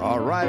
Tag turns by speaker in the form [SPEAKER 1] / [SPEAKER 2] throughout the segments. [SPEAKER 1] All right,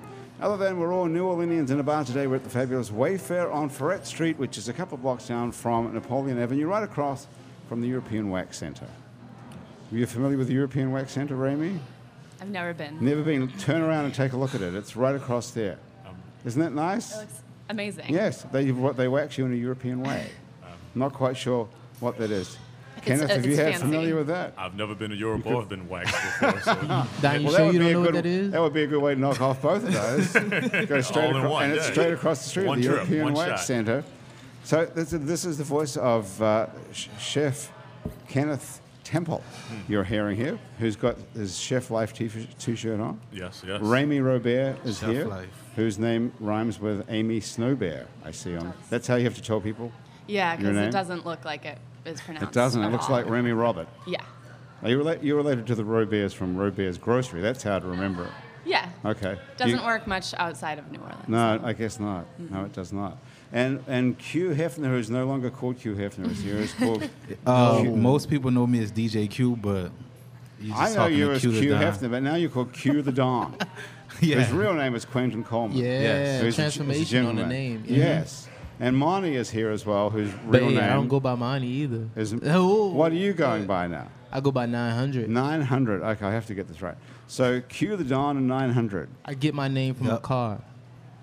[SPEAKER 1] Other than we're all New Orleanians in a bar today, we're at the fabulous Wayfair on Ferret Street, which is a couple of blocks down from Napoleon Avenue, right across from the European Wax Centre. Are you familiar with the European Wax Centre, Rami?
[SPEAKER 2] I've never been.
[SPEAKER 1] Never been. Turn around and take a look at it. It's right across there. Isn't that nice?
[SPEAKER 2] It looks amazing.
[SPEAKER 1] Yes, they, what, they wax you in a European way.
[SPEAKER 3] Um,
[SPEAKER 1] Not quite sure what that is. Kenneth,
[SPEAKER 2] uh,
[SPEAKER 1] have you
[SPEAKER 2] it's
[SPEAKER 1] had
[SPEAKER 2] fancy.
[SPEAKER 1] familiar with that?
[SPEAKER 4] I've never been to Europe or I've been waxed before. So
[SPEAKER 3] Dan, you
[SPEAKER 1] Well, that
[SPEAKER 3] sure
[SPEAKER 1] would be
[SPEAKER 3] you don't
[SPEAKER 1] a
[SPEAKER 3] know what
[SPEAKER 1] good-
[SPEAKER 3] that is?
[SPEAKER 1] That would be a good way to knock off both of those. Go straight
[SPEAKER 4] All in
[SPEAKER 1] across,
[SPEAKER 4] one,
[SPEAKER 1] and it's
[SPEAKER 4] yeah.
[SPEAKER 1] straight across the street,
[SPEAKER 4] One
[SPEAKER 1] the
[SPEAKER 4] trip,
[SPEAKER 1] European
[SPEAKER 4] one
[SPEAKER 1] Wax
[SPEAKER 4] shot.
[SPEAKER 1] Centre. So this is, this is the voice of uh, Sh- Chef Kenneth Temple.
[SPEAKER 3] Hmm.
[SPEAKER 1] You're hearing here, who's got his Chef Life t- t-shirt on.
[SPEAKER 4] yes, yes.
[SPEAKER 1] Ramey Robert is
[SPEAKER 3] Chef
[SPEAKER 1] here,
[SPEAKER 3] Life.
[SPEAKER 1] whose name rhymes with Amy Snowbear. I see on. That's how you have to tell people.
[SPEAKER 2] Yeah,
[SPEAKER 1] Your
[SPEAKER 2] because
[SPEAKER 1] name?
[SPEAKER 2] it doesn't look like it is pronounced.
[SPEAKER 1] It doesn't. It
[SPEAKER 2] at
[SPEAKER 1] looks
[SPEAKER 2] all.
[SPEAKER 1] like Remy Robert.
[SPEAKER 2] Yeah.
[SPEAKER 1] Are you related? You're related to the Roberts from Roberts Grocery. That's how to remember it.
[SPEAKER 2] Yeah.
[SPEAKER 1] Okay.
[SPEAKER 2] Doesn't
[SPEAKER 1] You-
[SPEAKER 2] work much outside of New Orleans.
[SPEAKER 1] No, I guess not. No, it does not. And and Q Hefner, who's no longer called Q Hefner, is here. It's called.
[SPEAKER 5] Um,
[SPEAKER 3] Uh, most people know me as DJ Q, but you just
[SPEAKER 1] I know
[SPEAKER 3] talking
[SPEAKER 1] you
[SPEAKER 3] to
[SPEAKER 1] as Q,
[SPEAKER 3] the Don.
[SPEAKER 1] Hefner, but now you're called Q the Don. His
[SPEAKER 3] Yeah.
[SPEAKER 1] real name is Quentin Coleman.
[SPEAKER 3] Yeah,
[SPEAKER 1] Who's a- is a
[SPEAKER 3] transformation on the
[SPEAKER 1] gentleman.
[SPEAKER 3] name, yeah.
[SPEAKER 1] Yes. And Monty is here as well, whose real
[SPEAKER 3] But
[SPEAKER 1] name
[SPEAKER 3] yeah, I don't go by Monty either.
[SPEAKER 1] is.
[SPEAKER 3] Oh.
[SPEAKER 1] What are you going by now?
[SPEAKER 3] I go by 900.
[SPEAKER 1] 900. Okay, I have to get this right. So Q the Don and 900.
[SPEAKER 3] I get my name from a car,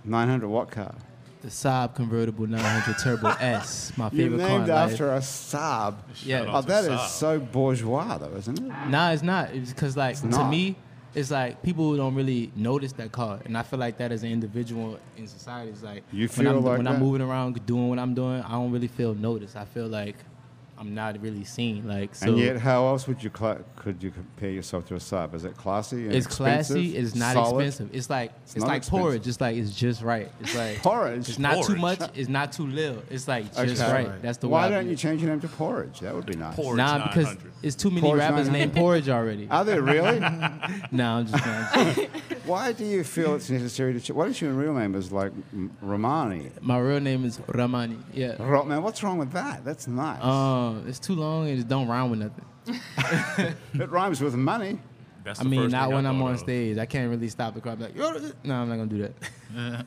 [SPEAKER 1] 900 what car?
[SPEAKER 3] the Saab convertible 900 Turbo S, my
[SPEAKER 1] You're
[SPEAKER 3] favorite car.
[SPEAKER 1] named
[SPEAKER 3] in life.
[SPEAKER 1] after a Saab.
[SPEAKER 3] Yeah.
[SPEAKER 1] Oh, that is
[SPEAKER 4] Saab.
[SPEAKER 1] so bourgeois, though, isn't it?
[SPEAKER 3] Nah, it's not. It's because like to
[SPEAKER 1] not.
[SPEAKER 3] me, it's like people don't really notice that car, and I feel like that as an individual in society is like
[SPEAKER 1] You
[SPEAKER 3] when,
[SPEAKER 1] feel
[SPEAKER 3] I'm,
[SPEAKER 1] like
[SPEAKER 3] when
[SPEAKER 1] that?
[SPEAKER 3] I'm moving around doing what I'm doing, I don't really feel noticed. I feel like I'm not really seen. Like so,
[SPEAKER 1] and yet, how else would you cla could you compare yourself to a sub? Is it classy? And
[SPEAKER 3] it's
[SPEAKER 1] expensive,
[SPEAKER 3] classy. It's not
[SPEAKER 1] solid?
[SPEAKER 3] expensive. It's like it's,
[SPEAKER 1] not
[SPEAKER 3] like
[SPEAKER 1] expensive.
[SPEAKER 3] porridge. It's like it's just right. It's like
[SPEAKER 1] Porridge.
[SPEAKER 3] It's not too
[SPEAKER 4] Porridge.
[SPEAKER 3] much. It's not too little. It's like just
[SPEAKER 1] Okay.
[SPEAKER 3] right. That's the way.
[SPEAKER 1] Why
[SPEAKER 3] I
[SPEAKER 1] don't
[SPEAKER 3] view
[SPEAKER 1] you
[SPEAKER 3] it.
[SPEAKER 1] change your name to porridge? That would be nice.
[SPEAKER 4] Porridge
[SPEAKER 3] Nah, because
[SPEAKER 4] 900.
[SPEAKER 3] it's too many
[SPEAKER 1] Porridge
[SPEAKER 3] rappers
[SPEAKER 1] 900.
[SPEAKER 3] named porridge already.
[SPEAKER 1] Are there really?
[SPEAKER 3] nah, I'm just. Kidding.
[SPEAKER 1] Why do you feel it's necessary to? Ch- what is your real name? Is like M- Romani.
[SPEAKER 3] My real name is Ramani. Yeah.
[SPEAKER 1] Ro- man, what's wrong with that? That's nice.
[SPEAKER 3] Um, it's too long and it don't rhyme with nothing.
[SPEAKER 1] it rhymes with money.
[SPEAKER 4] That's
[SPEAKER 3] I
[SPEAKER 4] the
[SPEAKER 3] mean,
[SPEAKER 4] first
[SPEAKER 3] not
[SPEAKER 4] thing I
[SPEAKER 3] when I'm
[SPEAKER 4] thought
[SPEAKER 3] on
[SPEAKER 4] of.
[SPEAKER 3] stage. I can't really stop the crowd. Like, no, I'm not gonna do that.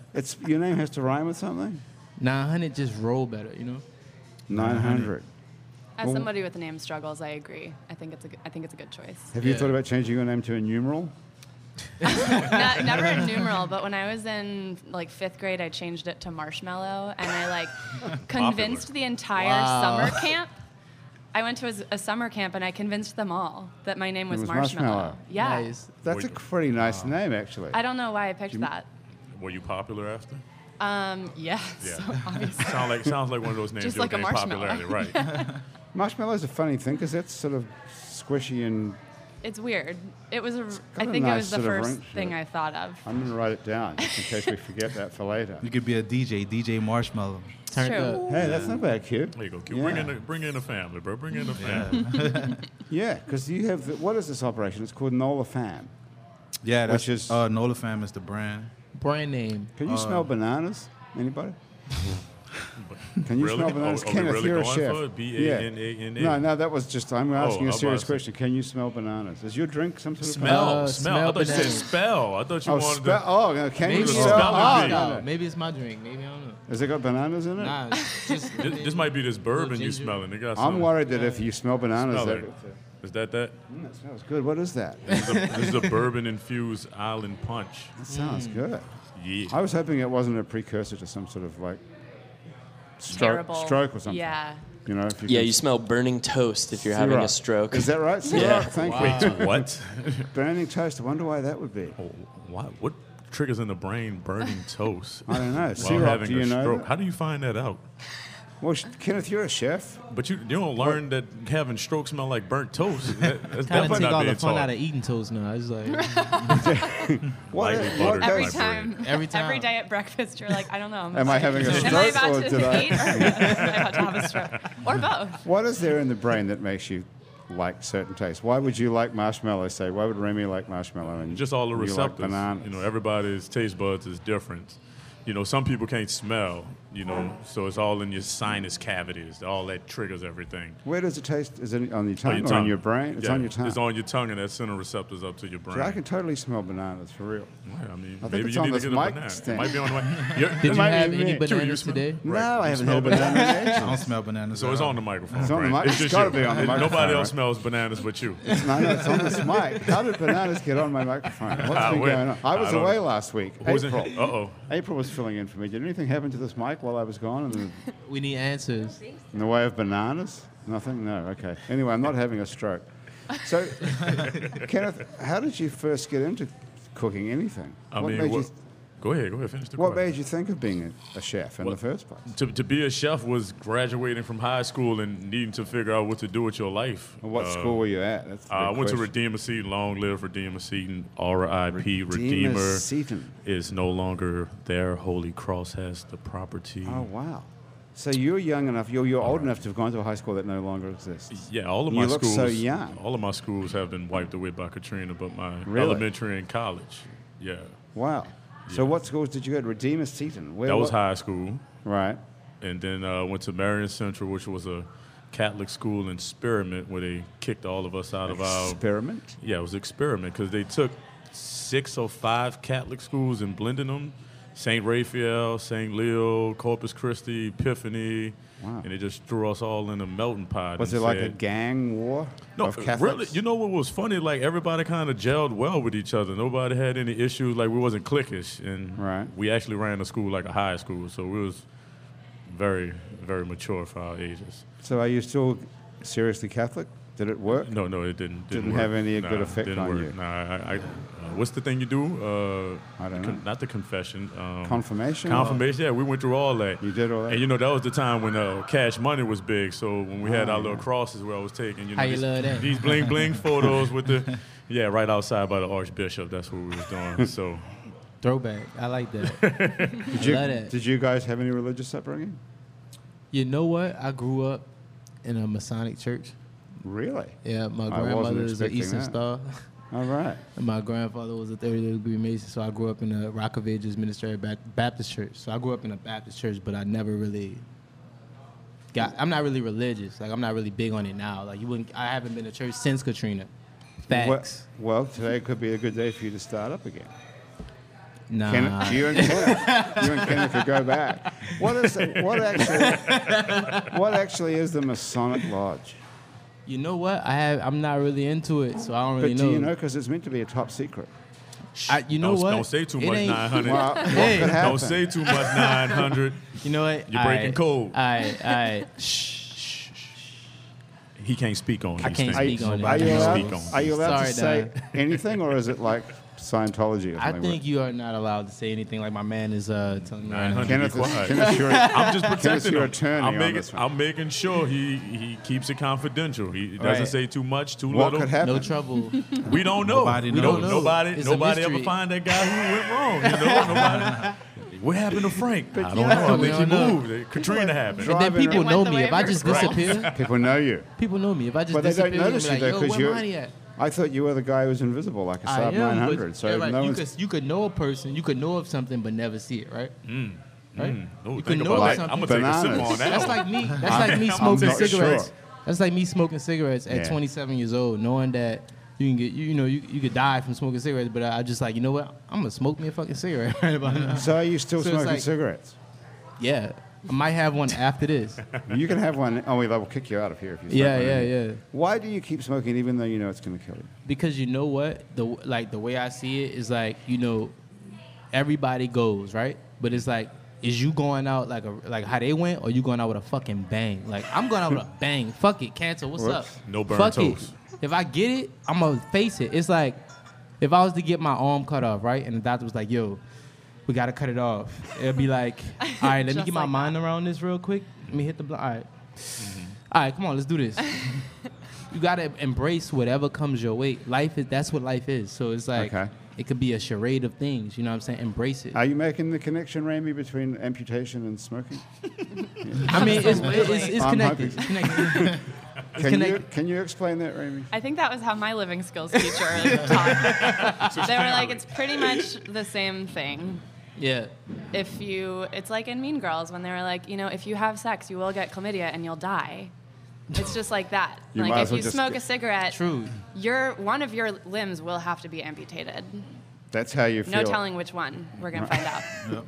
[SPEAKER 1] It's your name has to rhyme with something.
[SPEAKER 3] Nah, hundred just roll better, you know.
[SPEAKER 1] Nine hundred.
[SPEAKER 2] As somebody with the name struggles, I agree. I think it's a good, I think it's a good choice.
[SPEAKER 1] Have you thought about changing your name to a numeral?
[SPEAKER 2] Not, never a numeral, but when I was in like fifth grade, I changed it to marshmallow, and I like convinced the entire
[SPEAKER 3] Wow.
[SPEAKER 2] summer camp. I went to a, a summer camp, and I convinced them all that my name was,
[SPEAKER 1] was
[SPEAKER 2] marshmallow.
[SPEAKER 1] Marshmallow.
[SPEAKER 2] Yeah.
[SPEAKER 3] Nice.
[SPEAKER 1] That's a
[SPEAKER 4] Wait.
[SPEAKER 1] pretty
[SPEAKER 4] Ah.
[SPEAKER 1] nice name, actually.
[SPEAKER 2] I don't know why I picked that.
[SPEAKER 4] Were you popular after?
[SPEAKER 2] Um, yes,
[SPEAKER 4] Yeah.
[SPEAKER 2] obviously.
[SPEAKER 4] Sound like sounds like one of those names
[SPEAKER 2] Just
[SPEAKER 4] you'll
[SPEAKER 2] like a
[SPEAKER 4] gain
[SPEAKER 2] marshmallow.
[SPEAKER 4] popularity, right?
[SPEAKER 1] Marshmallow's a funny thing because that's sort of squishy and
[SPEAKER 2] It's weird. It was. A, I
[SPEAKER 1] got a
[SPEAKER 2] think
[SPEAKER 1] nice
[SPEAKER 2] it was the
[SPEAKER 1] sort of
[SPEAKER 2] first
[SPEAKER 1] ring to
[SPEAKER 2] thing
[SPEAKER 1] it.
[SPEAKER 2] I thought of.
[SPEAKER 1] I'm going to write it down just in case we forget that for later.
[SPEAKER 5] You could be a DJ, DJ Marshmallow.
[SPEAKER 3] Turn it
[SPEAKER 2] True.
[SPEAKER 3] up.
[SPEAKER 1] Hey, that's not bad, cute.
[SPEAKER 4] There you go. Q.
[SPEAKER 1] Yeah.
[SPEAKER 4] Bring in the bring in the family, bro. Bring in the family.
[SPEAKER 1] Yeah, because you have the, what is this operation? It's called Nola Fam.
[SPEAKER 5] Yeah, that's
[SPEAKER 1] Which is-
[SPEAKER 5] just uh, Nola Fam is the brand.
[SPEAKER 3] Brand name.
[SPEAKER 1] Can
[SPEAKER 4] Uh,
[SPEAKER 1] you smell bananas? Anybody? Can you
[SPEAKER 4] Really?
[SPEAKER 1] smell
[SPEAKER 4] Are-
[SPEAKER 1] bananas?
[SPEAKER 4] are we
[SPEAKER 1] Kenneth,
[SPEAKER 4] really
[SPEAKER 1] you're a
[SPEAKER 4] going
[SPEAKER 1] chef.
[SPEAKER 4] for it?
[SPEAKER 1] Yeah.
[SPEAKER 4] B-A-N-A-N-A?
[SPEAKER 1] No, no, that was just.
[SPEAKER 4] Oh,
[SPEAKER 1] I'm asking a
[SPEAKER 4] I
[SPEAKER 1] serious
[SPEAKER 4] was-
[SPEAKER 1] question. Can you smell bananas? Is your drink some sort
[SPEAKER 4] Smell, smell.
[SPEAKER 3] Uh, smell
[SPEAKER 4] I thought you said
[SPEAKER 3] banana.
[SPEAKER 4] spell. I thought you
[SPEAKER 1] of? Oh,
[SPEAKER 4] wanted
[SPEAKER 1] smell. Oh, no, can
[SPEAKER 3] Maybe
[SPEAKER 1] you
[SPEAKER 3] it's,
[SPEAKER 4] was
[SPEAKER 1] smell?
[SPEAKER 4] about
[SPEAKER 3] my
[SPEAKER 1] Oh,
[SPEAKER 4] to be.
[SPEAKER 1] no.
[SPEAKER 3] dog. Maybe it's my drink. Maybe I don't know.
[SPEAKER 1] Has it got bananas in it?
[SPEAKER 3] Nah, it's just
[SPEAKER 4] to. This, this might be this bourbon you
[SPEAKER 3] ginger.
[SPEAKER 4] smelling. They got
[SPEAKER 1] I'm
[SPEAKER 4] something.
[SPEAKER 1] worried that if you smell bananas,
[SPEAKER 4] Smell
[SPEAKER 1] that,
[SPEAKER 4] it. Is that that?
[SPEAKER 1] Mm, that smells good. What is that?
[SPEAKER 4] This is a, this is a bourbon infused island punch.
[SPEAKER 1] That sounds good.
[SPEAKER 4] Yeah.
[SPEAKER 1] I was hoping it wasn't a precursor to some sort of like stroke,
[SPEAKER 2] Terrible.
[SPEAKER 1] stroke or something.
[SPEAKER 2] Yeah.
[SPEAKER 1] You know, if you
[SPEAKER 6] Yeah,
[SPEAKER 1] can-
[SPEAKER 6] you smell burning toast if you're having
[SPEAKER 1] Syrah.
[SPEAKER 6] a stroke.
[SPEAKER 1] Is that right? Syrah?
[SPEAKER 6] Yeah.
[SPEAKER 1] Thank
[SPEAKER 3] Ah.
[SPEAKER 1] you.
[SPEAKER 4] Wait, what?
[SPEAKER 1] Burning toast. I wonder why that would be.
[SPEAKER 4] Why, what triggers in the brain burning toast
[SPEAKER 1] I don't know.
[SPEAKER 4] while
[SPEAKER 1] Syrah,
[SPEAKER 4] having
[SPEAKER 1] do you
[SPEAKER 4] a
[SPEAKER 1] know?
[SPEAKER 4] stroke?
[SPEAKER 1] that?
[SPEAKER 4] How do you find that out?
[SPEAKER 1] Well, sh- Kenneth, you're a chef.
[SPEAKER 4] But you, you don't learn that having stroke smell like burnt toast. That, that's
[SPEAKER 3] Kind
[SPEAKER 4] definitely
[SPEAKER 3] of take
[SPEAKER 4] not
[SPEAKER 3] all
[SPEAKER 4] being
[SPEAKER 3] the fun
[SPEAKER 4] taught.
[SPEAKER 3] out of eating toast now. It's like
[SPEAKER 1] What,
[SPEAKER 4] Lightly
[SPEAKER 1] what
[SPEAKER 4] buttered
[SPEAKER 2] Every
[SPEAKER 4] my
[SPEAKER 1] does-
[SPEAKER 2] time,
[SPEAKER 3] Every time.
[SPEAKER 2] every day at breakfast, you're like, I don't know.
[SPEAKER 1] Am I having a
[SPEAKER 2] Am I
[SPEAKER 1] stroke
[SPEAKER 2] about
[SPEAKER 1] or
[SPEAKER 2] to
[SPEAKER 1] did I?
[SPEAKER 2] eat, or am I about to have a stroke, or both?
[SPEAKER 1] What is there in the brain that makes you like certain tastes? Why would you like marshmallow? Say, why would Remy like marshmallow? And
[SPEAKER 4] Just all the
[SPEAKER 1] you
[SPEAKER 4] receptors.
[SPEAKER 1] Like banana?
[SPEAKER 4] you know, everybody's taste buds is different. You know, some people can't smell. You know, so it's all in your sinus cavities. All that triggers everything.
[SPEAKER 1] Where does it taste? Is it on your tongue,
[SPEAKER 4] On your
[SPEAKER 1] or
[SPEAKER 4] tongue.
[SPEAKER 1] on your brain? It's
[SPEAKER 4] Yeah,
[SPEAKER 1] on your tongue.
[SPEAKER 4] It's on your tongue, and that center receptors up to your brain.
[SPEAKER 1] Dude, I can totally smell bananas for real.
[SPEAKER 4] Right, I mean,
[SPEAKER 1] I think
[SPEAKER 4] maybe
[SPEAKER 1] it's
[SPEAKER 4] you
[SPEAKER 1] on
[SPEAKER 4] need
[SPEAKER 1] this
[SPEAKER 4] to get a
[SPEAKER 1] mic
[SPEAKER 4] banana.
[SPEAKER 1] stand.
[SPEAKER 4] It might be on the mic. You're- it
[SPEAKER 3] Did you
[SPEAKER 4] might be
[SPEAKER 3] have
[SPEAKER 1] me.
[SPEAKER 3] any
[SPEAKER 1] Chew, you
[SPEAKER 3] bananas
[SPEAKER 4] smell-
[SPEAKER 3] today?
[SPEAKER 1] No, I haven't
[SPEAKER 4] smell
[SPEAKER 1] had bananas.
[SPEAKER 5] I don't smell bananas.
[SPEAKER 4] So
[SPEAKER 5] at
[SPEAKER 4] it's
[SPEAKER 5] all.
[SPEAKER 4] on the microphone.
[SPEAKER 1] It's on the
[SPEAKER 4] Brent.
[SPEAKER 1] mic- it's
[SPEAKER 4] just
[SPEAKER 1] gotta be
[SPEAKER 4] you.
[SPEAKER 1] on the
[SPEAKER 4] It-
[SPEAKER 1] microphone,
[SPEAKER 4] Nobody
[SPEAKER 1] right?
[SPEAKER 4] else smells bananas but you.
[SPEAKER 1] No, no, it's on this mic. How did bananas get on my microphone? What's
[SPEAKER 4] Ah,
[SPEAKER 1] been
[SPEAKER 4] wait.
[SPEAKER 1] going on? I
[SPEAKER 4] I
[SPEAKER 1] was
[SPEAKER 4] don't
[SPEAKER 1] away
[SPEAKER 4] know.
[SPEAKER 1] last week.
[SPEAKER 4] Was it- Oh.
[SPEAKER 1] April.
[SPEAKER 4] Uh-oh.
[SPEAKER 1] April was filling in for me. Did anything happen to this mic while I was gone? In the,
[SPEAKER 3] we need answers.
[SPEAKER 1] in the way of bananas? Nothing. No. Okay. Anyway, I'm not having a stroke. So, Kenneth, how did you first get into cooking anything?
[SPEAKER 4] I
[SPEAKER 1] what
[SPEAKER 4] mean,
[SPEAKER 1] made
[SPEAKER 4] what,
[SPEAKER 1] you,
[SPEAKER 4] go ahead, go ahead, finish the
[SPEAKER 1] what
[SPEAKER 4] question.
[SPEAKER 1] made you think of being a, a chef in
[SPEAKER 4] Well,
[SPEAKER 1] the first place?
[SPEAKER 4] to, to be a chef was graduating from high school and needing to figure out what to do with your life.
[SPEAKER 1] What
[SPEAKER 4] Uh,
[SPEAKER 1] school were you at? That's the
[SPEAKER 4] Uh, I
[SPEAKER 1] big
[SPEAKER 4] went to
[SPEAKER 1] question.
[SPEAKER 4] Redeemer Seaton. Long live Redeemer Seaton. R.I.P. Redeemer,
[SPEAKER 1] Seaton.
[SPEAKER 4] is no longer there. Holy Cross has the property.
[SPEAKER 1] Oh wow! So you're young enough. You're, you're old enough to have gone to a high school that no longer exists.
[SPEAKER 4] Yeah, all of
[SPEAKER 1] You
[SPEAKER 4] my
[SPEAKER 1] look
[SPEAKER 4] schools.
[SPEAKER 1] so young.
[SPEAKER 4] All of my schools have been wiped away by Katrina, but my
[SPEAKER 1] Really?
[SPEAKER 4] elementary and college. Yeah,
[SPEAKER 1] Wow. So what schools did you go to? Redeemer Seaton. Where
[SPEAKER 4] that was
[SPEAKER 1] what-
[SPEAKER 4] high school,
[SPEAKER 1] Right.
[SPEAKER 4] and then uh, went to Marion Central, which was a Catholic school in Spearmint, where they kicked all of us out of our
[SPEAKER 1] Experiment.
[SPEAKER 4] Yeah, it was an experiment because they took six or five Catholic schools and blended them. St. Raphael, St. Leo, Corpus Christi, Epiphany.
[SPEAKER 1] Wow.
[SPEAKER 4] And they just threw us all in a melting pot.
[SPEAKER 1] Was it
[SPEAKER 4] and
[SPEAKER 1] like a
[SPEAKER 4] said-
[SPEAKER 1] gang war
[SPEAKER 4] no,
[SPEAKER 1] of Catholics?
[SPEAKER 4] really, you know what was funny? Like everybody kind of gelled well with each other. Nobody had any issues. Like we wasn't cliquish, and
[SPEAKER 1] Right.
[SPEAKER 4] we actually ran a school like a high school, so we was very, very mature for our ages.
[SPEAKER 1] so are you still seriously Catholic? Did it work?
[SPEAKER 4] No, no, it didn't.
[SPEAKER 1] Didn't
[SPEAKER 4] work.
[SPEAKER 1] have any good
[SPEAKER 4] Nah,
[SPEAKER 1] effect
[SPEAKER 4] didn't
[SPEAKER 1] on
[SPEAKER 4] work.
[SPEAKER 1] you?
[SPEAKER 4] Nah, I, I, uh, what's the thing you do? Uh,
[SPEAKER 1] I don't
[SPEAKER 4] the
[SPEAKER 1] know.
[SPEAKER 4] Not the confession. Um,
[SPEAKER 1] Confirmation?
[SPEAKER 4] Confirmation. Yeah, we went through all that.
[SPEAKER 1] You did all that?
[SPEAKER 4] And you know that was the time when uh, cash money was big. So when we had
[SPEAKER 1] Oh,
[SPEAKER 4] our little crosses, where I was taking you know
[SPEAKER 3] How you
[SPEAKER 4] these,
[SPEAKER 3] love that?
[SPEAKER 4] these bling bling photos with the yeah right outside by the archbishop. That's what we was doing. So
[SPEAKER 3] Throwback. I like that.
[SPEAKER 1] Did you,
[SPEAKER 3] love that.
[SPEAKER 1] did you guys have any religious upbringing?
[SPEAKER 3] you know what? I grew up in a Masonic church.
[SPEAKER 1] Really?
[SPEAKER 3] Yeah, my
[SPEAKER 1] wasn't
[SPEAKER 3] grandmother is an
[SPEAKER 1] expecting
[SPEAKER 3] Eastern
[SPEAKER 1] that.
[SPEAKER 3] Star.
[SPEAKER 1] All right.
[SPEAKER 3] And my grandfather was a 30 degree mason, so I grew up in a Rock of Ages Ministry Ba- Baptist church. So I grew up in a Baptist church, but I never really got. I'm not really religious. Like I'm not really big on it now. Like you wouldn't. I haven't been to church since Katrina. Facts.
[SPEAKER 1] Well, well, today could be a good day for you to start up again.
[SPEAKER 3] Nah.
[SPEAKER 1] Kenneth, you and Kenneth, you and Kenneth could go back. What is what actually what actually is the Masonic Lodge?
[SPEAKER 3] You know what? I have. I'm not really into it, so I don't
[SPEAKER 1] But
[SPEAKER 3] really
[SPEAKER 1] do you know? Because it's meant to be a top secret.
[SPEAKER 3] I, you know
[SPEAKER 4] don't,
[SPEAKER 3] what?
[SPEAKER 4] Don't say too
[SPEAKER 3] It
[SPEAKER 4] much.
[SPEAKER 3] ain't-
[SPEAKER 4] Nine
[SPEAKER 1] Well,
[SPEAKER 4] hundred.
[SPEAKER 1] what
[SPEAKER 3] Hey,
[SPEAKER 1] could happen?
[SPEAKER 4] Don't say too much. Nine hundred.
[SPEAKER 3] You know what?
[SPEAKER 4] You're breaking
[SPEAKER 3] Aight,
[SPEAKER 4] code.
[SPEAKER 3] aight, aight. Shh. shh, shh.
[SPEAKER 4] He can't speak on.
[SPEAKER 3] I
[SPEAKER 4] these
[SPEAKER 3] can't
[SPEAKER 4] things.
[SPEAKER 1] Are
[SPEAKER 3] speak on it.
[SPEAKER 1] are
[SPEAKER 3] I
[SPEAKER 1] you
[SPEAKER 3] can't
[SPEAKER 1] allowed,
[SPEAKER 4] speak on
[SPEAKER 1] Are you allowed to
[SPEAKER 3] Sorry,
[SPEAKER 1] say anything, or is it like Scientology? Or
[SPEAKER 3] I
[SPEAKER 1] something?
[SPEAKER 3] think you are not allowed to say anything. Like my man is uh, telling me. Right now.
[SPEAKER 4] 900.
[SPEAKER 1] Kenneth,
[SPEAKER 4] Be
[SPEAKER 1] is,
[SPEAKER 4] quiet.
[SPEAKER 1] Kenneth, you're-
[SPEAKER 4] I'm just
[SPEAKER 1] Kenneth,
[SPEAKER 4] protecting
[SPEAKER 1] you're
[SPEAKER 4] him.
[SPEAKER 1] attorney
[SPEAKER 4] I'm
[SPEAKER 1] on
[SPEAKER 4] making,
[SPEAKER 1] this one.
[SPEAKER 4] I'm making sure he, he keeps it confidential. He doesn't
[SPEAKER 3] Right.
[SPEAKER 4] say too much, too
[SPEAKER 1] what
[SPEAKER 4] little.
[SPEAKER 1] could happen?
[SPEAKER 3] No trouble.
[SPEAKER 4] We don't know.
[SPEAKER 5] Nobody
[SPEAKER 4] we
[SPEAKER 5] knows.
[SPEAKER 4] Nobody,
[SPEAKER 3] It's a
[SPEAKER 4] nobody ever
[SPEAKER 3] mystery.
[SPEAKER 4] find that guy who went wrong. You know, nobody. What happened to Frank? I don't know. I
[SPEAKER 3] We
[SPEAKER 4] think he
[SPEAKER 3] don't know.
[SPEAKER 4] moved. Katrina happened.
[SPEAKER 1] Drop-
[SPEAKER 3] and then
[SPEAKER 1] Driving
[SPEAKER 3] people
[SPEAKER 1] around.
[SPEAKER 3] know
[SPEAKER 2] They went
[SPEAKER 3] me.
[SPEAKER 2] the
[SPEAKER 3] If I
[SPEAKER 2] way
[SPEAKER 3] just
[SPEAKER 2] first.
[SPEAKER 3] disappear,
[SPEAKER 1] People know you,
[SPEAKER 3] people know me. If I just
[SPEAKER 1] but they
[SPEAKER 3] disappear,
[SPEAKER 1] don't notice
[SPEAKER 3] they'll
[SPEAKER 1] you
[SPEAKER 3] be like,
[SPEAKER 1] though
[SPEAKER 3] yo,
[SPEAKER 1] because
[SPEAKER 3] where
[SPEAKER 1] you.
[SPEAKER 3] my money at?
[SPEAKER 1] I thought you were the guy who was invisible, like a
[SPEAKER 3] I
[SPEAKER 1] Saab
[SPEAKER 3] am, but-
[SPEAKER 1] 900. So
[SPEAKER 3] yeah, right,
[SPEAKER 1] no
[SPEAKER 3] you,
[SPEAKER 1] one's.
[SPEAKER 3] could, you could know a person, you could know of something, but never see it, right? right?
[SPEAKER 4] Ooh,
[SPEAKER 3] you
[SPEAKER 4] think
[SPEAKER 3] could know
[SPEAKER 4] about that.
[SPEAKER 3] of
[SPEAKER 4] I'm gonna
[SPEAKER 3] something.
[SPEAKER 4] take a sip
[SPEAKER 1] Bananas.
[SPEAKER 4] on that.
[SPEAKER 3] That's
[SPEAKER 4] one.
[SPEAKER 3] like me. That's like me
[SPEAKER 1] I'm
[SPEAKER 3] smoking
[SPEAKER 1] not
[SPEAKER 3] cigarettes.
[SPEAKER 1] sure.
[SPEAKER 3] That's like me smoking cigarettes at
[SPEAKER 1] Yeah.
[SPEAKER 3] 27 years old, knowing that you can get, you, you know, you, you could die from smoking cigarettes. But I just like, you know what? I'm gonna smoke me a fucking cigarette right about now.
[SPEAKER 1] So are you still
[SPEAKER 3] So it's
[SPEAKER 1] smoking
[SPEAKER 3] like-
[SPEAKER 1] cigarettes?
[SPEAKER 3] Yeah, I might have one after this.
[SPEAKER 1] You can have one. Oh, wait, that will kick you out of here if you. start
[SPEAKER 3] yeah,
[SPEAKER 1] doing
[SPEAKER 3] yeah,
[SPEAKER 1] it.
[SPEAKER 3] yeah.
[SPEAKER 1] Why do you keep smoking even though you know it's going to kill you?
[SPEAKER 3] Because you know what the like the way I see it is like you know, everybody goes right, but it's like. Is you going out like a like how they went, or you going out with a fucking bang? Like I'm going out with a bang. Fuck it, cancer. What's
[SPEAKER 1] Whoops.
[SPEAKER 3] up?
[SPEAKER 4] No burnt
[SPEAKER 3] Fuck
[SPEAKER 4] toes.
[SPEAKER 3] It. If I get it, I'm gonna face it. It's like if I was to get my arm cut off, right, and the doctor was like, "Yo, we gotta cut it off," it'd be like, "All right, let me
[SPEAKER 2] Just
[SPEAKER 3] get my
[SPEAKER 2] like
[SPEAKER 3] mind around this real quick." Let me hit the blind. All right. All right, come on, let's do this. you gotta embrace whatever comes your way. Life is that's what life is. So it's like
[SPEAKER 1] Okay.
[SPEAKER 3] it could be a charade of things. You know what I'm saying? Embrace it.
[SPEAKER 1] Are you making the connection, Rami, between amputation and smoking?
[SPEAKER 3] I mean, it's, it's,
[SPEAKER 2] Absolutely.
[SPEAKER 3] it's, it's
[SPEAKER 1] I'm
[SPEAKER 3] connected.
[SPEAKER 1] happy.
[SPEAKER 3] It's connected. It's
[SPEAKER 1] Can you,
[SPEAKER 3] connected.
[SPEAKER 1] can you explain that, Rami?
[SPEAKER 2] I think that was how my living skills teacher taught. they were like, it's pretty much the same thing.
[SPEAKER 3] Yeah.
[SPEAKER 2] If you, it's like in Mean Girls when they were like, you know, if you have sex, you will get chlamydia and you'll die. It's just like that.
[SPEAKER 1] You might
[SPEAKER 2] like
[SPEAKER 1] as
[SPEAKER 2] if
[SPEAKER 1] well
[SPEAKER 2] you
[SPEAKER 1] just
[SPEAKER 2] smoke
[SPEAKER 1] get-
[SPEAKER 2] a cigarette,
[SPEAKER 3] True.
[SPEAKER 2] your one of your limbs will have to be amputated.
[SPEAKER 1] That's how you feel.
[SPEAKER 2] No telling which one. We're gonna find out.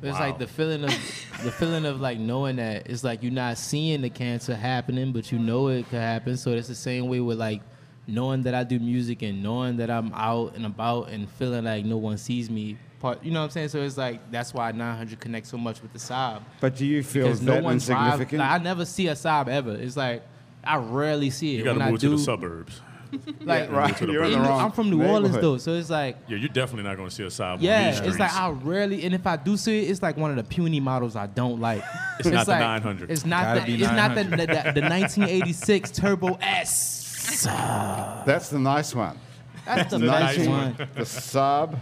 [SPEAKER 3] It's like the feeling of the feeling of like knowing that it's like you're not seeing the cancer happening, but you know it could happen. So it's the same way with like knowing that I do music and knowing that I'm out and about and feeling like no one sees me. Part, you know what I'm saying? So it's like that's why 900 connects so much with the sob
[SPEAKER 1] But do you feel
[SPEAKER 3] because
[SPEAKER 1] that
[SPEAKER 3] no one's like,
[SPEAKER 1] insignificant?
[SPEAKER 3] I never see a sob ever. It's like I rarely see it.
[SPEAKER 4] You got to
[SPEAKER 3] When I
[SPEAKER 4] move to the
[SPEAKER 3] do-
[SPEAKER 4] suburbs.
[SPEAKER 3] Like,
[SPEAKER 1] right, you're in the
[SPEAKER 3] in-
[SPEAKER 1] wrong.
[SPEAKER 3] I'm from New Orleans
[SPEAKER 1] neighborhood.
[SPEAKER 3] though, so it's like
[SPEAKER 4] Yeah, you're definitely not going to see a sidewalk.
[SPEAKER 3] yeah,
[SPEAKER 4] these
[SPEAKER 3] it's
[SPEAKER 4] streets.
[SPEAKER 3] like I rarely, and if I do see it, it's like one of the puny models I don't like.
[SPEAKER 4] It's not the
[SPEAKER 3] like-
[SPEAKER 4] 900.
[SPEAKER 3] It's not
[SPEAKER 5] Gotta
[SPEAKER 3] the.
[SPEAKER 5] be
[SPEAKER 3] It's not the, the,
[SPEAKER 5] 900.
[SPEAKER 3] the 1986 Turbo S.
[SPEAKER 1] That's the nice one.
[SPEAKER 3] That's the
[SPEAKER 1] The
[SPEAKER 3] nice
[SPEAKER 1] 19
[SPEAKER 3] one.
[SPEAKER 1] The sub.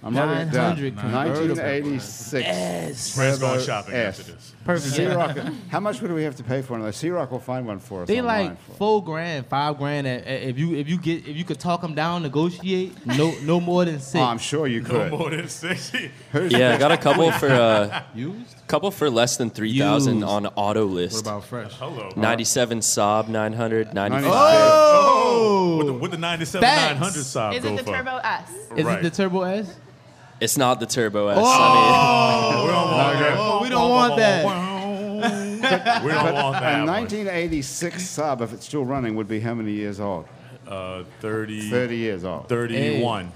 [SPEAKER 1] I'm writing it down.
[SPEAKER 3] 900 convertible.
[SPEAKER 1] 1986.
[SPEAKER 3] S.
[SPEAKER 4] Friends going
[SPEAKER 1] Turbo
[SPEAKER 4] shopping
[SPEAKER 1] S.
[SPEAKER 4] after this.
[SPEAKER 3] Perfect.
[SPEAKER 1] Sea Rock. How much would we have to pay for one of those? Sea Rock will find one for us.
[SPEAKER 3] They
[SPEAKER 1] online
[SPEAKER 3] like
[SPEAKER 1] for-
[SPEAKER 3] four grand, five grand. at- at- If you if you get if you could talk them down, negotiate. No no more than six.
[SPEAKER 1] Oh, I'm sure you
[SPEAKER 4] No
[SPEAKER 1] could.
[SPEAKER 4] more than 60.
[SPEAKER 6] Yeah, I got a couple for uh,
[SPEAKER 3] Used.
[SPEAKER 6] couple for less than three thousand
[SPEAKER 3] Used.
[SPEAKER 6] on auto
[SPEAKER 5] What
[SPEAKER 6] list.
[SPEAKER 5] about fresh?
[SPEAKER 4] Hello.
[SPEAKER 6] Ninety-seven Saab, 900, 95.
[SPEAKER 1] 96.
[SPEAKER 3] Oh!
[SPEAKER 4] With the, with the 97
[SPEAKER 3] Thanks.
[SPEAKER 4] 900 side
[SPEAKER 2] Is
[SPEAKER 4] go
[SPEAKER 2] it the
[SPEAKER 4] for?
[SPEAKER 2] Turbo S?
[SPEAKER 3] Is
[SPEAKER 4] right.
[SPEAKER 3] it the Turbo S?
[SPEAKER 6] It's not the Turbo S. I
[SPEAKER 3] Oh, we don't want that.
[SPEAKER 4] we don't want
[SPEAKER 1] A
[SPEAKER 4] that. one.
[SPEAKER 1] 1986 sub, if it's still running, would be how many years old?
[SPEAKER 4] Uh, 30,
[SPEAKER 1] 30 years old.
[SPEAKER 4] 31.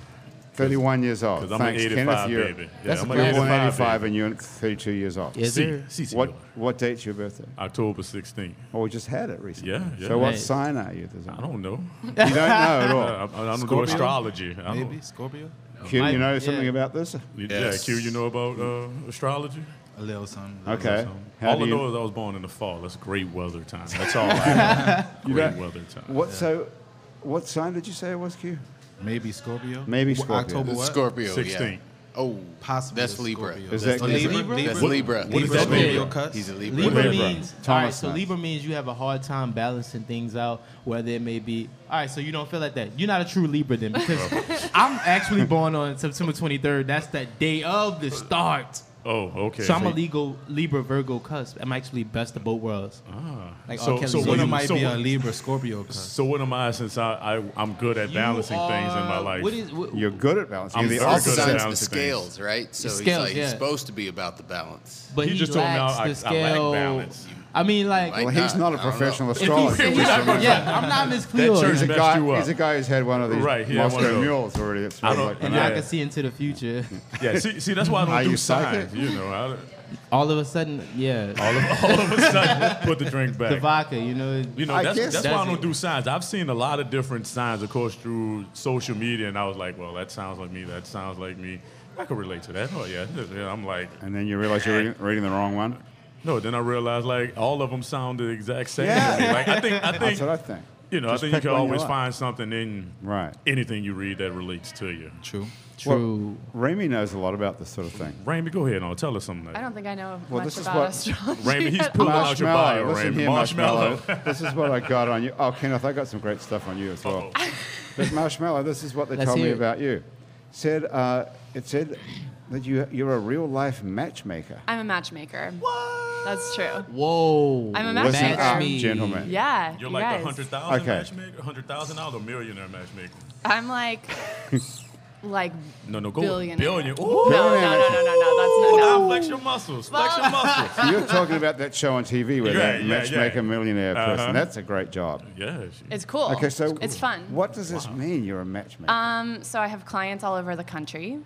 [SPEAKER 1] 31 years old.
[SPEAKER 4] Because I'm
[SPEAKER 1] Thanks,
[SPEAKER 4] an
[SPEAKER 1] Kenneth.
[SPEAKER 4] 85
[SPEAKER 1] You're,
[SPEAKER 4] baby. Yeah,
[SPEAKER 3] That's
[SPEAKER 4] I'm
[SPEAKER 3] a
[SPEAKER 4] an
[SPEAKER 1] You're
[SPEAKER 4] 85
[SPEAKER 3] classic.
[SPEAKER 1] born in 85
[SPEAKER 4] baby.
[SPEAKER 1] and you're 32 years old.
[SPEAKER 3] Yes, sir.
[SPEAKER 4] C, C,
[SPEAKER 1] What what date's your birthday?
[SPEAKER 4] October 16th.
[SPEAKER 1] Oh, we just had it recently.
[SPEAKER 4] Yeah, yeah.
[SPEAKER 1] So what
[SPEAKER 3] Right.
[SPEAKER 1] sign are you? Does it-
[SPEAKER 4] I don't know.
[SPEAKER 1] You don't know at
[SPEAKER 4] I,
[SPEAKER 1] all.
[SPEAKER 4] I, I don't
[SPEAKER 5] Scorpio?
[SPEAKER 4] do astrology. I don't,
[SPEAKER 5] Maybe Scorpio?
[SPEAKER 1] Q, you
[SPEAKER 3] Mine-
[SPEAKER 1] know something
[SPEAKER 3] yeah.
[SPEAKER 1] about this?
[SPEAKER 5] Yes.
[SPEAKER 4] Yeah, Q, you know about uh, astrology?
[SPEAKER 5] A little something. a little
[SPEAKER 1] Okay.
[SPEAKER 5] something.
[SPEAKER 1] How
[SPEAKER 4] all
[SPEAKER 1] do
[SPEAKER 4] I
[SPEAKER 1] you,
[SPEAKER 4] know is I was born in the fall. That's great weather time. That's all I know. great
[SPEAKER 1] got-
[SPEAKER 4] weather time.
[SPEAKER 1] what so what sign did you say it was, Q?
[SPEAKER 5] Maybe Scorpio.
[SPEAKER 1] Maybe
[SPEAKER 5] W-
[SPEAKER 1] Scorpio.
[SPEAKER 5] October what?
[SPEAKER 7] Scorpio.
[SPEAKER 4] 16.
[SPEAKER 7] Yeah. Oh,
[SPEAKER 5] Possibly
[SPEAKER 7] That's
[SPEAKER 5] the
[SPEAKER 7] Libra.
[SPEAKER 5] Scorpio.
[SPEAKER 1] Is
[SPEAKER 7] That's
[SPEAKER 1] that-
[SPEAKER 7] Libra.
[SPEAKER 3] Libra?
[SPEAKER 7] That's
[SPEAKER 5] What-
[SPEAKER 7] Libra.
[SPEAKER 5] what is
[SPEAKER 4] that mean?
[SPEAKER 5] Scorpio cuts?
[SPEAKER 7] He's a Libra.
[SPEAKER 3] Libra,
[SPEAKER 4] Libra.
[SPEAKER 3] means all right.
[SPEAKER 1] Thomas
[SPEAKER 3] So
[SPEAKER 1] knows.
[SPEAKER 3] Libra means you have a hard time balancing things out, whether it may be all right. So you don't feel like that. You're not a true Libra then, because I'm actually born on September 23rd. That's the day of the start.
[SPEAKER 4] Oh, okay.
[SPEAKER 3] So I'm a legal Libra Virgo cusp. I'm actually best of both worlds. Ah, like
[SPEAKER 4] So-
[SPEAKER 3] R. Kelly.
[SPEAKER 4] so
[SPEAKER 5] So
[SPEAKER 4] what
[SPEAKER 5] you
[SPEAKER 4] am-
[SPEAKER 5] might
[SPEAKER 4] so
[SPEAKER 5] be a
[SPEAKER 4] what-
[SPEAKER 5] Libra Scorpio cusp.
[SPEAKER 4] So what am I since I, I I'm good at
[SPEAKER 3] You
[SPEAKER 4] balancing things in my
[SPEAKER 3] are-
[SPEAKER 4] life?
[SPEAKER 3] What is what,
[SPEAKER 1] You're good at balancing.
[SPEAKER 4] I'm
[SPEAKER 1] You're the
[SPEAKER 4] very
[SPEAKER 1] opposite.
[SPEAKER 4] good at
[SPEAKER 7] Sun's the
[SPEAKER 4] balancing things.
[SPEAKER 7] scales, right? So he's
[SPEAKER 3] Scales,
[SPEAKER 7] like he's
[SPEAKER 3] yeah.
[SPEAKER 7] supposed to be about the balance.
[SPEAKER 3] but
[SPEAKER 4] You
[SPEAKER 3] he
[SPEAKER 4] just told me I-
[SPEAKER 3] lacks
[SPEAKER 4] I- I
[SPEAKER 3] the
[SPEAKER 4] lack
[SPEAKER 3] scale.
[SPEAKER 4] balance.
[SPEAKER 3] I mean, like.
[SPEAKER 7] Like
[SPEAKER 1] Well,
[SPEAKER 7] Why
[SPEAKER 1] he's
[SPEAKER 7] not?
[SPEAKER 1] not a
[SPEAKER 7] I don't know.
[SPEAKER 1] professional
[SPEAKER 3] if he-
[SPEAKER 1] astrologer.
[SPEAKER 3] if he- yeah, I'm not Miss Cleo.
[SPEAKER 4] church
[SPEAKER 1] He's a
[SPEAKER 4] messed you
[SPEAKER 1] guy.
[SPEAKER 4] up.
[SPEAKER 1] He's a guy who's had one of these
[SPEAKER 4] Right, he had one of
[SPEAKER 1] Moscow
[SPEAKER 4] those.
[SPEAKER 1] mules already. It's
[SPEAKER 4] I
[SPEAKER 1] sort of
[SPEAKER 4] don't-
[SPEAKER 1] like
[SPEAKER 3] And
[SPEAKER 4] Yeah.
[SPEAKER 3] I can see into the future.
[SPEAKER 4] yeah, see, see, that's why I don't
[SPEAKER 1] Are
[SPEAKER 4] do
[SPEAKER 1] you
[SPEAKER 4] signs.
[SPEAKER 1] psychic?
[SPEAKER 4] You know, I,
[SPEAKER 3] All of a sudden, yeah,
[SPEAKER 4] all of, all of a sudden, put the drink
[SPEAKER 3] the
[SPEAKER 4] back.
[SPEAKER 3] vodka, you know. it-
[SPEAKER 4] You know,
[SPEAKER 1] I
[SPEAKER 4] that's,
[SPEAKER 1] guess-
[SPEAKER 4] that's, why I
[SPEAKER 3] That's
[SPEAKER 4] don't
[SPEAKER 3] it.
[SPEAKER 4] do signs. I've seen a lot of different signs, of course, through social media, and I was like, well, that sounds like me. That sounds like me. I could relate to that. Oh yeah, yeah, I'm like,
[SPEAKER 1] And then you realize you're reading, reading the wrong one.
[SPEAKER 4] no. Then I realized like all of them sound the exact same.
[SPEAKER 1] Yeah.
[SPEAKER 4] To me. Like I think, I
[SPEAKER 1] That's
[SPEAKER 4] think,
[SPEAKER 1] what I think.
[SPEAKER 4] you know, I
[SPEAKER 1] Just
[SPEAKER 4] think you
[SPEAKER 1] pick
[SPEAKER 4] can
[SPEAKER 1] one you
[SPEAKER 4] always
[SPEAKER 1] like.
[SPEAKER 4] find something in
[SPEAKER 1] Right.
[SPEAKER 4] anything you read that relates to you.
[SPEAKER 5] True.
[SPEAKER 3] True.
[SPEAKER 1] Rami knows a lot us this sort of thing.
[SPEAKER 4] Raymond, go ahead and tell us something.
[SPEAKER 2] I don't think I know
[SPEAKER 1] Well,
[SPEAKER 2] much
[SPEAKER 1] this is
[SPEAKER 2] about
[SPEAKER 1] what-
[SPEAKER 2] astrology.
[SPEAKER 4] Raymond, he's
[SPEAKER 2] at
[SPEAKER 4] pulling
[SPEAKER 2] all.
[SPEAKER 4] out your bio,
[SPEAKER 1] listen
[SPEAKER 4] Raymond.
[SPEAKER 1] here,
[SPEAKER 4] Marshmallow.
[SPEAKER 1] this is what I got on you. Oh, Kenneth, I got some great stuff on you as well. But Marshmallow, this is what they
[SPEAKER 3] Let's
[SPEAKER 1] told me
[SPEAKER 3] hear it.
[SPEAKER 1] about you. Said uh, it said that you you're a real life matchmaker.
[SPEAKER 2] I'm a matchmaker. That's true.
[SPEAKER 3] Whoa.
[SPEAKER 2] I'm a
[SPEAKER 1] Listen
[SPEAKER 2] matchmaker.
[SPEAKER 1] up,
[SPEAKER 3] Match me.
[SPEAKER 1] gentlemen.
[SPEAKER 2] Yeah.
[SPEAKER 4] You're
[SPEAKER 2] you
[SPEAKER 4] like
[SPEAKER 2] guys.
[SPEAKER 4] the hundred thousand
[SPEAKER 1] Okay.
[SPEAKER 4] matchmaker, hundred thousand dollar millionaire matchmaker.
[SPEAKER 2] I'm like, like.
[SPEAKER 4] No, no, go
[SPEAKER 2] Billionaire.
[SPEAKER 4] billion.
[SPEAKER 2] No,
[SPEAKER 4] Ooh,
[SPEAKER 2] no, no, no, no, no. That's not.
[SPEAKER 4] now
[SPEAKER 1] Ah,
[SPEAKER 2] No.
[SPEAKER 4] flex your muscles, flex your
[SPEAKER 2] Well-
[SPEAKER 4] muscles.
[SPEAKER 1] You're talking about that show on TV where
[SPEAKER 4] Yeah,
[SPEAKER 1] that
[SPEAKER 4] yeah,
[SPEAKER 1] matchmaker
[SPEAKER 4] yeah.
[SPEAKER 1] millionaire
[SPEAKER 4] Uh-huh.
[SPEAKER 1] person. That's a great job.
[SPEAKER 4] Yeah, she-
[SPEAKER 2] It's cool.
[SPEAKER 1] Okay, so
[SPEAKER 2] it's fun.
[SPEAKER 1] What does this mean? You're a matchmaker.
[SPEAKER 2] Um, so I have clients all over the country,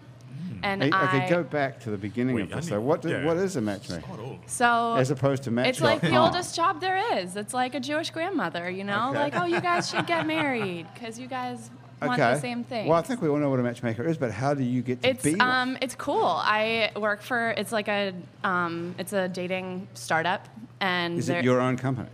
[SPEAKER 4] Mm.
[SPEAKER 2] and
[SPEAKER 1] Hey,
[SPEAKER 2] I.
[SPEAKER 1] okay, go back to the beginning
[SPEAKER 4] Wait,
[SPEAKER 1] of
[SPEAKER 4] I
[SPEAKER 1] this.
[SPEAKER 4] need-
[SPEAKER 1] So what do,
[SPEAKER 4] yeah.
[SPEAKER 1] what is a matchmaker?
[SPEAKER 4] Start over.
[SPEAKER 2] So
[SPEAKER 1] As opposed to match.
[SPEAKER 2] It's like the
[SPEAKER 1] dot com.
[SPEAKER 2] oldest job there is. It's like a Jewish grandmother, you know?
[SPEAKER 1] Okay.
[SPEAKER 2] Like, oh, you guys should get married because you guys want the same thing.
[SPEAKER 1] Well, I think we all know what a matchmaker is, but how do you get to
[SPEAKER 2] it's
[SPEAKER 1] be one?
[SPEAKER 2] um, it's cool. I work for it's like a um, it's a dating startup, And
[SPEAKER 1] Is it
[SPEAKER 2] they're-
[SPEAKER 1] your own company?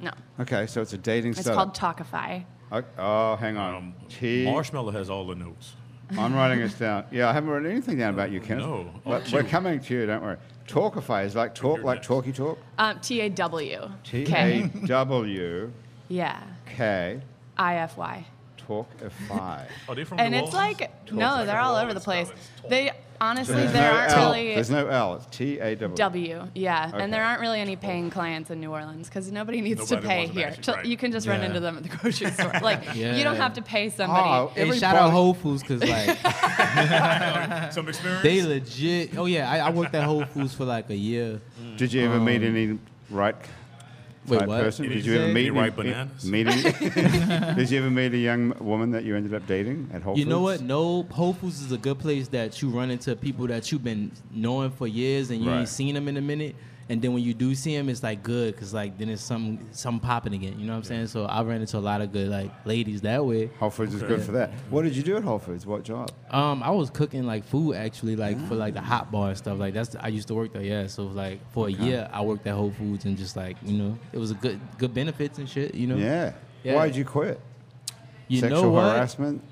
[SPEAKER 2] no,
[SPEAKER 1] Okay, so it's a dating
[SPEAKER 2] it's
[SPEAKER 1] startup.
[SPEAKER 2] called Talkify.
[SPEAKER 1] called. Oh, hang on.
[SPEAKER 4] Um,
[SPEAKER 1] Gee,
[SPEAKER 4] Marshmallow has all the notes.
[SPEAKER 1] I'm writing this down. Yeah, I haven't written anything down about you, Kenneth.
[SPEAKER 4] No. Oh,
[SPEAKER 1] But we're coming to you. Don't worry. Talkify is like talk, like talky talk.
[SPEAKER 2] Um, T A W.
[SPEAKER 1] T A
[SPEAKER 2] K.
[SPEAKER 1] W
[SPEAKER 2] Yeah.
[SPEAKER 1] K.
[SPEAKER 2] I F Y.
[SPEAKER 1] Talkify.
[SPEAKER 4] Are Oh, they from
[SPEAKER 2] And
[SPEAKER 4] New
[SPEAKER 2] it's
[SPEAKER 4] Orleans? Oh,
[SPEAKER 2] like no, they're all over the place. They honestly
[SPEAKER 1] There's
[SPEAKER 2] there
[SPEAKER 1] no
[SPEAKER 2] aren't
[SPEAKER 1] L.
[SPEAKER 2] really
[SPEAKER 1] There's no L. It's T A W.
[SPEAKER 2] W, yeah,
[SPEAKER 1] Okay.
[SPEAKER 2] and there aren't really any paying clients in New Orleans because nobody needs
[SPEAKER 4] Nobody
[SPEAKER 2] to pay
[SPEAKER 4] wants to
[SPEAKER 2] here.
[SPEAKER 4] actually-
[SPEAKER 2] So
[SPEAKER 4] right.
[SPEAKER 2] You can just run
[SPEAKER 3] Yeah.
[SPEAKER 2] into them at the grocery store. Like you don't
[SPEAKER 3] Yeah.
[SPEAKER 2] have to pay
[SPEAKER 1] Oh,
[SPEAKER 2] somebody.
[SPEAKER 3] Hey,
[SPEAKER 1] everybody-
[SPEAKER 3] shout out Whole Foods because like
[SPEAKER 4] some experience.
[SPEAKER 3] they legit. Oh yeah, I, I worked at Whole Foods for like a year.
[SPEAKER 1] Did you ever meet
[SPEAKER 4] Um,
[SPEAKER 1] any right
[SPEAKER 3] Wait,
[SPEAKER 1] type
[SPEAKER 3] what?
[SPEAKER 1] person?
[SPEAKER 3] Did
[SPEAKER 1] Did
[SPEAKER 3] you
[SPEAKER 1] you ever
[SPEAKER 3] say?
[SPEAKER 1] meet
[SPEAKER 4] Any ripe
[SPEAKER 1] any-
[SPEAKER 4] bananas?
[SPEAKER 1] Meeting, did you ever meet a young woman that you ended up dating at Whole
[SPEAKER 3] You know what?
[SPEAKER 1] Foods?
[SPEAKER 3] No, Whole Foods is a good place that you run into people that you've been knowing for years and you
[SPEAKER 1] Right.
[SPEAKER 3] ain't seen them in a minute. And then when you do see them, it's like good because like then it's some some popping again. You know what I'm saying? So I ran into a lot of good like ladies that way.
[SPEAKER 1] Whole Foods is good for that. What did you do at Whole Foods? What job?
[SPEAKER 3] Um, I was cooking like food actually like for like
[SPEAKER 1] Ah.
[SPEAKER 3] the hot bar and stuff like that's I used to work there. Yeah, so like for a year I worked at Whole Foods and just like you know it was a good good benefits and shit. You know?
[SPEAKER 1] Yeah.
[SPEAKER 3] Yeah.
[SPEAKER 1] Why'd you quit?
[SPEAKER 3] You
[SPEAKER 1] Sexual
[SPEAKER 3] know what?
[SPEAKER 1] harassment?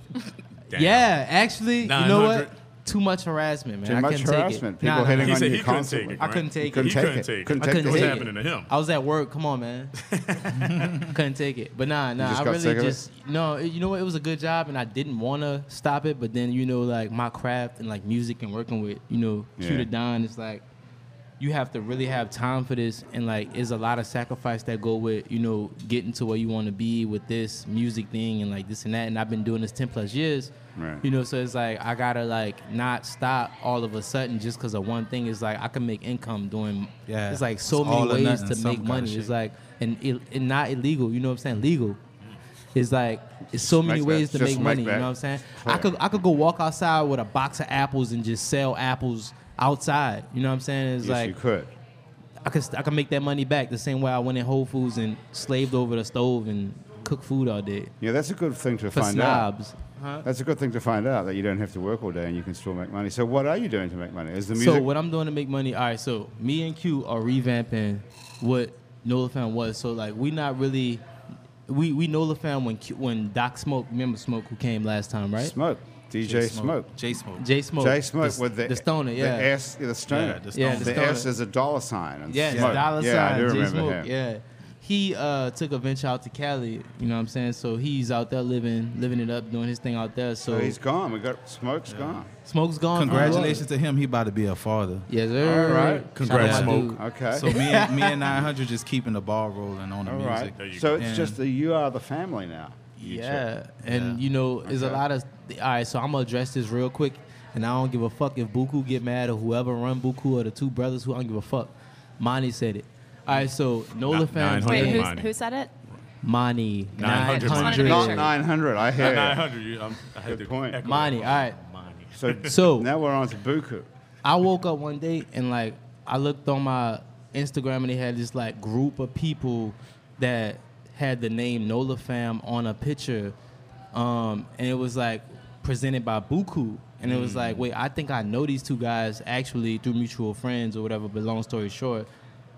[SPEAKER 4] Damn.
[SPEAKER 3] Yeah, actually, you know
[SPEAKER 4] 900.
[SPEAKER 3] what? Too much harassment, man.
[SPEAKER 1] Too
[SPEAKER 3] I
[SPEAKER 1] much
[SPEAKER 3] couldn't take it.
[SPEAKER 1] harassment.
[SPEAKER 3] Nah,
[SPEAKER 1] People
[SPEAKER 3] nah, nah.
[SPEAKER 1] hitting
[SPEAKER 4] He
[SPEAKER 1] on
[SPEAKER 4] said
[SPEAKER 1] you
[SPEAKER 4] he couldn't
[SPEAKER 1] constantly.
[SPEAKER 4] take it.
[SPEAKER 3] I
[SPEAKER 4] right?
[SPEAKER 3] couldn't take
[SPEAKER 1] Couldn't
[SPEAKER 3] it.
[SPEAKER 4] He
[SPEAKER 1] take
[SPEAKER 4] couldn't
[SPEAKER 1] it.
[SPEAKER 4] take it.
[SPEAKER 1] Couldn't
[SPEAKER 3] I
[SPEAKER 1] take
[SPEAKER 3] couldn't
[SPEAKER 1] it.
[SPEAKER 4] What's
[SPEAKER 3] take
[SPEAKER 4] happening to him?
[SPEAKER 3] I was at work. Come on, man. couldn't take it. But nah, nah.
[SPEAKER 1] just
[SPEAKER 3] I
[SPEAKER 1] got sick
[SPEAKER 3] really
[SPEAKER 1] of it?
[SPEAKER 3] just no. it- You know what? It was a good job, and I didn't want to stop it. But then you know, like my craft and like music and working with you know,
[SPEAKER 1] Yeah.
[SPEAKER 3] Q to Don is like you have to really have time for this and like there's a lot of sacrifice that go with you know getting to where you want to be with this music thing and like this and that and i've been doing this 10 plus years
[SPEAKER 1] Right.
[SPEAKER 3] you know so it's like i gotta like not stop all of a sudden just because of one thing it's like i can make income doing
[SPEAKER 5] Yeah.
[SPEAKER 3] it's like so
[SPEAKER 5] It's all or
[SPEAKER 3] many ways
[SPEAKER 5] nothing,
[SPEAKER 3] to
[SPEAKER 5] some
[SPEAKER 3] make
[SPEAKER 5] kinda
[SPEAKER 3] money
[SPEAKER 5] shit.
[SPEAKER 3] it's like and, it, and not illegal you know what i'm saying legal
[SPEAKER 5] Mm-hmm.
[SPEAKER 3] it's like it's so many
[SPEAKER 1] Make that-
[SPEAKER 3] ways to
[SPEAKER 1] just
[SPEAKER 3] make
[SPEAKER 1] make
[SPEAKER 3] money. You know
[SPEAKER 1] that
[SPEAKER 3] what I'm saying?
[SPEAKER 1] clear.
[SPEAKER 3] I could I could go walk outside with a box of apples and just sell apples outside. You know what I'm saying? It's
[SPEAKER 1] Yes,
[SPEAKER 3] like
[SPEAKER 1] you could.
[SPEAKER 3] I could I could make that money back the same way I went in Whole Foods and slaved over the stove and cooked food all day
[SPEAKER 1] Yeah, that's a good thing to
[SPEAKER 3] for
[SPEAKER 1] find out.
[SPEAKER 3] snobs.
[SPEAKER 1] That's a good thing to find out that you don't have to work all day and you can still make money. So what are you doing to make money? Is the music
[SPEAKER 3] So what I'm doing to make money? All right, so me and Q are revamping what Nolafan was. So like we not really we we Nolafan when Q, when Doc Smoke remember Smoke who came last time right?
[SPEAKER 1] Smoke? DJ Smoke.
[SPEAKER 5] J Smoke.
[SPEAKER 3] J Smoke.
[SPEAKER 1] Jay Smoke
[SPEAKER 3] the,
[SPEAKER 1] with the
[SPEAKER 3] the stoner, yeah.
[SPEAKER 1] the S, yeah, the stoner.
[SPEAKER 5] the
[SPEAKER 3] Yeah,
[SPEAKER 5] stoner.
[SPEAKER 3] the
[SPEAKER 1] the
[SPEAKER 3] stoner.
[SPEAKER 1] S is a dollar sign. And
[SPEAKER 3] Yeah,
[SPEAKER 1] Smoke.
[SPEAKER 3] the dollar
[SPEAKER 1] yeah,
[SPEAKER 3] sign.
[SPEAKER 1] I do
[SPEAKER 3] J
[SPEAKER 1] remember
[SPEAKER 3] Smoke.
[SPEAKER 1] him.
[SPEAKER 3] Yeah. He uh, took a venture out to Cali, you know what I'm saying? So he's out there living living it up, doing his thing out there. So
[SPEAKER 1] So he's gone. We got Smoke's gone.
[SPEAKER 3] Smoke's gone.
[SPEAKER 5] Congratulations to him. He about to be a father.
[SPEAKER 3] Yes, sir.
[SPEAKER 1] All right.
[SPEAKER 3] Shout
[SPEAKER 4] Congrats,
[SPEAKER 3] out my
[SPEAKER 4] Smoke.
[SPEAKER 3] dude.
[SPEAKER 1] Okay.
[SPEAKER 5] So me and me and 900 just keeping the ball rolling on the
[SPEAKER 1] All
[SPEAKER 5] music.
[SPEAKER 1] right.
[SPEAKER 4] There you
[SPEAKER 1] So
[SPEAKER 4] go.
[SPEAKER 1] it's
[SPEAKER 5] And-
[SPEAKER 1] just the you are the family now. You two.
[SPEAKER 3] Yeah. And, you know, there's a
[SPEAKER 1] Okay.
[SPEAKER 3] lot of. All right, so I'm going to address this real quick. And I don't give a fuck if Buku get mad or whoever run Buku or the two brothers who I don't give a fuck. Monty said it. All right, so Nola fans.
[SPEAKER 4] 900
[SPEAKER 2] Wait, who's,
[SPEAKER 4] Money.
[SPEAKER 2] who said it?
[SPEAKER 3] Monty.
[SPEAKER 4] 900 Monty.
[SPEAKER 3] 900.
[SPEAKER 1] Not
[SPEAKER 2] Sure.
[SPEAKER 1] 900. I hear.
[SPEAKER 4] At
[SPEAKER 1] you.
[SPEAKER 4] 900, you, I'm, I had
[SPEAKER 1] Good
[SPEAKER 4] to
[SPEAKER 1] point.
[SPEAKER 4] echo
[SPEAKER 3] Monty, all right.
[SPEAKER 4] Monty.
[SPEAKER 1] So,
[SPEAKER 3] So-
[SPEAKER 1] now we're on to Buku.
[SPEAKER 3] I woke up one day and like I looked on my Instagram and they had this like group of people that had the name Nola Fam on a picture, um, and it was like presented by Buku, and it was like,
[SPEAKER 1] Mm.
[SPEAKER 3] wait, I think I know these two guys actually through mutual friends or whatever. But long story short,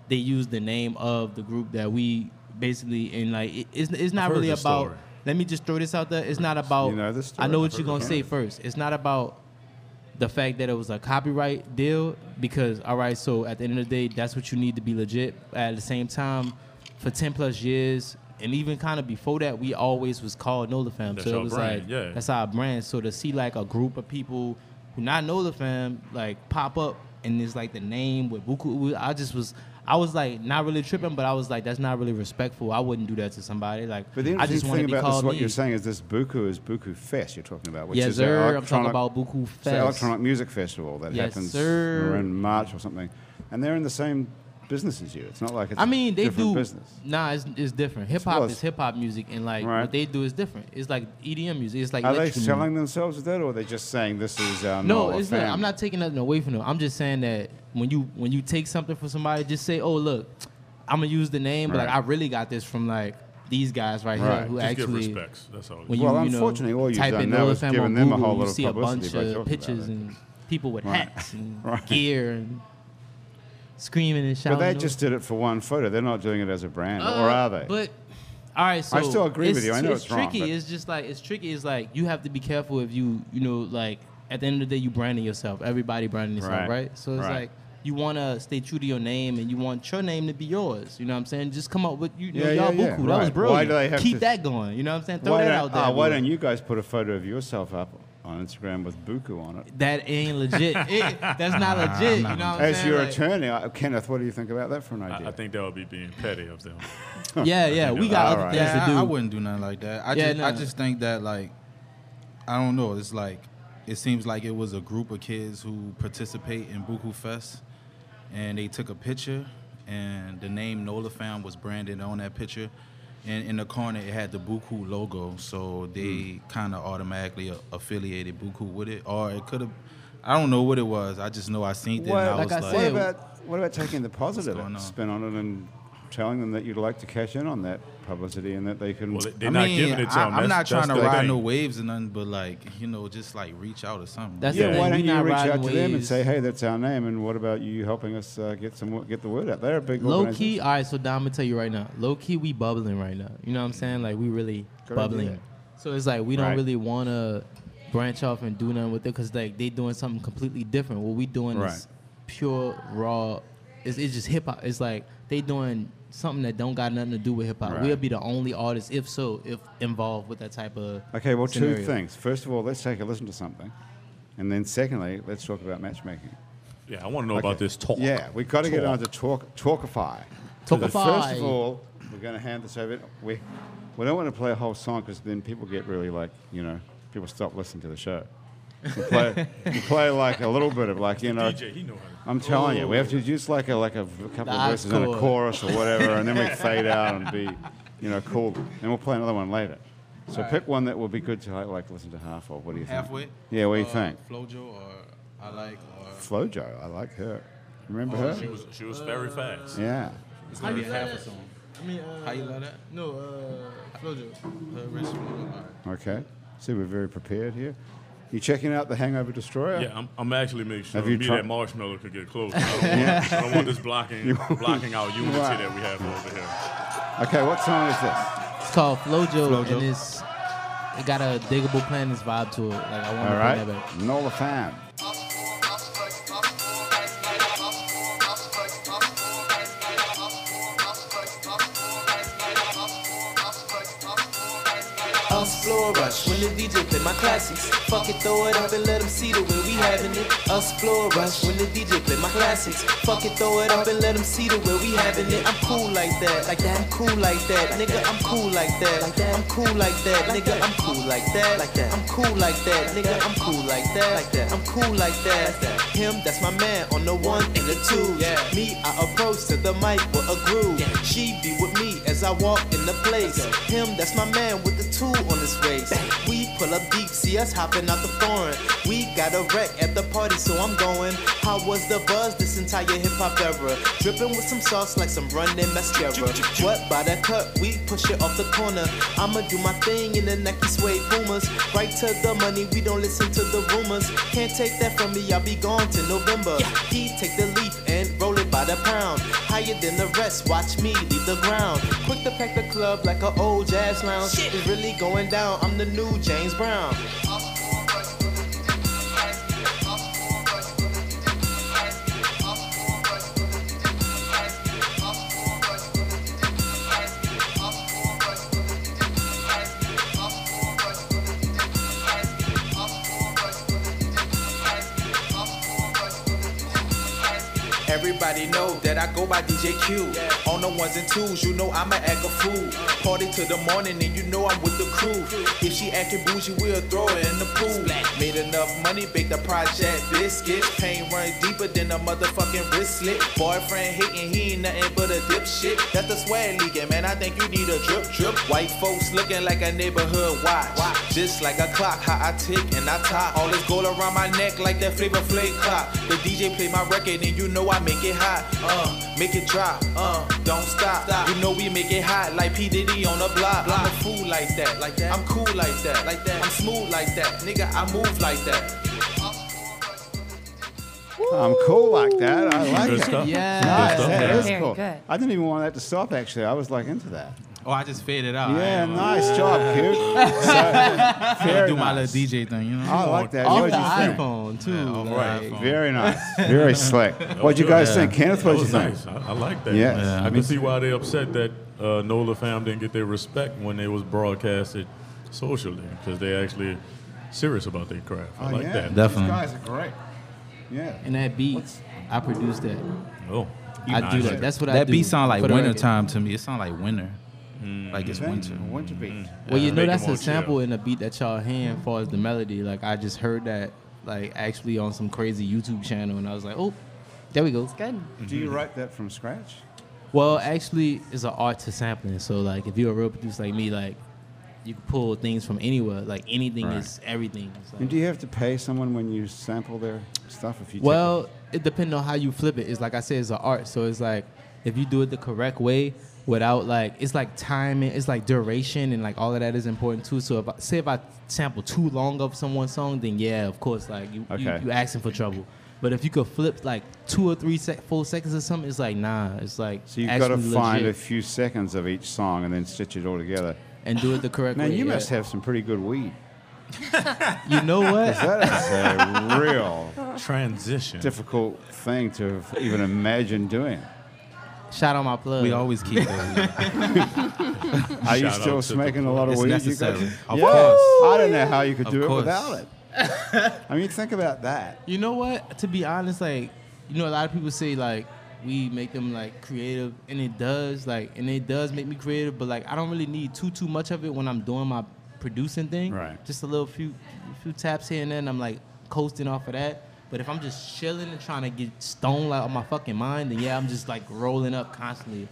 [SPEAKER 3] they used the name of the group that we basically and like it, it's it's not
[SPEAKER 4] heard
[SPEAKER 3] really
[SPEAKER 4] this
[SPEAKER 3] about.
[SPEAKER 4] story.
[SPEAKER 3] Let me just throw this out there. It's not about.
[SPEAKER 1] You know this
[SPEAKER 3] I know
[SPEAKER 1] story?
[SPEAKER 3] what you're gonna say first. It's not about the fact that it was a copyright deal because all right so at the end of the day that's what you need to be legit at the same time for 10 plus years and even kind of before that we always was called Nola Fam
[SPEAKER 4] That's
[SPEAKER 3] so
[SPEAKER 4] our
[SPEAKER 3] it was
[SPEAKER 4] brand,
[SPEAKER 3] like
[SPEAKER 4] yeah.
[SPEAKER 3] that's our brand so to see like a group of people who not Nola Fam like pop up and it's like the name with Buku I just was I was like not really tripping but I was like that's not really respectful I wouldn't do that to somebody like
[SPEAKER 1] But the
[SPEAKER 3] I just
[SPEAKER 1] interesting
[SPEAKER 3] want to
[SPEAKER 1] thing
[SPEAKER 3] be
[SPEAKER 1] about this,
[SPEAKER 3] called
[SPEAKER 1] what you're
[SPEAKER 3] me.
[SPEAKER 1] saying is this Buku is Buku Fest you're talking about, which
[SPEAKER 3] Yes,
[SPEAKER 1] is the
[SPEAKER 3] sir. I'm talking
[SPEAKER 1] electronic-
[SPEAKER 3] about Buku
[SPEAKER 1] it's the
[SPEAKER 3] Fest.
[SPEAKER 1] electronic music festival that
[SPEAKER 3] Yes,
[SPEAKER 1] happens
[SPEAKER 3] sir.
[SPEAKER 1] around March or something. And they're in the same business as you. It's not like it's
[SPEAKER 3] I
[SPEAKER 1] a
[SPEAKER 3] mean, they
[SPEAKER 1] different
[SPEAKER 3] do.
[SPEAKER 1] business.
[SPEAKER 3] Nah, it's, it's different. Hip hop
[SPEAKER 1] Plus-
[SPEAKER 3] is hip hop music, and like
[SPEAKER 1] Right.
[SPEAKER 3] what they do is different. It's like EDM music. It's like
[SPEAKER 1] Are they
[SPEAKER 3] electro music.
[SPEAKER 1] selling themselves with that, or are they just saying this is our
[SPEAKER 3] No,
[SPEAKER 1] Nola
[SPEAKER 3] it's not.
[SPEAKER 1] family?
[SPEAKER 3] I'm not taking nothing away from them. I'm just saying that when you when you take something from somebody, just say, "Oh, look, I'm gonna use the name," but
[SPEAKER 1] Right.
[SPEAKER 3] like I really got this from like these guys right,
[SPEAKER 1] Right.
[SPEAKER 3] here
[SPEAKER 1] Just
[SPEAKER 3] who
[SPEAKER 4] Just give
[SPEAKER 3] actually.
[SPEAKER 4] respects. That's all.
[SPEAKER 3] When
[SPEAKER 1] Well,
[SPEAKER 3] you, you know,
[SPEAKER 1] unfortunately, all you've
[SPEAKER 3] type
[SPEAKER 1] done
[SPEAKER 3] in
[SPEAKER 1] now
[SPEAKER 3] Nola
[SPEAKER 1] is
[SPEAKER 3] Fam
[SPEAKER 1] given
[SPEAKER 3] on
[SPEAKER 1] them a
[SPEAKER 3] Google,
[SPEAKER 1] whole lot
[SPEAKER 3] you
[SPEAKER 1] of
[SPEAKER 3] see a
[SPEAKER 1] publicity
[SPEAKER 3] bunch
[SPEAKER 1] by talking about
[SPEAKER 3] of pictures
[SPEAKER 1] it.
[SPEAKER 3] and people with
[SPEAKER 1] Right.
[SPEAKER 3] hats and
[SPEAKER 1] Right.
[SPEAKER 3] gear and. screaming and
[SPEAKER 1] But
[SPEAKER 3] shouting.
[SPEAKER 1] they
[SPEAKER 3] over-
[SPEAKER 1] just did it for one photo. They're not doing it as a brand, or
[SPEAKER 3] Uh,
[SPEAKER 1] are they?
[SPEAKER 3] But all right, so
[SPEAKER 1] I still agree with you. I know
[SPEAKER 3] it's
[SPEAKER 1] it's wrong,
[SPEAKER 3] tricky.
[SPEAKER 1] but-
[SPEAKER 3] it's just like it's tricky. It's like you have to be careful if you you know like at the end of the day you branding yourself. Everybody branding
[SPEAKER 1] Right.
[SPEAKER 3] yourself, right? So it's
[SPEAKER 1] Right.
[SPEAKER 3] like you want to stay true to your name and you want your name to be yours. You know what I'm saying? Just come up with you know
[SPEAKER 1] Yeah, yeah,
[SPEAKER 3] y'all
[SPEAKER 1] yeah,
[SPEAKER 3] buku. That was
[SPEAKER 1] right.
[SPEAKER 3] brilliant.
[SPEAKER 1] Why do they have
[SPEAKER 3] Keep
[SPEAKER 1] to-
[SPEAKER 3] that going. You know what I'm saying? Throw
[SPEAKER 1] why
[SPEAKER 3] that
[SPEAKER 1] don't,
[SPEAKER 3] out there.
[SPEAKER 1] ah, why
[SPEAKER 3] bro.
[SPEAKER 1] don't you guys put a photo of yourself up on Instagram with Buku on it?
[SPEAKER 3] That ain't legit. It- that's not legit. You know what I'm saying?
[SPEAKER 1] As your
[SPEAKER 3] Like-
[SPEAKER 1] attorney, I- Kenneth, what do you think about that for an idea?
[SPEAKER 4] I, I think that would be being petty of them.
[SPEAKER 3] Yeah, yeah. We got other
[SPEAKER 1] Alright.
[SPEAKER 3] things
[SPEAKER 5] yeah,
[SPEAKER 3] to
[SPEAKER 5] I,
[SPEAKER 3] do.
[SPEAKER 5] I wouldn't do nothing like that. I
[SPEAKER 3] Yeah,
[SPEAKER 5] just I
[SPEAKER 3] nah.
[SPEAKER 5] just think that like I don't know. It's like it seems like it was a group of kids who participate in Buku Fest, and they took a picture, and the name Nola Fam was branded on that picture, and in the corner it had the Buku logo, so they
[SPEAKER 3] Hmm.
[SPEAKER 5] kind of automatically a- affiliated Buku with it, or it could have. I don't know what it was. I just know I seen it. and I
[SPEAKER 1] What,
[SPEAKER 5] was
[SPEAKER 3] I
[SPEAKER 5] like,
[SPEAKER 1] what
[SPEAKER 3] said-
[SPEAKER 1] about what about taking the positive
[SPEAKER 5] going on?
[SPEAKER 1] spin on it and telling them that you'd like to cash in on that publicity and that they can?
[SPEAKER 4] Well, they're
[SPEAKER 5] I
[SPEAKER 4] not
[SPEAKER 5] mean,
[SPEAKER 4] giving it to
[SPEAKER 5] I,
[SPEAKER 4] them.
[SPEAKER 5] I'm not
[SPEAKER 4] That's-
[SPEAKER 5] trying
[SPEAKER 4] that's
[SPEAKER 5] to
[SPEAKER 4] the
[SPEAKER 5] ride
[SPEAKER 4] thing.
[SPEAKER 5] no waves or nothing, but like you know, just like reach out or something.
[SPEAKER 3] That's
[SPEAKER 4] Yeah.
[SPEAKER 3] the thing.
[SPEAKER 1] why don't
[SPEAKER 3] we
[SPEAKER 1] you
[SPEAKER 3] not
[SPEAKER 1] reach out to
[SPEAKER 3] riding
[SPEAKER 1] them and
[SPEAKER 3] waves.
[SPEAKER 1] say, "Hey, that's our name," and what about you helping us uh, get some wo- get the word out? They're a big
[SPEAKER 3] Low
[SPEAKER 1] organization.
[SPEAKER 3] key, all right. So Dom, I'm gonna tell you right now. Low key, we bubbling right now. You know what I'm saying? Like we really
[SPEAKER 1] Good
[SPEAKER 3] bubbling.
[SPEAKER 1] idea.
[SPEAKER 3] So it's like we don't
[SPEAKER 1] Right.
[SPEAKER 3] really want to branch off and do nothing with it because like they doing something completely different. What we doing
[SPEAKER 1] Right.
[SPEAKER 3] is pure raw. It's, it's just hip hop. It's like they doing something that don't got nothing to do with hip hop.
[SPEAKER 1] Right.
[SPEAKER 3] We'll be the only artist, if so, if involved with that type of.
[SPEAKER 1] Okay, well, two
[SPEAKER 3] scenario.
[SPEAKER 1] things. First of all, let's take a listen to something, and then secondly, let's talk about matchmaking.
[SPEAKER 4] Yeah, I want to know about
[SPEAKER 1] Okay.
[SPEAKER 4] this talk.
[SPEAKER 1] Yeah, we've got to get
[SPEAKER 4] Talk.
[SPEAKER 1] on to talk talkify. But First of
[SPEAKER 3] Talkify.
[SPEAKER 1] all, we're going to hand this over. We we don't want to play a whole song because then people get really like you know people stop listening to the show. We play, we play like a little bit of like you know.
[SPEAKER 4] DJ, he know how
[SPEAKER 1] I'm telling you, we have to use like a like a v- couple of
[SPEAKER 3] The
[SPEAKER 1] verses and a
[SPEAKER 3] encore.
[SPEAKER 1] chorus or whatever, and then we fade out and be, you know, cool. And we'll play another one later. So pick one that will be good to like, like listen to half of. What do you think?
[SPEAKER 5] halfway.
[SPEAKER 1] Yeah, what do you
[SPEAKER 5] Uh,
[SPEAKER 1] think?
[SPEAKER 5] Flojo or I like or
[SPEAKER 1] Flojo, I like her. Remember
[SPEAKER 4] to. She
[SPEAKER 1] her?
[SPEAKER 4] was, she was very fast.
[SPEAKER 1] Yeah.
[SPEAKER 5] it's gonna be
[SPEAKER 3] you love
[SPEAKER 5] half a
[SPEAKER 3] that?
[SPEAKER 5] song.
[SPEAKER 3] I mean, uh,
[SPEAKER 5] How you love that?
[SPEAKER 3] No, uh, Flojo.
[SPEAKER 5] Her Rich Flojo. All right.
[SPEAKER 1] Okay. See, we're very prepared here. You checking out the Hangover Destroyer?
[SPEAKER 4] Yeah, I'm, I'm actually making sure
[SPEAKER 1] Have you
[SPEAKER 4] me
[SPEAKER 1] tri-
[SPEAKER 4] that marshmallow could get close. I don't, want, I don't want this blocking blocking our unity that we have over here.
[SPEAKER 1] Okay, what song is this?
[SPEAKER 3] It's called Flojo,
[SPEAKER 5] Flojo.
[SPEAKER 3] and it's it got a diggable planets vibe to it. Like I want
[SPEAKER 1] All
[SPEAKER 3] to
[SPEAKER 1] right.
[SPEAKER 3] bring that back.
[SPEAKER 1] Nola Fam.
[SPEAKER 8] Us floor rush when the DJ play my classics. Fuck it, throw it up and let them see the way we having it. Us floor rush when the DJ play my classics. Fuck it, throw it up and let them see the way we having it. I'm cool like that, like that. I'm cool like that, nigga. I'm cool like that, like that. I'm cool like that, nigga. I'm cool like that, like that. I'm cool like that, nigga. I'm cool like that, like that. I'm cool like that. Him, that's my man on the one and the two. Me, I approach to the mic with a groove. She be with me as I walk in the place. Him, that's my man with the two on his waist. We pull up deep, see us hopping out the foreign. We got a wreck at the party, so I'm going. How was the buzz this entire hip hop era? Dripping with some sauce like some running mascara. What by the cut? We push it off the corner. I'ma do my thing in the Nike suede boomers. Right to the money, we don't listen to the rumors. Can't take that from me, I'll be gone till November. He take the leap and roll it by the pound. Higher than the rest, watch me leave the ground. Quick to pack the club like an old jazz lounge. It's really going down, I'm the new James Brown. Everybody know that I go by DJ Q. On the ones and twos, you know I'ma act a fool. Party till the morning and you know I'm with the crew. If she acting bougie, we'll throw her in the pool. Made enough money, baked the project biscuit. Pain run deeper than a motherfucking wristlet. Boyfriend hating, he ain't nothing but a dipshit. That's the swag leaking, man. I think you need a drip drip. White folks looking like a neighborhood watch. Just like a clock, how I tick and I tie. All this gold around my neck like that flavor flake clock. The DJ play my record and you know I make it hot. Uh, make it drop. Uh, don't stop. You know we make it hot like P Diddy on the block. I'm a fool like that. Like that. I'm cool like that. Like that. I'm smooth like that. Nigga, I move like that.
[SPEAKER 1] I'm cool like that. I like
[SPEAKER 4] Good
[SPEAKER 1] it.
[SPEAKER 4] stuff.
[SPEAKER 3] Yeah.
[SPEAKER 1] Nice.
[SPEAKER 4] Good stuff,
[SPEAKER 1] That
[SPEAKER 4] man.
[SPEAKER 1] is
[SPEAKER 2] Very
[SPEAKER 1] cool.
[SPEAKER 2] good.
[SPEAKER 1] I didn't even want that to stop. Actually, I was like into that.
[SPEAKER 5] Oh, I just faded out. I
[SPEAKER 1] yeah,
[SPEAKER 5] ain't gonna-
[SPEAKER 1] nice job, cute. So,
[SPEAKER 5] I
[SPEAKER 1] very
[SPEAKER 5] do my
[SPEAKER 1] nice.
[SPEAKER 5] little DJ thing, you know.
[SPEAKER 1] I like that.
[SPEAKER 3] Off
[SPEAKER 1] What
[SPEAKER 3] the
[SPEAKER 1] did you think?
[SPEAKER 3] iPhone too.
[SPEAKER 5] Alright.
[SPEAKER 3] like-
[SPEAKER 1] Very nice. Very slick. What'd you guys think, Kenneth?
[SPEAKER 4] That
[SPEAKER 1] What'd you
[SPEAKER 4] was
[SPEAKER 1] think?
[SPEAKER 4] nice. I, I like that.
[SPEAKER 1] Yes.
[SPEAKER 5] Yeah.
[SPEAKER 4] I can see why they upset that uh, Nola fam didn't get their respect when they was broadcasted socially because they actually serious about their craft. I
[SPEAKER 1] Oh,
[SPEAKER 4] like
[SPEAKER 1] yeah.
[SPEAKER 4] that.
[SPEAKER 5] Definitely.
[SPEAKER 1] These guys are great. Yeah.
[SPEAKER 3] And that beat, I produced that.
[SPEAKER 4] Oh,
[SPEAKER 3] I do that. That's what I
[SPEAKER 5] that
[SPEAKER 3] do.
[SPEAKER 5] beat sound like
[SPEAKER 3] for the
[SPEAKER 5] winter
[SPEAKER 3] record.
[SPEAKER 5] time to me. It sound like winter. Like it's winter.
[SPEAKER 1] Winter. Winter beat.
[SPEAKER 3] Well, you know
[SPEAKER 4] Make it
[SPEAKER 3] that's
[SPEAKER 4] more
[SPEAKER 3] a sample
[SPEAKER 4] chill.
[SPEAKER 3] in the beat that y'all hand as far as the melody. Like I just heard that like actually on some crazy YouTube channel, and I was like, oh, there we go.
[SPEAKER 2] Good.
[SPEAKER 1] Do you write that from scratch?
[SPEAKER 3] Well, actually, it's an art to sampling. So like, if you're a real producer like me, like you can pull things from anywhere. Like anything is everything. It's like-
[SPEAKER 1] And do you have to pay someone when you sample their stuff if you take
[SPEAKER 3] Well, it depends on how you flip it. It's like I said, it's an art. So it's like if you do it the correct way without like it's like time and it's like duration and like all of that is important too. So if I, say if I sample too long of someone's song, then yeah, of course, like you
[SPEAKER 1] Okay.
[SPEAKER 3] you, you asking for trouble. But if you could flip like two or three sec- four seconds or something, it's like nah, it's like
[SPEAKER 1] So you've got to
[SPEAKER 3] actually
[SPEAKER 1] find a
[SPEAKER 3] legit
[SPEAKER 1] few seconds of each song and then stitch it all together.
[SPEAKER 3] and do it the correct
[SPEAKER 1] Man,
[SPEAKER 3] way.
[SPEAKER 1] you
[SPEAKER 3] yeah.
[SPEAKER 1] must have some pretty good weed.
[SPEAKER 3] You know what?
[SPEAKER 1] That is a real
[SPEAKER 4] transition.
[SPEAKER 1] difficult thing to have even imagine doing.
[SPEAKER 3] Shout out my plug.
[SPEAKER 5] We always keep that.
[SPEAKER 1] Are you
[SPEAKER 4] Shout out
[SPEAKER 1] still
[SPEAKER 4] to the
[SPEAKER 1] smoking a lot of
[SPEAKER 5] It's
[SPEAKER 1] weed? You
[SPEAKER 5] necessary.
[SPEAKER 1] guys?
[SPEAKER 5] Of
[SPEAKER 1] Yeah.
[SPEAKER 5] course.
[SPEAKER 1] I don't know how you could
[SPEAKER 5] Of
[SPEAKER 1] do it
[SPEAKER 5] course.
[SPEAKER 1] without it. I mean, think about that.
[SPEAKER 3] You know what? To be honest, like you know, a lot of people say like we make them like creative, and it does like, and it does make me creative. But like, I don't really need too too much of it when I'm doing my producing thing.
[SPEAKER 1] Right.
[SPEAKER 3] Just a little few few taps here and then. I'm like coasting off of that. But if I'm just chilling and trying to get stoned like on my fucking mind, then yeah, I'm just like rolling up constantly,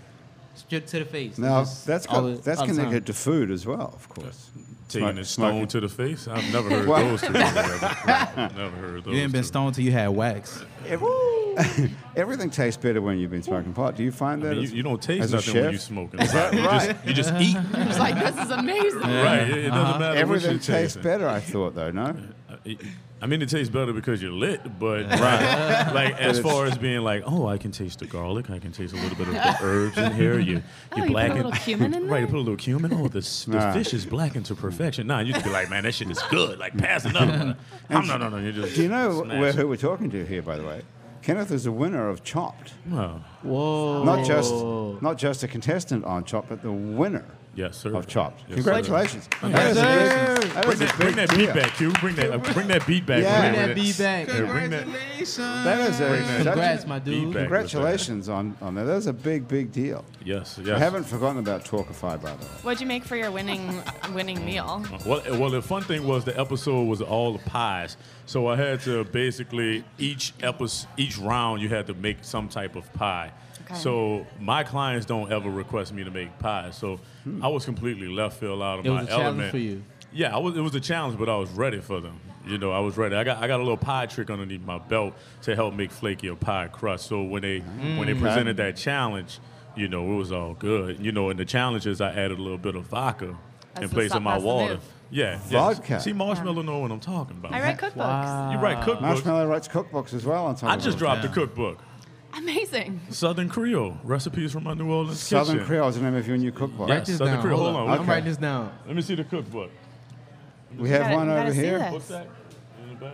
[SPEAKER 3] straight to the face.
[SPEAKER 1] Now
[SPEAKER 3] Just
[SPEAKER 1] that's got,
[SPEAKER 3] all the-
[SPEAKER 1] that's
[SPEAKER 3] all the time.
[SPEAKER 1] connected to food as well, of course.
[SPEAKER 4] Taking
[SPEAKER 1] Smoke-
[SPEAKER 4] a stone
[SPEAKER 1] smoking.
[SPEAKER 4] to the face. I've never heard
[SPEAKER 1] Well-
[SPEAKER 4] those two. Right. Never heard those.
[SPEAKER 5] you ain't been
[SPEAKER 4] two.
[SPEAKER 5] stoned till you had wax.
[SPEAKER 1] Every- Everything tastes better when you've been smoking pot. Do you find
[SPEAKER 4] I
[SPEAKER 1] that?
[SPEAKER 4] mean, you,
[SPEAKER 1] as-
[SPEAKER 4] you don't
[SPEAKER 1] as
[SPEAKER 4] taste
[SPEAKER 1] a
[SPEAKER 4] nothing when
[SPEAKER 1] chef?
[SPEAKER 4] you smoking. you just you just eat.
[SPEAKER 2] It's like this is amazing.
[SPEAKER 4] Right. It, it doesn't
[SPEAKER 2] Uh-huh.
[SPEAKER 4] matter.
[SPEAKER 1] Everything
[SPEAKER 4] what you
[SPEAKER 1] tastes better, I thought, though, no?
[SPEAKER 4] I mean, it tastes better because you're lit, but like as far as being like, oh, I can taste the garlic, I can taste a little bit of the herbs in here. You, you
[SPEAKER 2] Oh, you put a
[SPEAKER 4] blacken,
[SPEAKER 2] little cumin in
[SPEAKER 4] right? You
[SPEAKER 2] there?
[SPEAKER 4] put a little cumin. Oh, this, this
[SPEAKER 1] Nah.
[SPEAKER 4] fish is blackened to perfection. Nah, you'd be like, man, that shit is good. Like, pass another one. I'm, no, no, no. You just
[SPEAKER 1] Do you know
[SPEAKER 4] smash
[SPEAKER 1] where,
[SPEAKER 4] it.
[SPEAKER 1] who we're talking to here, by the way? Kenneth is a winner of Chopped.
[SPEAKER 4] Wow.
[SPEAKER 3] Whoa.
[SPEAKER 1] Not just
[SPEAKER 4] Oh.
[SPEAKER 1] not just a contestant on Chopped, but the winner
[SPEAKER 4] Yes, sir.
[SPEAKER 1] of Chopped.
[SPEAKER 4] Yes, sir.
[SPEAKER 1] Congratulations. That is a big-
[SPEAKER 3] Congratulations.
[SPEAKER 1] that
[SPEAKER 4] Bring
[SPEAKER 1] is a
[SPEAKER 4] that, bring
[SPEAKER 1] big
[SPEAKER 4] that
[SPEAKER 1] deal.
[SPEAKER 4] beat back, Q. Bring that, uh, bring that beat back.
[SPEAKER 1] Yeah.
[SPEAKER 3] Bring
[SPEAKER 1] Bring
[SPEAKER 3] that beat back.
[SPEAKER 4] Yeah, bring that
[SPEAKER 1] That is a, such
[SPEAKER 3] Congrats,
[SPEAKER 1] a
[SPEAKER 3] my
[SPEAKER 4] beat
[SPEAKER 3] dude.
[SPEAKER 4] back.
[SPEAKER 1] congratulations on, on that. That is a big, big deal.
[SPEAKER 4] Yes,
[SPEAKER 1] I
[SPEAKER 4] yes.
[SPEAKER 1] haven't forgotten about Talkify, by the way.
[SPEAKER 2] What'd you make for your winning winning meal?
[SPEAKER 4] Well, eh, well, the fun thing was the episode was all the pies, so I had to basically each episode, each round, you had to make some type of pie.
[SPEAKER 2] Okay.
[SPEAKER 4] So my clients don't ever request me to make pies, so I was completely left field out of
[SPEAKER 3] Hmm. It
[SPEAKER 4] my
[SPEAKER 3] was a
[SPEAKER 4] element.
[SPEAKER 3] challenge for you.
[SPEAKER 4] Yeah, I was, it was a challenge, but I was ready for them. You know, I was ready. I got I got a little pie trick underneath my belt to help make flaky a pie crust. So when they when
[SPEAKER 1] Mm,
[SPEAKER 4] they presented that challenge, you know, it was all good. You know, and the challenges I added a little bit of vodka
[SPEAKER 2] That's
[SPEAKER 4] in
[SPEAKER 2] the
[SPEAKER 4] place
[SPEAKER 2] so-
[SPEAKER 4] of my
[SPEAKER 2] that's the
[SPEAKER 4] water.
[SPEAKER 2] move.
[SPEAKER 4] Yeah, yes.
[SPEAKER 1] Vodka.
[SPEAKER 4] See, marshmallow know what I'm talking about.
[SPEAKER 2] I write cookbooks.
[SPEAKER 4] you write cookbooks.
[SPEAKER 1] Marshmallow writes cookbooks as well on top
[SPEAKER 4] I
[SPEAKER 1] of
[SPEAKER 4] just
[SPEAKER 1] it.
[SPEAKER 4] dropped a cookbook,
[SPEAKER 2] Amazing.
[SPEAKER 4] Southern Creole recipes from my New Orleans
[SPEAKER 1] Southern
[SPEAKER 4] kitchen.
[SPEAKER 1] Creole is the name of your new cookbook.
[SPEAKER 4] Yes.
[SPEAKER 3] this
[SPEAKER 4] Southern
[SPEAKER 3] down.
[SPEAKER 4] Creole.
[SPEAKER 3] Hold
[SPEAKER 4] Hold
[SPEAKER 3] on.
[SPEAKER 4] on.
[SPEAKER 3] I'm
[SPEAKER 1] Okay.
[SPEAKER 3] writing this down.
[SPEAKER 4] Let me see the cookbook.
[SPEAKER 1] We have
[SPEAKER 2] gotta-
[SPEAKER 1] one
[SPEAKER 2] you
[SPEAKER 1] over
[SPEAKER 2] gotta see
[SPEAKER 1] here.
[SPEAKER 2] that.
[SPEAKER 4] What's that in the bag?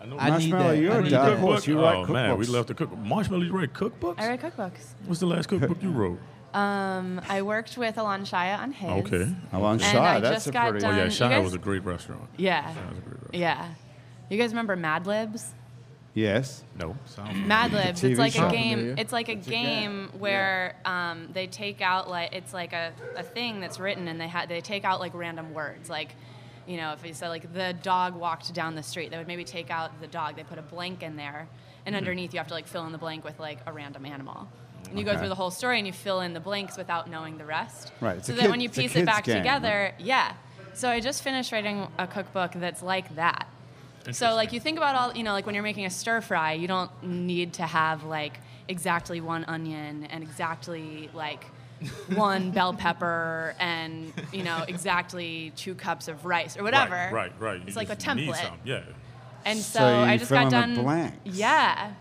[SPEAKER 4] I know
[SPEAKER 3] I need
[SPEAKER 1] Marshmallow,
[SPEAKER 3] that.
[SPEAKER 1] you're
[SPEAKER 3] I
[SPEAKER 1] a
[SPEAKER 3] need
[SPEAKER 1] dark
[SPEAKER 3] that.
[SPEAKER 1] horse. You
[SPEAKER 4] oh,
[SPEAKER 1] write cookbooks.
[SPEAKER 4] man, we left the cook. Marshmallow, you write cookbooks?
[SPEAKER 2] I write cookbooks.
[SPEAKER 4] What's the last cookbook you wrote?
[SPEAKER 2] Um, I worked with Alon Shaya on his.
[SPEAKER 4] Okay.
[SPEAKER 1] Oh, I'm on
[SPEAKER 2] And
[SPEAKER 1] Shire,
[SPEAKER 2] I
[SPEAKER 1] That's
[SPEAKER 2] just
[SPEAKER 1] a
[SPEAKER 2] got
[SPEAKER 1] pretty.
[SPEAKER 2] done-
[SPEAKER 4] Yeah,
[SPEAKER 2] Um, you
[SPEAKER 4] Shire
[SPEAKER 2] guys-
[SPEAKER 4] was a great restaurant.
[SPEAKER 2] Yeah.
[SPEAKER 4] Shire was a great restaurant.
[SPEAKER 2] Yeah. You guys remember Mad Libs?
[SPEAKER 1] Yes.
[SPEAKER 4] No.
[SPEAKER 2] Mad Libs.
[SPEAKER 1] TV
[SPEAKER 2] It's like
[SPEAKER 1] show.
[SPEAKER 2] a game.
[SPEAKER 3] Familiar.
[SPEAKER 2] It's like a game where um, they take out like it's like a, a thing that's written and they ha- they take out like random words like. You know, if you said like the dog walked down the street, they would maybe take out the dog. They put a blank in there, and
[SPEAKER 1] Mm-hmm.
[SPEAKER 2] underneath you have to like fill in the blank with like a random animal. And you go
[SPEAKER 1] Okay.
[SPEAKER 2] through the whole story and you fill in the blanks without knowing the rest.
[SPEAKER 1] Right, it's
[SPEAKER 2] So
[SPEAKER 1] a
[SPEAKER 2] that
[SPEAKER 1] kid-
[SPEAKER 2] when you
[SPEAKER 1] it's a
[SPEAKER 2] piece
[SPEAKER 1] kid's
[SPEAKER 2] it back
[SPEAKER 1] game,
[SPEAKER 2] together, yeah. So I just finished writing a cookbook that's like that. So like you think about all you know like when you're making a stir fry, you don't need to have like exactly one onion and exactly like one bell pepper and you know exactly two cups of rice or whatever.
[SPEAKER 4] Right, right, right. You
[SPEAKER 2] It's like a
[SPEAKER 4] just need
[SPEAKER 2] template.
[SPEAKER 4] something. Yeah.
[SPEAKER 2] And
[SPEAKER 1] So
[SPEAKER 2] so,
[SPEAKER 1] you
[SPEAKER 2] I just
[SPEAKER 1] fill
[SPEAKER 2] got
[SPEAKER 1] in
[SPEAKER 2] done.
[SPEAKER 1] the blanks.
[SPEAKER 2] Yeah,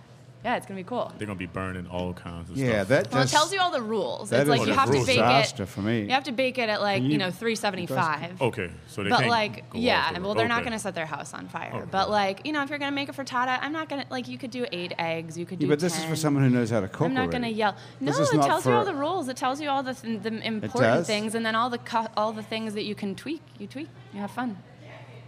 [SPEAKER 2] yeah, it's gonna be cool.
[SPEAKER 4] They're gonna be burning all kinds of
[SPEAKER 1] Yeah,
[SPEAKER 4] stuff.
[SPEAKER 1] that
[SPEAKER 2] Well, it
[SPEAKER 1] just-
[SPEAKER 2] tells you all the rules.
[SPEAKER 1] that
[SPEAKER 2] It's like
[SPEAKER 1] is
[SPEAKER 2] you
[SPEAKER 1] a
[SPEAKER 2] have to bake
[SPEAKER 1] disaster
[SPEAKER 2] it.
[SPEAKER 1] for me.
[SPEAKER 2] You have to bake it at like
[SPEAKER 1] You- Oh,
[SPEAKER 2] you know 375.
[SPEAKER 4] Okay, so they
[SPEAKER 2] But
[SPEAKER 4] can't
[SPEAKER 2] like,
[SPEAKER 4] go off
[SPEAKER 2] yeah,
[SPEAKER 4] the
[SPEAKER 2] and
[SPEAKER 4] roof.
[SPEAKER 2] well, they're not
[SPEAKER 4] Okay.
[SPEAKER 2] gonna set their house on fire.
[SPEAKER 4] Okay.
[SPEAKER 2] But like, you know, if you're gonna make a frittata, I'm not gonna like. You could do eight eggs. You could do.
[SPEAKER 1] Yeah, but this is for
[SPEAKER 2] 10.
[SPEAKER 1] someone who knows how to cook.
[SPEAKER 2] I'm not
[SPEAKER 1] already.
[SPEAKER 2] gonna yell. No,
[SPEAKER 1] This is
[SPEAKER 2] it
[SPEAKER 1] not
[SPEAKER 2] tells you
[SPEAKER 1] for-
[SPEAKER 2] all the rules. It tells you all the th- the
[SPEAKER 1] does?
[SPEAKER 2] important things, and then all the cu- all the things that you can tweak. You tweak. You have fun.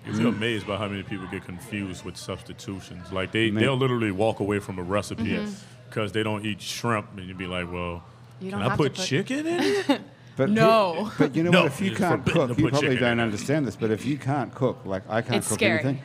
[SPEAKER 4] You'd be amazed by how many people get confused with substitutions. Like they,
[SPEAKER 1] Man.
[SPEAKER 4] they'll literally walk away from a recipe because they don't eat shrimp, and you'd be like, "Well,
[SPEAKER 2] Mm-hmm. You
[SPEAKER 4] can
[SPEAKER 2] don't
[SPEAKER 4] I
[SPEAKER 2] have to
[SPEAKER 4] put,
[SPEAKER 2] put-
[SPEAKER 4] chicken in it?"
[SPEAKER 1] But
[SPEAKER 2] No.
[SPEAKER 1] you- but you know
[SPEAKER 4] No,
[SPEAKER 1] what? If you
[SPEAKER 4] it's
[SPEAKER 1] can't
[SPEAKER 4] forbidden
[SPEAKER 1] cook,
[SPEAKER 4] to
[SPEAKER 1] you
[SPEAKER 4] put
[SPEAKER 1] probably
[SPEAKER 4] chicken in
[SPEAKER 1] don't
[SPEAKER 4] it.
[SPEAKER 1] understand this. But if you can't cook, like I can't
[SPEAKER 2] It's
[SPEAKER 1] cook
[SPEAKER 2] scary.
[SPEAKER 1] anything.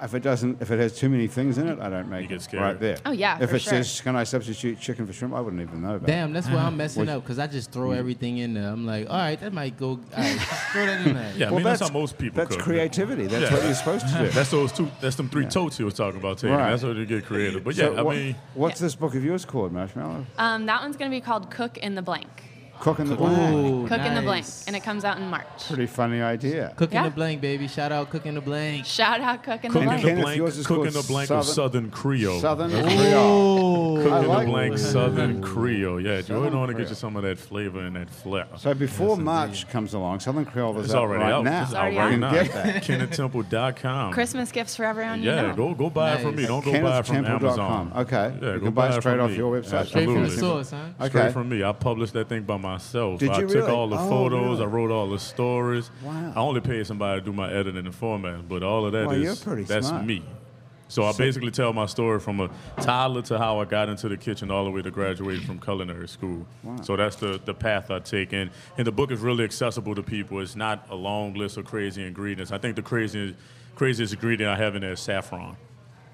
[SPEAKER 1] If it doesn't, if it has too many things in it, I don't make
[SPEAKER 4] get
[SPEAKER 1] it
[SPEAKER 4] scared.
[SPEAKER 1] right there.
[SPEAKER 2] Oh, yeah,
[SPEAKER 1] If
[SPEAKER 2] for
[SPEAKER 1] it
[SPEAKER 2] sure.
[SPEAKER 1] says, "Can I substitute chicken for shrimp?" I wouldn't even know about.
[SPEAKER 3] Damn, that's why I'm messing
[SPEAKER 1] Well,
[SPEAKER 3] up because I just throw everything in there. I'm like, all right, that might go. All right, just throw that in there.
[SPEAKER 4] Yeah, I mean that's, how most people.
[SPEAKER 1] That's
[SPEAKER 4] cook.
[SPEAKER 1] creativity. That's
[SPEAKER 4] Yeah.
[SPEAKER 1] what you're supposed to do.
[SPEAKER 4] That's those two. That's them three totes he was talking about. Tatum.
[SPEAKER 1] Right.
[SPEAKER 4] That's how they get creative. But yeah,
[SPEAKER 1] So
[SPEAKER 4] I
[SPEAKER 1] what-
[SPEAKER 4] mean,
[SPEAKER 1] what's this book of yours called, Marshmallow?
[SPEAKER 2] Um, that one's gonna be called Cook in the Blank.
[SPEAKER 1] Cook in the blank.
[SPEAKER 2] Cook in the Blank,
[SPEAKER 3] nice.
[SPEAKER 2] and it comes out in March.
[SPEAKER 1] Pretty funny idea.
[SPEAKER 3] Cooking
[SPEAKER 2] Yeah.
[SPEAKER 3] the blank, baby. Shout out cooking the blank.
[SPEAKER 2] Shout out Cook in the
[SPEAKER 4] cooking
[SPEAKER 2] Blank.
[SPEAKER 4] the
[SPEAKER 1] Kenneth,
[SPEAKER 4] blank,
[SPEAKER 1] yours is
[SPEAKER 4] cooking
[SPEAKER 1] called
[SPEAKER 4] the blank of
[SPEAKER 1] Southern-
[SPEAKER 4] Southern Creole.
[SPEAKER 1] Southern Creole. I
[SPEAKER 4] Cooking
[SPEAKER 1] like
[SPEAKER 4] the blank
[SPEAKER 1] that.
[SPEAKER 4] Southern Creole. Yeah, you
[SPEAKER 1] Southern
[SPEAKER 4] want to get
[SPEAKER 1] Creole.
[SPEAKER 4] you some of that flavor and that flair.
[SPEAKER 1] So before March comes along, Southern Creole is
[SPEAKER 4] It's
[SPEAKER 1] out
[SPEAKER 4] already
[SPEAKER 1] right
[SPEAKER 4] out.
[SPEAKER 1] now.
[SPEAKER 4] It's out
[SPEAKER 2] already
[SPEAKER 4] right
[SPEAKER 2] out.
[SPEAKER 4] now.
[SPEAKER 1] Get that.
[SPEAKER 4] KennethTemple.com.
[SPEAKER 2] Christmas gifts for everyone.
[SPEAKER 4] Yeah,
[SPEAKER 2] you know.
[SPEAKER 4] go go buy it from me.
[SPEAKER 3] Nice.
[SPEAKER 4] Don't go buy it from
[SPEAKER 1] KennethTemple.com.
[SPEAKER 4] Amazon.
[SPEAKER 1] Okay.
[SPEAKER 4] Yeah,
[SPEAKER 1] you
[SPEAKER 4] go
[SPEAKER 1] can buy,
[SPEAKER 4] it
[SPEAKER 1] it straight
[SPEAKER 4] from
[SPEAKER 1] off
[SPEAKER 4] me.
[SPEAKER 1] your website.
[SPEAKER 3] Straight from the
[SPEAKER 4] Absolutely.
[SPEAKER 3] source, huh?
[SPEAKER 4] Straight
[SPEAKER 1] Okay.
[SPEAKER 4] from me. I published that thing by myself.
[SPEAKER 1] Did
[SPEAKER 4] I
[SPEAKER 1] you
[SPEAKER 4] took
[SPEAKER 1] really?
[SPEAKER 4] all the
[SPEAKER 1] Oh,
[SPEAKER 4] photos.
[SPEAKER 1] really?
[SPEAKER 4] I wrote all the stories.
[SPEAKER 1] Wow.
[SPEAKER 4] I only paid somebody to do my editing and formatting, but all of that
[SPEAKER 1] Well,
[SPEAKER 4] is-
[SPEAKER 1] you're pretty
[SPEAKER 4] that's
[SPEAKER 1] smart.
[SPEAKER 4] me. So I basically tell my story from a toddler to how I got into the kitchen all the way to graduating from culinary school. So that's the, the path I take. And, and the book is really accessible to people. It's not a long list of crazy ingredients. I think the craziest, craziest ingredient I have in there is saffron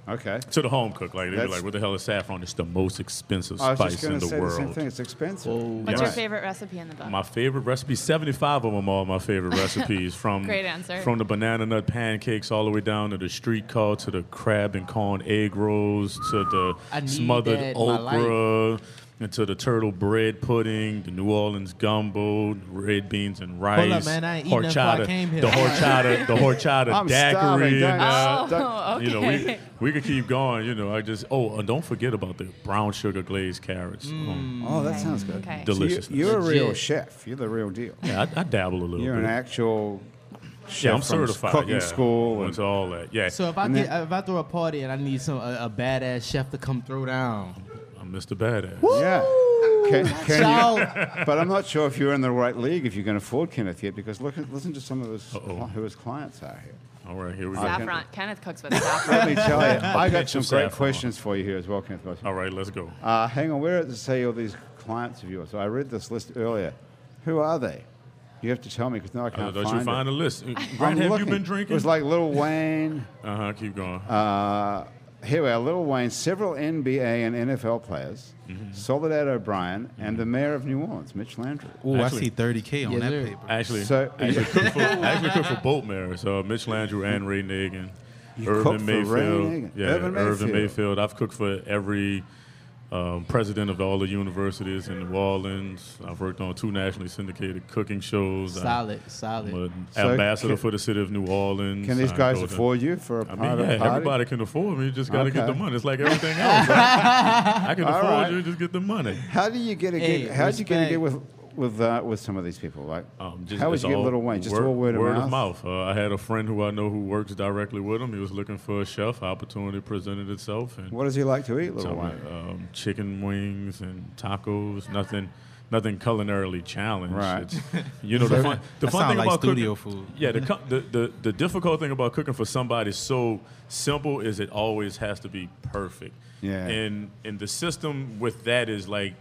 [SPEAKER 1] Okay.
[SPEAKER 4] to the home cook. Like they'd be
[SPEAKER 1] That's-
[SPEAKER 4] like, "What the hell is saffron? It's the most expensive
[SPEAKER 1] I was
[SPEAKER 4] spice
[SPEAKER 1] just
[SPEAKER 4] in
[SPEAKER 1] going
[SPEAKER 4] the
[SPEAKER 1] to say the same
[SPEAKER 4] world."
[SPEAKER 1] thing. It's expensive.
[SPEAKER 2] What's
[SPEAKER 4] Yes.
[SPEAKER 2] your favorite recipe in the book?
[SPEAKER 4] my favorite recipe, 75 of them are my favorite recipes from
[SPEAKER 2] Great answer.
[SPEAKER 4] from the banana nut pancakes all the way down to the street call to the crab and corn egg rolls to the
[SPEAKER 3] I need
[SPEAKER 4] smothered
[SPEAKER 3] that in my life.
[SPEAKER 4] okra and to the turtle bread pudding, the New Orleans gumbo, red beans and rice,
[SPEAKER 3] up, man, I ain't eating nothing before I
[SPEAKER 4] horchata,
[SPEAKER 3] came here.
[SPEAKER 4] the horchata, the horchata
[SPEAKER 1] I'm starving.
[SPEAKER 4] daiquiri.
[SPEAKER 1] Don't-
[SPEAKER 4] and, uh,
[SPEAKER 2] Oh, okay.
[SPEAKER 4] you know, we, we could keep going. You know, I just oh, and don't forget about the brown sugar glazed carrots.
[SPEAKER 3] Mm.
[SPEAKER 4] Um,
[SPEAKER 1] oh, that sounds good.
[SPEAKER 2] Okay.
[SPEAKER 1] So you,
[SPEAKER 4] Deliciousness.
[SPEAKER 1] you're a real
[SPEAKER 3] Legit.
[SPEAKER 1] chef. You're the real deal.
[SPEAKER 4] yeah, I, I dabble a little
[SPEAKER 1] You're
[SPEAKER 4] bit.
[SPEAKER 1] an actual chef
[SPEAKER 4] yeah, I'm
[SPEAKER 1] from
[SPEAKER 4] certified.
[SPEAKER 1] cooking
[SPEAKER 4] yeah.
[SPEAKER 1] school.
[SPEAKER 4] Went
[SPEAKER 1] And,
[SPEAKER 4] to all that. Yeah,
[SPEAKER 3] So if I
[SPEAKER 1] And
[SPEAKER 3] get, if I throw a party and I need some a, a badass chef to come throw down,
[SPEAKER 4] I'm Mr. Badass.
[SPEAKER 1] yeah. Can, can you,
[SPEAKER 3] so
[SPEAKER 1] but I'm not sure if you're in the right league if you can afford Kenneth yet because look at, listen to some of his
[SPEAKER 4] Uh-oh.
[SPEAKER 1] who his clients are here.
[SPEAKER 4] All right, here we go.
[SPEAKER 2] saffron. Kenneth cooks with saffron.
[SPEAKER 1] Let me tell you, I got
[SPEAKER 4] pinch
[SPEAKER 1] some
[SPEAKER 4] of
[SPEAKER 1] great
[SPEAKER 4] saffron.
[SPEAKER 1] questions for you here as well, Kenneth. Wilson.
[SPEAKER 4] All right, let's go.
[SPEAKER 1] Uh, hang on, where does it say all these clients of yours? So I read this list earlier. Who are they? You have to tell me because now I
[SPEAKER 4] Uh,
[SPEAKER 1] can't
[SPEAKER 4] don't
[SPEAKER 1] find
[SPEAKER 4] you find
[SPEAKER 1] it.
[SPEAKER 4] a list?
[SPEAKER 1] I'm
[SPEAKER 4] Grant, have
[SPEAKER 1] looking.
[SPEAKER 4] you been
[SPEAKER 1] It
[SPEAKER 4] drinking?
[SPEAKER 1] was like Little Wayne.
[SPEAKER 4] uh huh. Keep going.
[SPEAKER 1] Uh, here we are, Little Wayne, several NBA and NFL players,
[SPEAKER 4] Mm-hmm.
[SPEAKER 1] Soledad O'Brien, and the mayor of New Orleans, Mitch Landry.
[SPEAKER 5] Ooh,
[SPEAKER 4] Actually-
[SPEAKER 5] I see 30K on
[SPEAKER 3] Yes,
[SPEAKER 5] that
[SPEAKER 3] sir.
[SPEAKER 5] paper.
[SPEAKER 4] actually,
[SPEAKER 1] so-
[SPEAKER 4] actually, cooked for, actually cooked for both mayors, uh, Mitch Landrieu and Ray Nagin.
[SPEAKER 1] You cooked for Ray Nagin.
[SPEAKER 4] Yeah,
[SPEAKER 1] Urban Mayfield.
[SPEAKER 4] Irvin Mayfield. I've cooked for every um, president of all the universities in New Orleans. I've worked on two nationally syndicated cooking shows. I-
[SPEAKER 3] solid,
[SPEAKER 4] I'm
[SPEAKER 3] solid.
[SPEAKER 4] an
[SPEAKER 1] So
[SPEAKER 4] ambassador
[SPEAKER 1] can-
[SPEAKER 4] for the city of New Orleans.
[SPEAKER 1] Can these
[SPEAKER 4] I
[SPEAKER 1] guys
[SPEAKER 4] go to-
[SPEAKER 1] afford you for a
[SPEAKER 4] I
[SPEAKER 1] part
[SPEAKER 4] mean,
[SPEAKER 1] of the
[SPEAKER 4] yeah,
[SPEAKER 1] party?
[SPEAKER 4] everybody can afford me. You just got to get the
[SPEAKER 1] Okay.
[SPEAKER 4] money. It's like everything else. right? I can
[SPEAKER 1] All
[SPEAKER 4] afford
[SPEAKER 1] right.
[SPEAKER 4] you. Just get the money.
[SPEAKER 1] How do you get a
[SPEAKER 3] Hey,
[SPEAKER 1] gig? How did you get a gig
[SPEAKER 3] respect.
[SPEAKER 1] with with uh, with some of these people? Like,
[SPEAKER 4] Um, just,
[SPEAKER 1] how would
[SPEAKER 4] it's
[SPEAKER 1] you get
[SPEAKER 4] all
[SPEAKER 1] Little Wayne? Just
[SPEAKER 4] word,
[SPEAKER 1] all word of mouth.
[SPEAKER 4] Uh, I had a friend who I know who works directly with him. He was looking for a chef. Opportunity presented itself. And
[SPEAKER 1] What does he like to eat, Little
[SPEAKER 4] so,
[SPEAKER 1] Wayne?
[SPEAKER 4] um, chicken wings and tacos. Nothing. Nothing culinarily challenged.
[SPEAKER 1] Right.
[SPEAKER 4] It's, you know the fun. The
[SPEAKER 5] That
[SPEAKER 4] fun
[SPEAKER 5] sound
[SPEAKER 4] thing
[SPEAKER 5] like
[SPEAKER 4] about
[SPEAKER 5] studio
[SPEAKER 4] cooking,
[SPEAKER 5] food.
[SPEAKER 4] Yeah. The, co- the the the difficult thing about cooking for somebody so simple is it always has to be perfect.
[SPEAKER 1] Yeah.
[SPEAKER 4] And and the system with that is like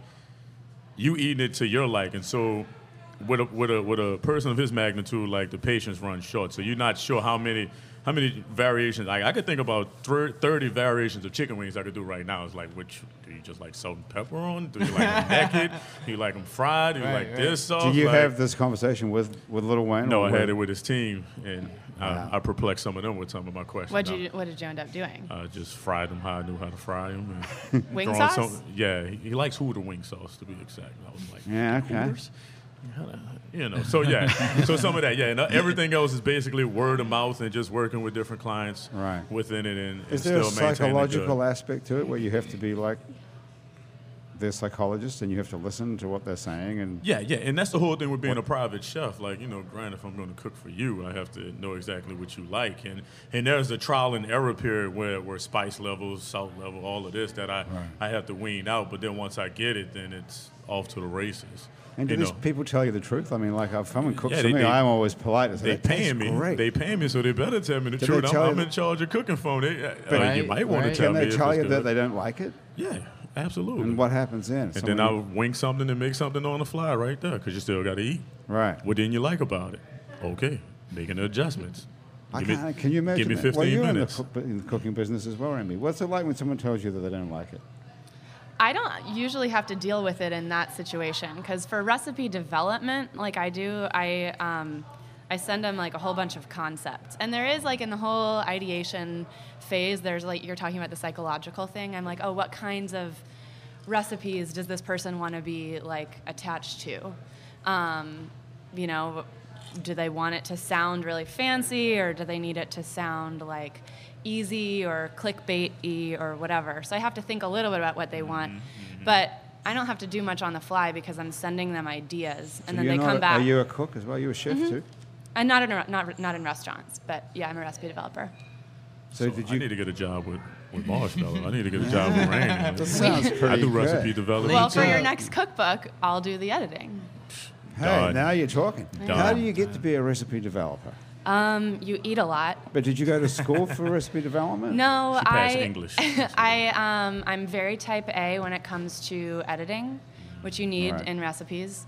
[SPEAKER 4] you eating it to your liking. So with a with a with a person of his magnitude, like the patience runs short. So you're not sure how many how many variations. Like I could think about thir- thirty variations of chicken wings I could do right now. It's like which do you just like salt and pepper on? Do you like them naked? Do you like them fried? Do you like this sauce?
[SPEAKER 1] Do you
[SPEAKER 4] Like-
[SPEAKER 1] have this conversation with with Little Wayne?
[SPEAKER 4] No,
[SPEAKER 1] or
[SPEAKER 4] I had
[SPEAKER 1] with-
[SPEAKER 4] it with his team, and I, I perplexed some of them with some of my questions.
[SPEAKER 2] What did you What did you end up doing?
[SPEAKER 4] I just fried them how I knew how to fry them. And
[SPEAKER 2] Wing
[SPEAKER 4] throwing
[SPEAKER 2] sauce?
[SPEAKER 4] yeah, he, he likes Hooter wing sauce to be exact. I was like,
[SPEAKER 1] Yeah, okay.
[SPEAKER 4] Hooters? you know. So yeah, so some of that, yeah. And uh, everything else is basically word of mouth and just working with different clients
[SPEAKER 1] Right.
[SPEAKER 4] within it and, and
[SPEAKER 1] Is there
[SPEAKER 4] still
[SPEAKER 1] a
[SPEAKER 4] maintaining
[SPEAKER 1] psychological
[SPEAKER 4] good.
[SPEAKER 1] aspect to it where you have to be like their psychologist and you have to listen to what they're saying? And
[SPEAKER 4] Yeah, yeah, and that's the whole thing with being a private chef. Like, you know, Grant, if I'm going to cook for you, I have to know exactly what you like. And and there's a trial and error period where, where spice levels, salt level, all of this that I I have to wean out. But then once I get it, then it's off to the races.
[SPEAKER 1] and do
[SPEAKER 4] you
[SPEAKER 1] these
[SPEAKER 4] know.
[SPEAKER 1] people tell you the truth? I mean, like if someone cooks
[SPEAKER 4] Yeah,
[SPEAKER 1] for
[SPEAKER 4] they-
[SPEAKER 1] me,
[SPEAKER 4] they-
[SPEAKER 1] I'm always polite. and say,
[SPEAKER 4] They
[SPEAKER 1] "That tastes
[SPEAKER 4] paying me.
[SPEAKER 1] Great.
[SPEAKER 4] They paying me, so they better tell me the
[SPEAKER 1] Did they
[SPEAKER 4] truth. I'm,
[SPEAKER 1] tell
[SPEAKER 4] I'm
[SPEAKER 1] you-
[SPEAKER 4] in charge of cooking for them. They, uh,
[SPEAKER 1] But-
[SPEAKER 4] you might want
[SPEAKER 3] right.
[SPEAKER 4] to tell
[SPEAKER 1] Can
[SPEAKER 4] me.
[SPEAKER 1] they
[SPEAKER 4] if
[SPEAKER 1] tell
[SPEAKER 4] it's
[SPEAKER 1] you that
[SPEAKER 4] good.
[SPEAKER 1] they don't like it?
[SPEAKER 4] Yeah, absolutely.
[SPEAKER 1] And what happens then?
[SPEAKER 4] And then
[SPEAKER 1] Someone-
[SPEAKER 4] I'll wing something and make something on the fly right there because you still got to eat.
[SPEAKER 1] Right.
[SPEAKER 4] What didn't you like about it? Okay, making the adjustments.
[SPEAKER 1] I
[SPEAKER 4] Give me-
[SPEAKER 1] can't, can you imagine?
[SPEAKER 4] Give me
[SPEAKER 1] that?
[SPEAKER 4] 15
[SPEAKER 1] well, you're
[SPEAKER 4] minutes.
[SPEAKER 1] In, the, cook- in the cooking business as well, Remy. What's it like when someone tells you that they don't like it?
[SPEAKER 2] I don't usually have to deal with it in that situation because for recipe development, like I do, I um, I send them like a whole bunch of concepts, and there is like in the whole ideation phase, there's like you're talking about the psychological thing. I'm like, oh, what kinds of recipes does this person want to be like attached to? Um, you know, do they want it to sound really fancy or do they need it to sound like easy or clickbait y or whatever? So I have to think a little bit about what they
[SPEAKER 1] Mm-hmm,
[SPEAKER 2] want. But I don't have to do much on the fly because I'm sending them ideas
[SPEAKER 1] So
[SPEAKER 2] and then
[SPEAKER 1] you're
[SPEAKER 2] they
[SPEAKER 1] not
[SPEAKER 2] come
[SPEAKER 1] a-
[SPEAKER 2] back. Mm-hmm.
[SPEAKER 1] Are you a cook as well? you a chef too?
[SPEAKER 2] and Uh, not in, a- not, not in restaurants, but yeah, I'm a recipe developer.
[SPEAKER 1] So, did you?
[SPEAKER 4] I need to get a job with, with Marshmallow. I need to get a job with Rain.
[SPEAKER 1] that sounds pretty
[SPEAKER 4] I do
[SPEAKER 1] good.
[SPEAKER 4] recipe development.
[SPEAKER 2] Well, for your
[SPEAKER 4] too.
[SPEAKER 2] next cookbook, I'll do the editing.
[SPEAKER 1] Hey,
[SPEAKER 4] Done.
[SPEAKER 1] now you're talking. How
[SPEAKER 4] Done.
[SPEAKER 1] do you get to be a recipe developer?
[SPEAKER 2] Um, you eat a lot.
[SPEAKER 1] But did you go to school for recipe development?
[SPEAKER 2] No,
[SPEAKER 4] She passed
[SPEAKER 2] I
[SPEAKER 4] English.
[SPEAKER 2] I um, I'm very type A when it comes to editing, which you need
[SPEAKER 1] Right.
[SPEAKER 2] in recipes.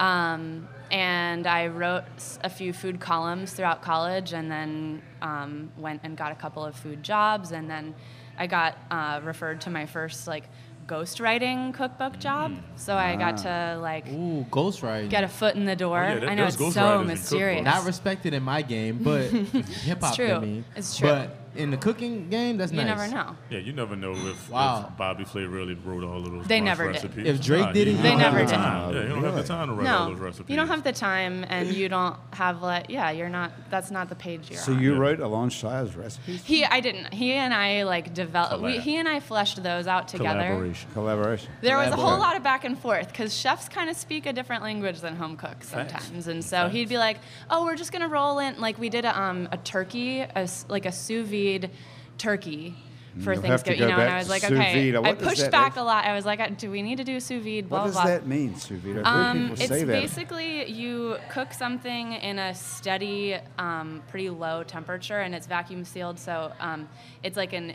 [SPEAKER 2] Um, and I wrote s- a few food columns throughout college, and then um, went and got a couple of food jobs, and then I got uh, referred to my first like ghostwriting cookbook job.
[SPEAKER 4] Mm.
[SPEAKER 2] So I
[SPEAKER 4] Ah.
[SPEAKER 2] got to like
[SPEAKER 3] Ooh, ghostwriting.
[SPEAKER 2] get a foot in the door.
[SPEAKER 4] Oh, yeah, there-
[SPEAKER 2] I know
[SPEAKER 4] there's
[SPEAKER 2] it's
[SPEAKER 4] ghostwriters
[SPEAKER 2] so
[SPEAKER 4] in
[SPEAKER 2] mysterious.
[SPEAKER 4] cookbooks.
[SPEAKER 3] not respected in my game, but hip hop.
[SPEAKER 2] true.
[SPEAKER 3] I mean.
[SPEAKER 2] It's true.
[SPEAKER 3] But in the cooking game, that's
[SPEAKER 2] You
[SPEAKER 3] nice.
[SPEAKER 2] never know.
[SPEAKER 4] Yeah, you never know if,
[SPEAKER 3] Wow.
[SPEAKER 4] if Bobby Flay really wrote all of those
[SPEAKER 2] They
[SPEAKER 4] brunch
[SPEAKER 2] never did.
[SPEAKER 4] recipes.
[SPEAKER 3] If Drake
[SPEAKER 4] you
[SPEAKER 3] did it,
[SPEAKER 4] don't
[SPEAKER 2] They
[SPEAKER 4] have
[SPEAKER 2] never
[SPEAKER 4] the
[SPEAKER 2] did.
[SPEAKER 4] time. Yeah, you don't have the time to write all those
[SPEAKER 2] No,
[SPEAKER 4] recipes.
[SPEAKER 2] you don't have the time, and you don't have like yeah, you're not. That's not the page you're
[SPEAKER 1] So
[SPEAKER 2] on.
[SPEAKER 1] you wrote Alon Shire's recipes?
[SPEAKER 2] he, I didn't. He and I like developed. We,
[SPEAKER 4] Collab.
[SPEAKER 2] he and I fleshed those out together.
[SPEAKER 4] collaboration.
[SPEAKER 1] Collaboration.
[SPEAKER 2] There was a whole
[SPEAKER 1] Collaboration.
[SPEAKER 2] lot of back and forth because chefs kind of speak a different language than home cooks sometimes, and so he'd be like, "Oh, we're just gonna roll in." Like we did a, um, a turkey, a s like a sous vide turkey. For
[SPEAKER 1] Mm, You'll have to
[SPEAKER 2] Thanksgiving,
[SPEAKER 1] go
[SPEAKER 2] you know, and
[SPEAKER 1] back
[SPEAKER 2] I was
[SPEAKER 1] to
[SPEAKER 2] like,
[SPEAKER 1] sous
[SPEAKER 2] okay.
[SPEAKER 1] vide. What
[SPEAKER 2] I
[SPEAKER 1] does that
[SPEAKER 2] pushed back
[SPEAKER 1] actually-
[SPEAKER 2] a lot. I was like, do we need to do sous vide? Blah
[SPEAKER 1] What does
[SPEAKER 2] blah.
[SPEAKER 1] that mean, sous vide? I've heard
[SPEAKER 2] Um,
[SPEAKER 1] people
[SPEAKER 2] it's
[SPEAKER 1] say that.
[SPEAKER 2] basically you cook something in a steady, um, pretty low temperature, and it's vacuum sealed, so um, it's like an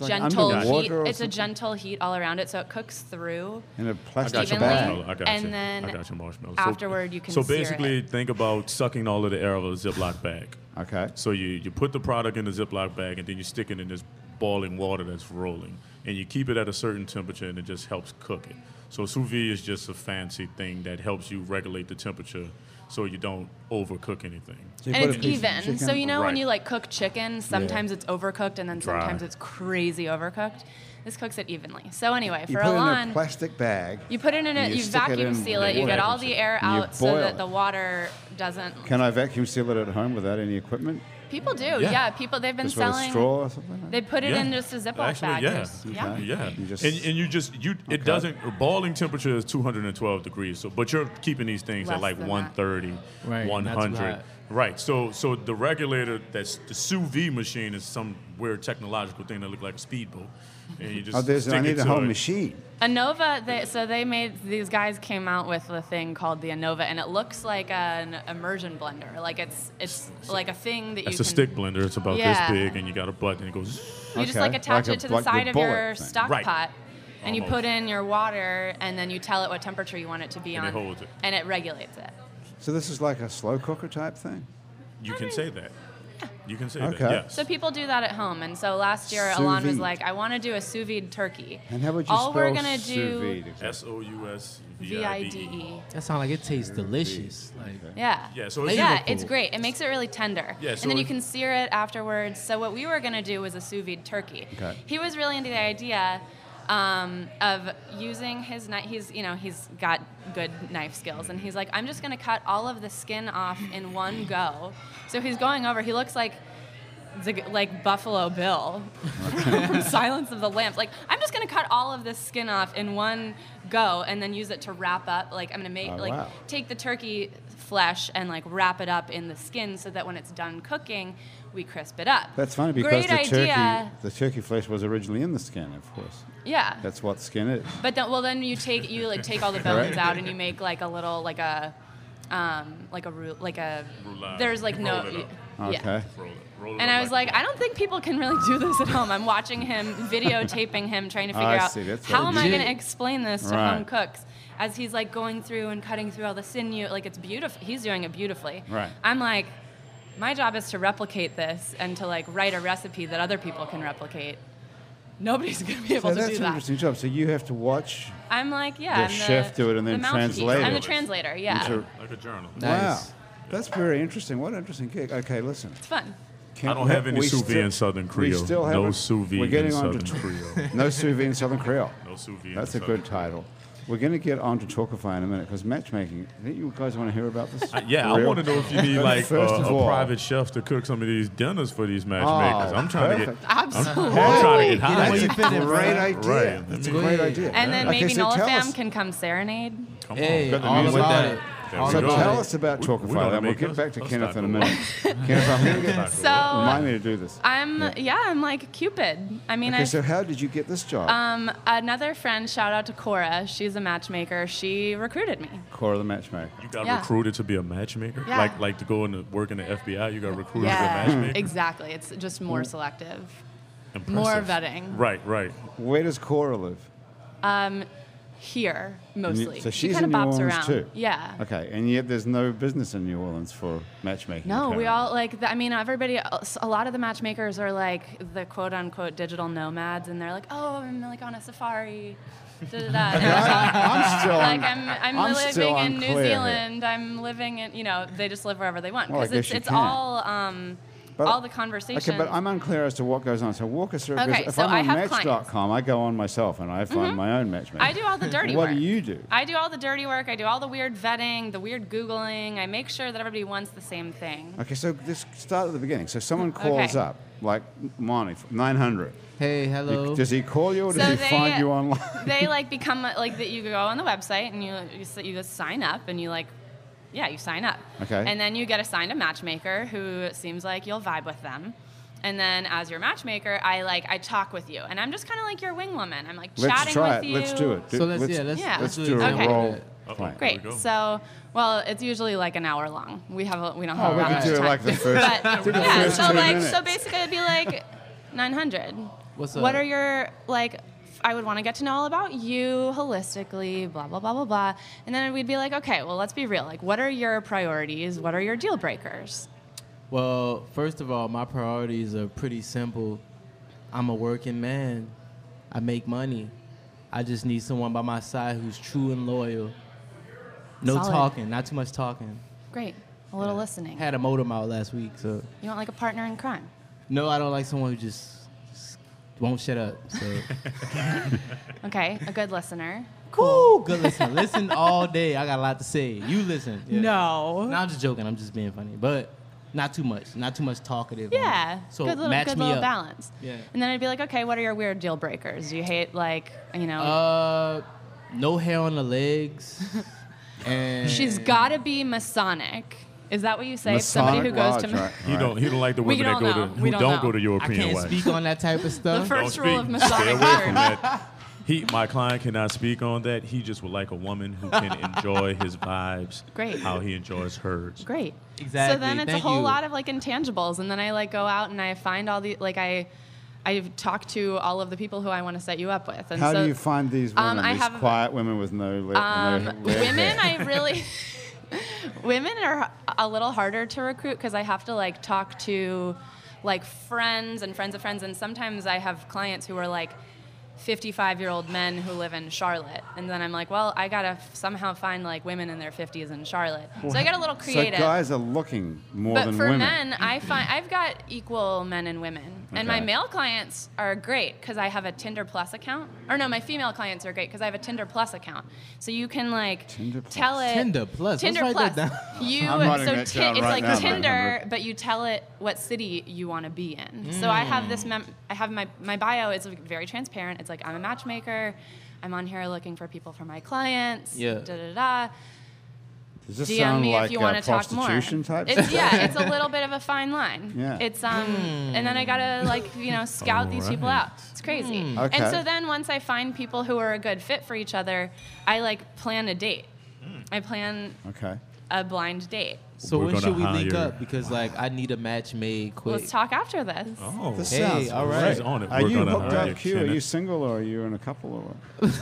[SPEAKER 1] like
[SPEAKER 2] gentle heat.
[SPEAKER 1] underwater or
[SPEAKER 2] It's a
[SPEAKER 1] something?
[SPEAKER 2] gentle heat all around it, so it cooks through.
[SPEAKER 1] In a
[SPEAKER 4] I
[SPEAKER 1] plastic
[SPEAKER 4] got your
[SPEAKER 2] Evenly.
[SPEAKER 1] bag.
[SPEAKER 4] marshmallow. I got
[SPEAKER 2] And
[SPEAKER 4] you.
[SPEAKER 2] then
[SPEAKER 4] I got your marshmallow.
[SPEAKER 2] afterward you can
[SPEAKER 4] So
[SPEAKER 2] sear it.
[SPEAKER 4] basically, think about sucking all of the air out of a Ziploc bag.
[SPEAKER 1] Okay.
[SPEAKER 4] So you, you put the product in the Ziploc bag and then you stick it in this boiling water that's rolling. And you keep it at a certain temperature and it just helps cook it. So sous vide is just a fancy thing that helps you regulate the temperature so you don't overcook anything.
[SPEAKER 1] So you
[SPEAKER 2] And
[SPEAKER 1] put a
[SPEAKER 2] it's
[SPEAKER 1] piece of
[SPEAKER 2] even. So
[SPEAKER 1] chicken-
[SPEAKER 2] you know when
[SPEAKER 4] Right.
[SPEAKER 2] you like cook chicken, sometimes it's overcooked and then
[SPEAKER 4] Dry.
[SPEAKER 2] sometimes it's crazy overcooked. This cooks it evenly. So anyway,
[SPEAKER 1] You
[SPEAKER 2] for
[SPEAKER 1] put it in
[SPEAKER 2] Alon,
[SPEAKER 1] a plastic bag.
[SPEAKER 2] you put it in
[SPEAKER 1] and
[SPEAKER 2] it,
[SPEAKER 1] you
[SPEAKER 2] you,
[SPEAKER 1] stick it
[SPEAKER 2] vacuum
[SPEAKER 1] in
[SPEAKER 2] seal
[SPEAKER 1] the
[SPEAKER 2] it, you get
[SPEAKER 4] water.
[SPEAKER 2] all the air
[SPEAKER 1] And you
[SPEAKER 2] out so
[SPEAKER 1] boil
[SPEAKER 2] that
[SPEAKER 1] it.
[SPEAKER 2] the water doesn't.
[SPEAKER 1] Can I vacuum seal it at home without any equipment?
[SPEAKER 2] People do, yeah. People they've been
[SPEAKER 1] Just with a
[SPEAKER 2] selling.
[SPEAKER 1] straw or something?
[SPEAKER 2] They put it
[SPEAKER 4] Yeah.
[SPEAKER 2] in just a Ziploc
[SPEAKER 4] Actually,
[SPEAKER 2] bag.
[SPEAKER 4] yeah.
[SPEAKER 2] There's- yeah.
[SPEAKER 1] Okay.
[SPEAKER 4] Yeah,
[SPEAKER 1] You just-
[SPEAKER 4] and, and you just you it doesn't boiling temperature is 212 degrees. So, but you're keeping these things at
[SPEAKER 2] Less
[SPEAKER 4] like
[SPEAKER 2] than that.
[SPEAKER 4] 130,
[SPEAKER 3] Right, that's
[SPEAKER 4] 100.
[SPEAKER 3] right.
[SPEAKER 4] Right. So, so the regulator that's the sous vide machine is some weird technological thing that look like a speedboat, and you just
[SPEAKER 1] Oh, there's,
[SPEAKER 4] stick
[SPEAKER 1] I need
[SPEAKER 4] it
[SPEAKER 1] a
[SPEAKER 4] to
[SPEAKER 1] whole
[SPEAKER 4] it.
[SPEAKER 1] machine.
[SPEAKER 2] Anova, they, so they made these guys came out with a thing called the Anova, and it looks like an immersion blender. Like it's it's like a thing that you
[SPEAKER 4] That's
[SPEAKER 2] can.
[SPEAKER 4] a stick blender. It's about
[SPEAKER 2] Yeah.
[SPEAKER 4] this big, and you got a button. and It goes.
[SPEAKER 2] You just
[SPEAKER 1] Okay.
[SPEAKER 2] like attach
[SPEAKER 1] Like a-
[SPEAKER 2] it to the
[SPEAKER 1] like the
[SPEAKER 2] side of
[SPEAKER 1] bullet
[SPEAKER 2] your
[SPEAKER 1] thing.
[SPEAKER 2] stock
[SPEAKER 4] Right.
[SPEAKER 2] pot, and you put
[SPEAKER 4] Almost.
[SPEAKER 2] in your water, and then you tell it what temperature you want it to be
[SPEAKER 4] And it
[SPEAKER 2] on,
[SPEAKER 4] holds it.
[SPEAKER 2] and it regulates it.
[SPEAKER 1] So this is like a slow cooker type thing?
[SPEAKER 4] You can say that. You can say
[SPEAKER 1] Okay.
[SPEAKER 4] that. Yes.
[SPEAKER 2] So people do that at home, and so last year
[SPEAKER 1] Sous
[SPEAKER 2] Alon was
[SPEAKER 1] vide.
[SPEAKER 2] like, "I want to do a sous vide turkey."
[SPEAKER 1] And how would you
[SPEAKER 2] All
[SPEAKER 1] spell
[SPEAKER 2] we're gonna
[SPEAKER 1] sous
[SPEAKER 2] do
[SPEAKER 1] vide?
[SPEAKER 4] S o u s v
[SPEAKER 2] V I
[SPEAKER 4] i
[SPEAKER 2] D
[SPEAKER 4] d e.
[SPEAKER 2] E.
[SPEAKER 3] That sounds like it tastes delicious. Like
[SPEAKER 2] Yeah.
[SPEAKER 4] Yeah, so it's
[SPEAKER 2] yeah,
[SPEAKER 3] flavorful.
[SPEAKER 2] it's great. It makes it really tender.
[SPEAKER 4] Yeah, so
[SPEAKER 2] and then you
[SPEAKER 4] it-
[SPEAKER 2] can sear it afterwards. So what we were gonna do was a sous vide turkey.
[SPEAKER 1] Okay.
[SPEAKER 2] He was really into the idea um, of using his knife. He's you know he's got good knife skills, and he's like, I'm just gonna cut all of the skin off in one go. So he's going over. He looks like. the- Like Buffalo Bill from Silence of the Lambs. Like, I'm just gonna cut all of this skin off in one go and then use it to wrap up. Like, I'm gonna make,
[SPEAKER 1] Oh,
[SPEAKER 2] like,
[SPEAKER 1] wow.
[SPEAKER 2] take the turkey flesh and like wrap it up in the skin so that when it's done cooking, we crisp it up.
[SPEAKER 1] That's funny because
[SPEAKER 2] Great
[SPEAKER 1] the turkey,
[SPEAKER 2] idea.
[SPEAKER 1] the turkey flesh was originally in the skin, of course.
[SPEAKER 2] Yeah.
[SPEAKER 1] That's what skin is.
[SPEAKER 2] But then, well, then you take you like take all the bones out and you make like a little like a, um, like a rou- like a.
[SPEAKER 4] Roulade.
[SPEAKER 2] There's like
[SPEAKER 4] You
[SPEAKER 2] no.
[SPEAKER 4] roll it up.
[SPEAKER 2] y- yeah.
[SPEAKER 1] Okay.
[SPEAKER 4] Roll it, roll it
[SPEAKER 2] And
[SPEAKER 4] up
[SPEAKER 2] I was like, I don't think people can really do this at home. I'm watching him videotaping him, trying to figure
[SPEAKER 1] I
[SPEAKER 2] out
[SPEAKER 1] see. That's
[SPEAKER 2] how
[SPEAKER 1] what
[SPEAKER 2] am
[SPEAKER 1] you
[SPEAKER 2] I
[SPEAKER 1] do.
[SPEAKER 2] going to explain this to
[SPEAKER 1] Right.
[SPEAKER 2] home cooks as he's like going through and cutting through all the sinew. Like it's beautiful. He's doing it beautifully.
[SPEAKER 1] Right.
[SPEAKER 2] I'm like, my job is to replicate this and to like write a recipe that other people can replicate. Nobody's going to be able
[SPEAKER 1] So
[SPEAKER 2] to
[SPEAKER 1] that's
[SPEAKER 2] do
[SPEAKER 1] an
[SPEAKER 2] that.
[SPEAKER 1] interesting job. So you have to watch.
[SPEAKER 2] I'm like, yeah.
[SPEAKER 1] The
[SPEAKER 2] I'm
[SPEAKER 1] chef do it and
[SPEAKER 2] the
[SPEAKER 1] then
[SPEAKER 2] mouthpiece.
[SPEAKER 1] translate
[SPEAKER 2] I'm
[SPEAKER 1] it.
[SPEAKER 2] the translator. Yeah.
[SPEAKER 1] into-
[SPEAKER 4] like a journal.
[SPEAKER 1] Wow.
[SPEAKER 3] Nice.
[SPEAKER 1] That's very interesting. What an interesting gig. Okay, listen.
[SPEAKER 2] It's fun.
[SPEAKER 1] Can-
[SPEAKER 4] I don't have any
[SPEAKER 1] we
[SPEAKER 4] sous vide
[SPEAKER 1] still-
[SPEAKER 4] in Southern
[SPEAKER 1] we
[SPEAKER 4] Creole.
[SPEAKER 1] still
[SPEAKER 4] No
[SPEAKER 1] haven't-
[SPEAKER 4] sous vide
[SPEAKER 1] We're getting
[SPEAKER 4] in
[SPEAKER 1] on to
[SPEAKER 4] Southern Creole.
[SPEAKER 1] no sous vide in Southern Creole.
[SPEAKER 4] No sous vide in
[SPEAKER 1] That's a
[SPEAKER 4] Southern
[SPEAKER 1] good title. We're going to get on to Talkify in a minute because matchmaking. Don't you guys want to hear about this?
[SPEAKER 4] Uh, yeah,
[SPEAKER 1] For
[SPEAKER 4] I
[SPEAKER 1] real?
[SPEAKER 4] want to know if you need
[SPEAKER 1] But
[SPEAKER 4] like a,
[SPEAKER 1] first of
[SPEAKER 4] a
[SPEAKER 1] all- Oh,
[SPEAKER 4] private chef to cook some of these dinners for these matchmakers. I'm trying to
[SPEAKER 1] perfect.
[SPEAKER 4] get. I'm,
[SPEAKER 2] Absolutely.
[SPEAKER 4] I'm trying to get
[SPEAKER 3] Get it where
[SPEAKER 4] high.
[SPEAKER 3] you fit in,
[SPEAKER 1] Great
[SPEAKER 3] bruh.
[SPEAKER 1] idea.
[SPEAKER 4] Right.
[SPEAKER 1] That's a great idea.
[SPEAKER 2] And then
[SPEAKER 1] Okay,
[SPEAKER 2] maybe
[SPEAKER 1] so tell
[SPEAKER 2] Nolafam
[SPEAKER 1] us-
[SPEAKER 2] can come serenade.
[SPEAKER 4] Come on.
[SPEAKER 3] Hey,
[SPEAKER 1] Got the
[SPEAKER 3] all
[SPEAKER 1] music?
[SPEAKER 3] about it.
[SPEAKER 4] There
[SPEAKER 3] All
[SPEAKER 4] we go.
[SPEAKER 1] So
[SPEAKER 3] about
[SPEAKER 1] tell
[SPEAKER 3] it.
[SPEAKER 1] us about
[SPEAKER 4] We- we
[SPEAKER 1] Talkify,
[SPEAKER 4] gotta
[SPEAKER 1] then we'll
[SPEAKER 4] make
[SPEAKER 1] get
[SPEAKER 4] us-
[SPEAKER 1] back to
[SPEAKER 4] us
[SPEAKER 1] Kenneth in a
[SPEAKER 4] taco.
[SPEAKER 1] minute. Kenneth, I'm going to get.
[SPEAKER 4] Taco.
[SPEAKER 2] So-
[SPEAKER 1] Remind me to do this.
[SPEAKER 2] I'm yeah. I'm like Cupid. I mean,
[SPEAKER 1] Okay,
[SPEAKER 2] I
[SPEAKER 1] so how did you get this job?
[SPEAKER 2] um another friend. Shout out to Cora. She's a matchmaker. She recruited me.
[SPEAKER 1] Core of the matchmaker.
[SPEAKER 4] You got
[SPEAKER 2] Yeah.
[SPEAKER 4] recruited to be a matchmaker,
[SPEAKER 2] Yeah.
[SPEAKER 4] like like to go and work in the FBI. You got recruited to be a matchmaker.
[SPEAKER 2] exactly. It's just
[SPEAKER 1] Mm.
[SPEAKER 2] more selective, more
[SPEAKER 4] Impressive.
[SPEAKER 2] vetting.
[SPEAKER 4] Right, right.
[SPEAKER 1] Where does Cora live?
[SPEAKER 2] Um, here mostly.
[SPEAKER 1] So
[SPEAKER 2] she
[SPEAKER 1] she's
[SPEAKER 2] kind
[SPEAKER 1] in
[SPEAKER 2] of
[SPEAKER 1] New
[SPEAKER 2] bops
[SPEAKER 1] Orleans
[SPEAKER 2] around.
[SPEAKER 1] too.
[SPEAKER 2] Yeah.
[SPEAKER 1] Okay, and yet there's no business in New Orleans for matchmaking.
[SPEAKER 2] No, we
[SPEAKER 1] apparently.
[SPEAKER 2] all like. The, I mean, everybody. else- A lot of the matchmakers are like the quote unquote digital nomads, and they're like, "Oh, I'm like on a safari." Da, da, da. And I'm like,
[SPEAKER 1] I'm still.
[SPEAKER 2] like
[SPEAKER 1] on-
[SPEAKER 2] I'm, I'm,
[SPEAKER 1] I'm still
[SPEAKER 2] living in
[SPEAKER 1] unclear
[SPEAKER 2] New
[SPEAKER 1] here.
[SPEAKER 2] Zealand. I'm living in, you know, they just live wherever they want
[SPEAKER 1] Well, I
[SPEAKER 2] because
[SPEAKER 1] guess
[SPEAKER 2] it's
[SPEAKER 1] you
[SPEAKER 2] it's
[SPEAKER 1] can.
[SPEAKER 2] all um,
[SPEAKER 1] But-
[SPEAKER 2] all the conversations.
[SPEAKER 1] Okay, but I'm unclear as to what goes on. So walk us through. 'cause
[SPEAKER 2] Okay,
[SPEAKER 1] if
[SPEAKER 2] so I
[SPEAKER 1] I'm on
[SPEAKER 2] have clients. Mm-hmm.
[SPEAKER 1] Match.com, I go on myself and I find my own matchmaker.
[SPEAKER 2] I do all the dirty
[SPEAKER 1] What
[SPEAKER 2] work.
[SPEAKER 1] do you do?
[SPEAKER 2] I do all the dirty work. I do all the weird vetting, the weird googling. I make sure that everybody wants the same thing.
[SPEAKER 1] Okay, so just start at the beginning. So someone calls
[SPEAKER 2] Okay.
[SPEAKER 1] up, like Marnie, 900.
[SPEAKER 3] Hey,
[SPEAKER 1] You-
[SPEAKER 3] hello.
[SPEAKER 1] does he call you or does
[SPEAKER 2] So
[SPEAKER 1] he
[SPEAKER 2] they-
[SPEAKER 1] find you online?
[SPEAKER 2] they like become like that. You go on the website and you you, s- you just sign up and you like, yeah, you sign up.
[SPEAKER 1] Okay.
[SPEAKER 2] And then you get assigned a matchmaker who seems like you'll vibe with them. And then as your matchmaker, I like I talk with you, and I'm just kind of like your wing woman. I'm like
[SPEAKER 1] Let's
[SPEAKER 2] chatting
[SPEAKER 1] try
[SPEAKER 2] with
[SPEAKER 1] it.
[SPEAKER 2] you.
[SPEAKER 1] Let's do it.
[SPEAKER 3] So let's- yeah, let's-
[SPEAKER 2] Yeah.
[SPEAKER 1] let's
[SPEAKER 2] let's
[SPEAKER 1] do,
[SPEAKER 3] do
[SPEAKER 1] a
[SPEAKER 2] an example.
[SPEAKER 1] roll.
[SPEAKER 4] Uh-oh.
[SPEAKER 1] play.
[SPEAKER 4] There we
[SPEAKER 2] Great.
[SPEAKER 4] go.
[SPEAKER 2] So, well, it's usually like an hour long. We have a, we don't have
[SPEAKER 1] Oh,
[SPEAKER 2] a
[SPEAKER 1] we
[SPEAKER 2] lot
[SPEAKER 1] could
[SPEAKER 2] of
[SPEAKER 1] do it
[SPEAKER 2] time.
[SPEAKER 1] like the first.
[SPEAKER 2] But
[SPEAKER 1] do the
[SPEAKER 2] yeah,
[SPEAKER 1] first
[SPEAKER 2] so
[SPEAKER 1] two
[SPEAKER 2] like so
[SPEAKER 1] minutes.
[SPEAKER 2] basically it'd be like 900.
[SPEAKER 3] What's
[SPEAKER 2] What
[SPEAKER 3] up?
[SPEAKER 2] are your like? f- I would want to get to know all about you holistically, blah blah blah blah blah, and then we'd be like, okay, well let's be real. Like, what are your priorities? What are your deal breakers?
[SPEAKER 3] Well, first of all, my priorities are pretty simple. I'm a working man. I make money. I just need someone by my side who's true and loyal. No
[SPEAKER 2] Solid.
[SPEAKER 3] talking, not too much talking.
[SPEAKER 2] Great, a little listening.
[SPEAKER 3] Had a motor out last week, so
[SPEAKER 2] You want like a partner in crime?
[SPEAKER 3] no, I don't like someone who just, just won't shut up. So
[SPEAKER 2] Okay, a good listener.
[SPEAKER 3] cool, good listen, listen all day. I got a lot to say. You listen. Yeah.
[SPEAKER 2] No.
[SPEAKER 3] no, I'm just joking. I'm just being funny, but not too much, not too much talkative.
[SPEAKER 2] Yeah,
[SPEAKER 3] so
[SPEAKER 2] good little
[SPEAKER 3] match
[SPEAKER 2] good
[SPEAKER 3] me
[SPEAKER 2] little
[SPEAKER 3] up.
[SPEAKER 2] balance.
[SPEAKER 3] Yeah.
[SPEAKER 2] And then I'd be like, okay, what are your weird deal breakers? Do you hate like you know?
[SPEAKER 3] Uh, no hair on the legs. and
[SPEAKER 2] She's got to be Masonic. Is that what you say? Somebody who goes
[SPEAKER 1] Masonic
[SPEAKER 2] to
[SPEAKER 1] lodge,
[SPEAKER 4] He don't he don't like the
[SPEAKER 2] We
[SPEAKER 4] women that
[SPEAKER 2] don't
[SPEAKER 4] go
[SPEAKER 2] know.
[SPEAKER 4] to
[SPEAKER 2] We
[SPEAKER 4] who
[SPEAKER 2] don't
[SPEAKER 4] don't,
[SPEAKER 2] know.
[SPEAKER 4] go to
[SPEAKER 3] I
[SPEAKER 4] European
[SPEAKER 3] can't
[SPEAKER 4] wives.
[SPEAKER 3] speak on that type of
[SPEAKER 2] the
[SPEAKER 3] stuff.
[SPEAKER 2] first rule of
[SPEAKER 4] Stay
[SPEAKER 2] Masonic
[SPEAKER 4] away from
[SPEAKER 2] church.
[SPEAKER 4] that. He, my client cannot speak on that. He just would like a woman who can enjoy his vibes,
[SPEAKER 2] Great.
[SPEAKER 4] how he enjoys hers.
[SPEAKER 2] Great.
[SPEAKER 3] Exactly.
[SPEAKER 2] So then it's
[SPEAKER 3] Thank
[SPEAKER 2] a whole
[SPEAKER 3] you.
[SPEAKER 2] lot of like intangibles, and then I like go out and I find all the like I, I talk to all of the people who I want to set you up with. And
[SPEAKER 1] How
[SPEAKER 2] so,
[SPEAKER 1] do you find these women?
[SPEAKER 2] Um, I
[SPEAKER 1] these
[SPEAKER 2] have-
[SPEAKER 1] quiet women with no. Le-
[SPEAKER 2] Um,
[SPEAKER 1] no red
[SPEAKER 2] women,
[SPEAKER 1] hair?
[SPEAKER 2] I really. women are a little harder to recruit because I have to like talk to like friends and friends of friends, and sometimes I have clients who are like 55 year old men who live in Charlotte, and then I'm like, well, I gotta f- somehow find like women in their 50s in Charlotte. so I got a little creative.
[SPEAKER 1] So guys are looking more
[SPEAKER 2] but
[SPEAKER 1] than
[SPEAKER 2] for
[SPEAKER 1] women.
[SPEAKER 2] men, I find I've got equal men and women. And my
[SPEAKER 1] Okay.
[SPEAKER 2] male clients are great because I have a Tinder Plus account. Or no, my female clients are great because I have a Tinder Plus account. So you can like
[SPEAKER 1] Tinder Plus.
[SPEAKER 2] tell it
[SPEAKER 3] Tinder Plus. Let's
[SPEAKER 2] Tinder
[SPEAKER 3] write that
[SPEAKER 2] Plus.
[SPEAKER 3] down.
[SPEAKER 2] You
[SPEAKER 1] I'm writing
[SPEAKER 2] so
[SPEAKER 1] that
[SPEAKER 2] ti-
[SPEAKER 1] down
[SPEAKER 2] it's
[SPEAKER 1] right
[SPEAKER 2] like
[SPEAKER 1] now, man.
[SPEAKER 2] Tinder, but you tell it what city you want to be in. So I have
[SPEAKER 3] Mm.
[SPEAKER 2] this. Mem- I have my my bio. It's like very transparent. It's like I'm a matchmaker. I'm on here looking for people for my clients.
[SPEAKER 3] Yeah.
[SPEAKER 2] Da da da.
[SPEAKER 1] Does this
[SPEAKER 2] DM
[SPEAKER 1] sound
[SPEAKER 2] me
[SPEAKER 1] like
[SPEAKER 2] if you
[SPEAKER 1] uh,
[SPEAKER 2] want to talk more.
[SPEAKER 1] prostitution type?
[SPEAKER 2] It's,
[SPEAKER 1] stuff?
[SPEAKER 2] yeah, it's a little bit of a fine line.
[SPEAKER 1] Yeah.
[SPEAKER 2] It's um, and then I gotta like you know scout these people out. It's crazy.
[SPEAKER 1] Hmm. Okay.
[SPEAKER 2] And so then once I find people who are a good fit for each other, I like plan a date. I plan
[SPEAKER 1] Okay.
[SPEAKER 2] a blind date.
[SPEAKER 3] So
[SPEAKER 4] We're
[SPEAKER 3] when should we
[SPEAKER 4] gonna
[SPEAKER 3] link
[SPEAKER 4] hire-
[SPEAKER 3] up? Because like I need a match made quick.
[SPEAKER 2] Let's talk after this.
[SPEAKER 4] Oh,
[SPEAKER 1] This
[SPEAKER 3] Hey,
[SPEAKER 1] sounds
[SPEAKER 3] all
[SPEAKER 1] great.
[SPEAKER 3] right.
[SPEAKER 4] She's on it.
[SPEAKER 1] Are
[SPEAKER 4] We're
[SPEAKER 1] you
[SPEAKER 4] gonna
[SPEAKER 1] hooked
[SPEAKER 4] hire
[SPEAKER 1] up, Q? Are
[SPEAKER 4] Kenneth.
[SPEAKER 1] you single or are you in a couple? Or what?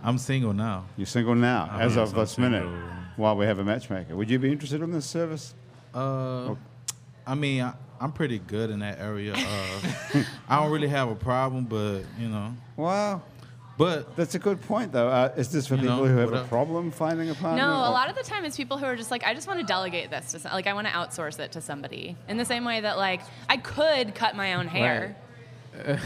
[SPEAKER 5] I'm single now.
[SPEAKER 1] You're single now, as
[SPEAKER 4] yes,
[SPEAKER 1] of
[SPEAKER 4] I'm
[SPEAKER 1] this minute,
[SPEAKER 4] single.
[SPEAKER 1] while we have a matchmaker. Would you be interested in this service?
[SPEAKER 5] Uh, I mean, I, I'm pretty good in that area. Uh, I don't really have a problem, but you know,
[SPEAKER 1] Wow.
[SPEAKER 5] but
[SPEAKER 1] That's a good point, though. Uh, is this for
[SPEAKER 5] You know,
[SPEAKER 1] people who have a
[SPEAKER 5] whatever.
[SPEAKER 1] problem finding a partner?
[SPEAKER 2] No, a
[SPEAKER 1] or-
[SPEAKER 2] lot of the time it's people who are just like, I just want to delegate this to some, like I want to outsource it to somebody. In the same way that like I could cut my own hair. Would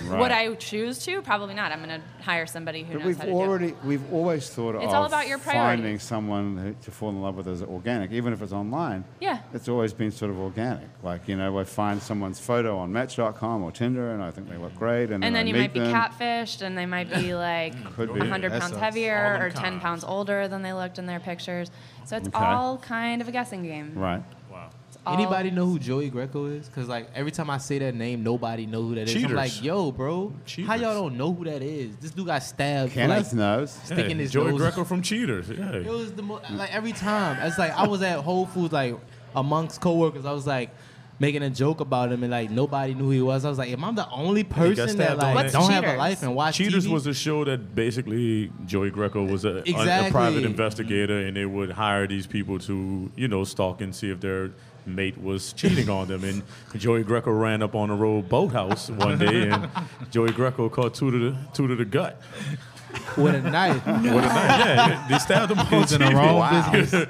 [SPEAKER 1] Right.
[SPEAKER 2] I choose to? Probably not. I'm going to hire somebody who
[SPEAKER 1] But
[SPEAKER 2] knows
[SPEAKER 1] we've
[SPEAKER 2] how to do it.
[SPEAKER 1] already, we've always thought
[SPEAKER 2] It's
[SPEAKER 1] of
[SPEAKER 2] all about your priorities.
[SPEAKER 1] finding someone who, to fall in love with as organic, even if it's online.
[SPEAKER 2] Yeah.
[SPEAKER 1] It's always been sort of organic. Like, you know, I find someone's photo on Match.com or Tinder, and I think they look great, and,
[SPEAKER 2] And
[SPEAKER 1] then,
[SPEAKER 2] then
[SPEAKER 1] I
[SPEAKER 2] you
[SPEAKER 1] meet
[SPEAKER 2] might be
[SPEAKER 1] them.
[SPEAKER 2] catfished, and they might be like
[SPEAKER 1] Could be.
[SPEAKER 2] 100
[SPEAKER 5] That
[SPEAKER 2] pounds
[SPEAKER 5] sucks.
[SPEAKER 2] heavier
[SPEAKER 4] All them
[SPEAKER 2] or 10
[SPEAKER 4] cons.
[SPEAKER 2] pounds older than they looked in their pictures. So it's
[SPEAKER 1] Okay.
[SPEAKER 2] all kind of a guessing game.
[SPEAKER 1] Right.
[SPEAKER 4] wow.
[SPEAKER 2] It's all-
[SPEAKER 3] Anybody know who Joey Greco is? Cause like every time I say that name, nobody know who that is.
[SPEAKER 4] Cheaters.
[SPEAKER 3] I'm like, yo, bro, how
[SPEAKER 4] Cheaters.
[SPEAKER 3] y'all don't know who that is? This dude got stabbed. for,
[SPEAKER 1] Kenneth
[SPEAKER 3] like,
[SPEAKER 1] knows.
[SPEAKER 3] sticking his
[SPEAKER 4] Joey
[SPEAKER 3] nose.
[SPEAKER 4] Greco from Cheaters. Yeah.
[SPEAKER 3] It was the mo- like every time. It's like I was at Whole Foods like amongst coworkers. I was like making a joke about him and like nobody knew who he was. I was like, am I the only person that
[SPEAKER 4] stabbed
[SPEAKER 3] like
[SPEAKER 4] on
[SPEAKER 2] it.
[SPEAKER 3] don't
[SPEAKER 2] What's
[SPEAKER 3] have a
[SPEAKER 2] Cheaters?
[SPEAKER 3] life and watch
[SPEAKER 4] Cheaters
[SPEAKER 3] TV?
[SPEAKER 4] was a show that basically Joey Greco was a, a- a,
[SPEAKER 3] Exactly.
[SPEAKER 4] private investigator, and they would hire these people to, you know, stalk and see if their mate was cheating on them. And Joey Greco ran up on a road boathouse one day, and Joey Greco caught two to the two to the gut.
[SPEAKER 3] with a knife.
[SPEAKER 4] yeah, they stabbed him. He
[SPEAKER 5] was in the wrong
[SPEAKER 4] business.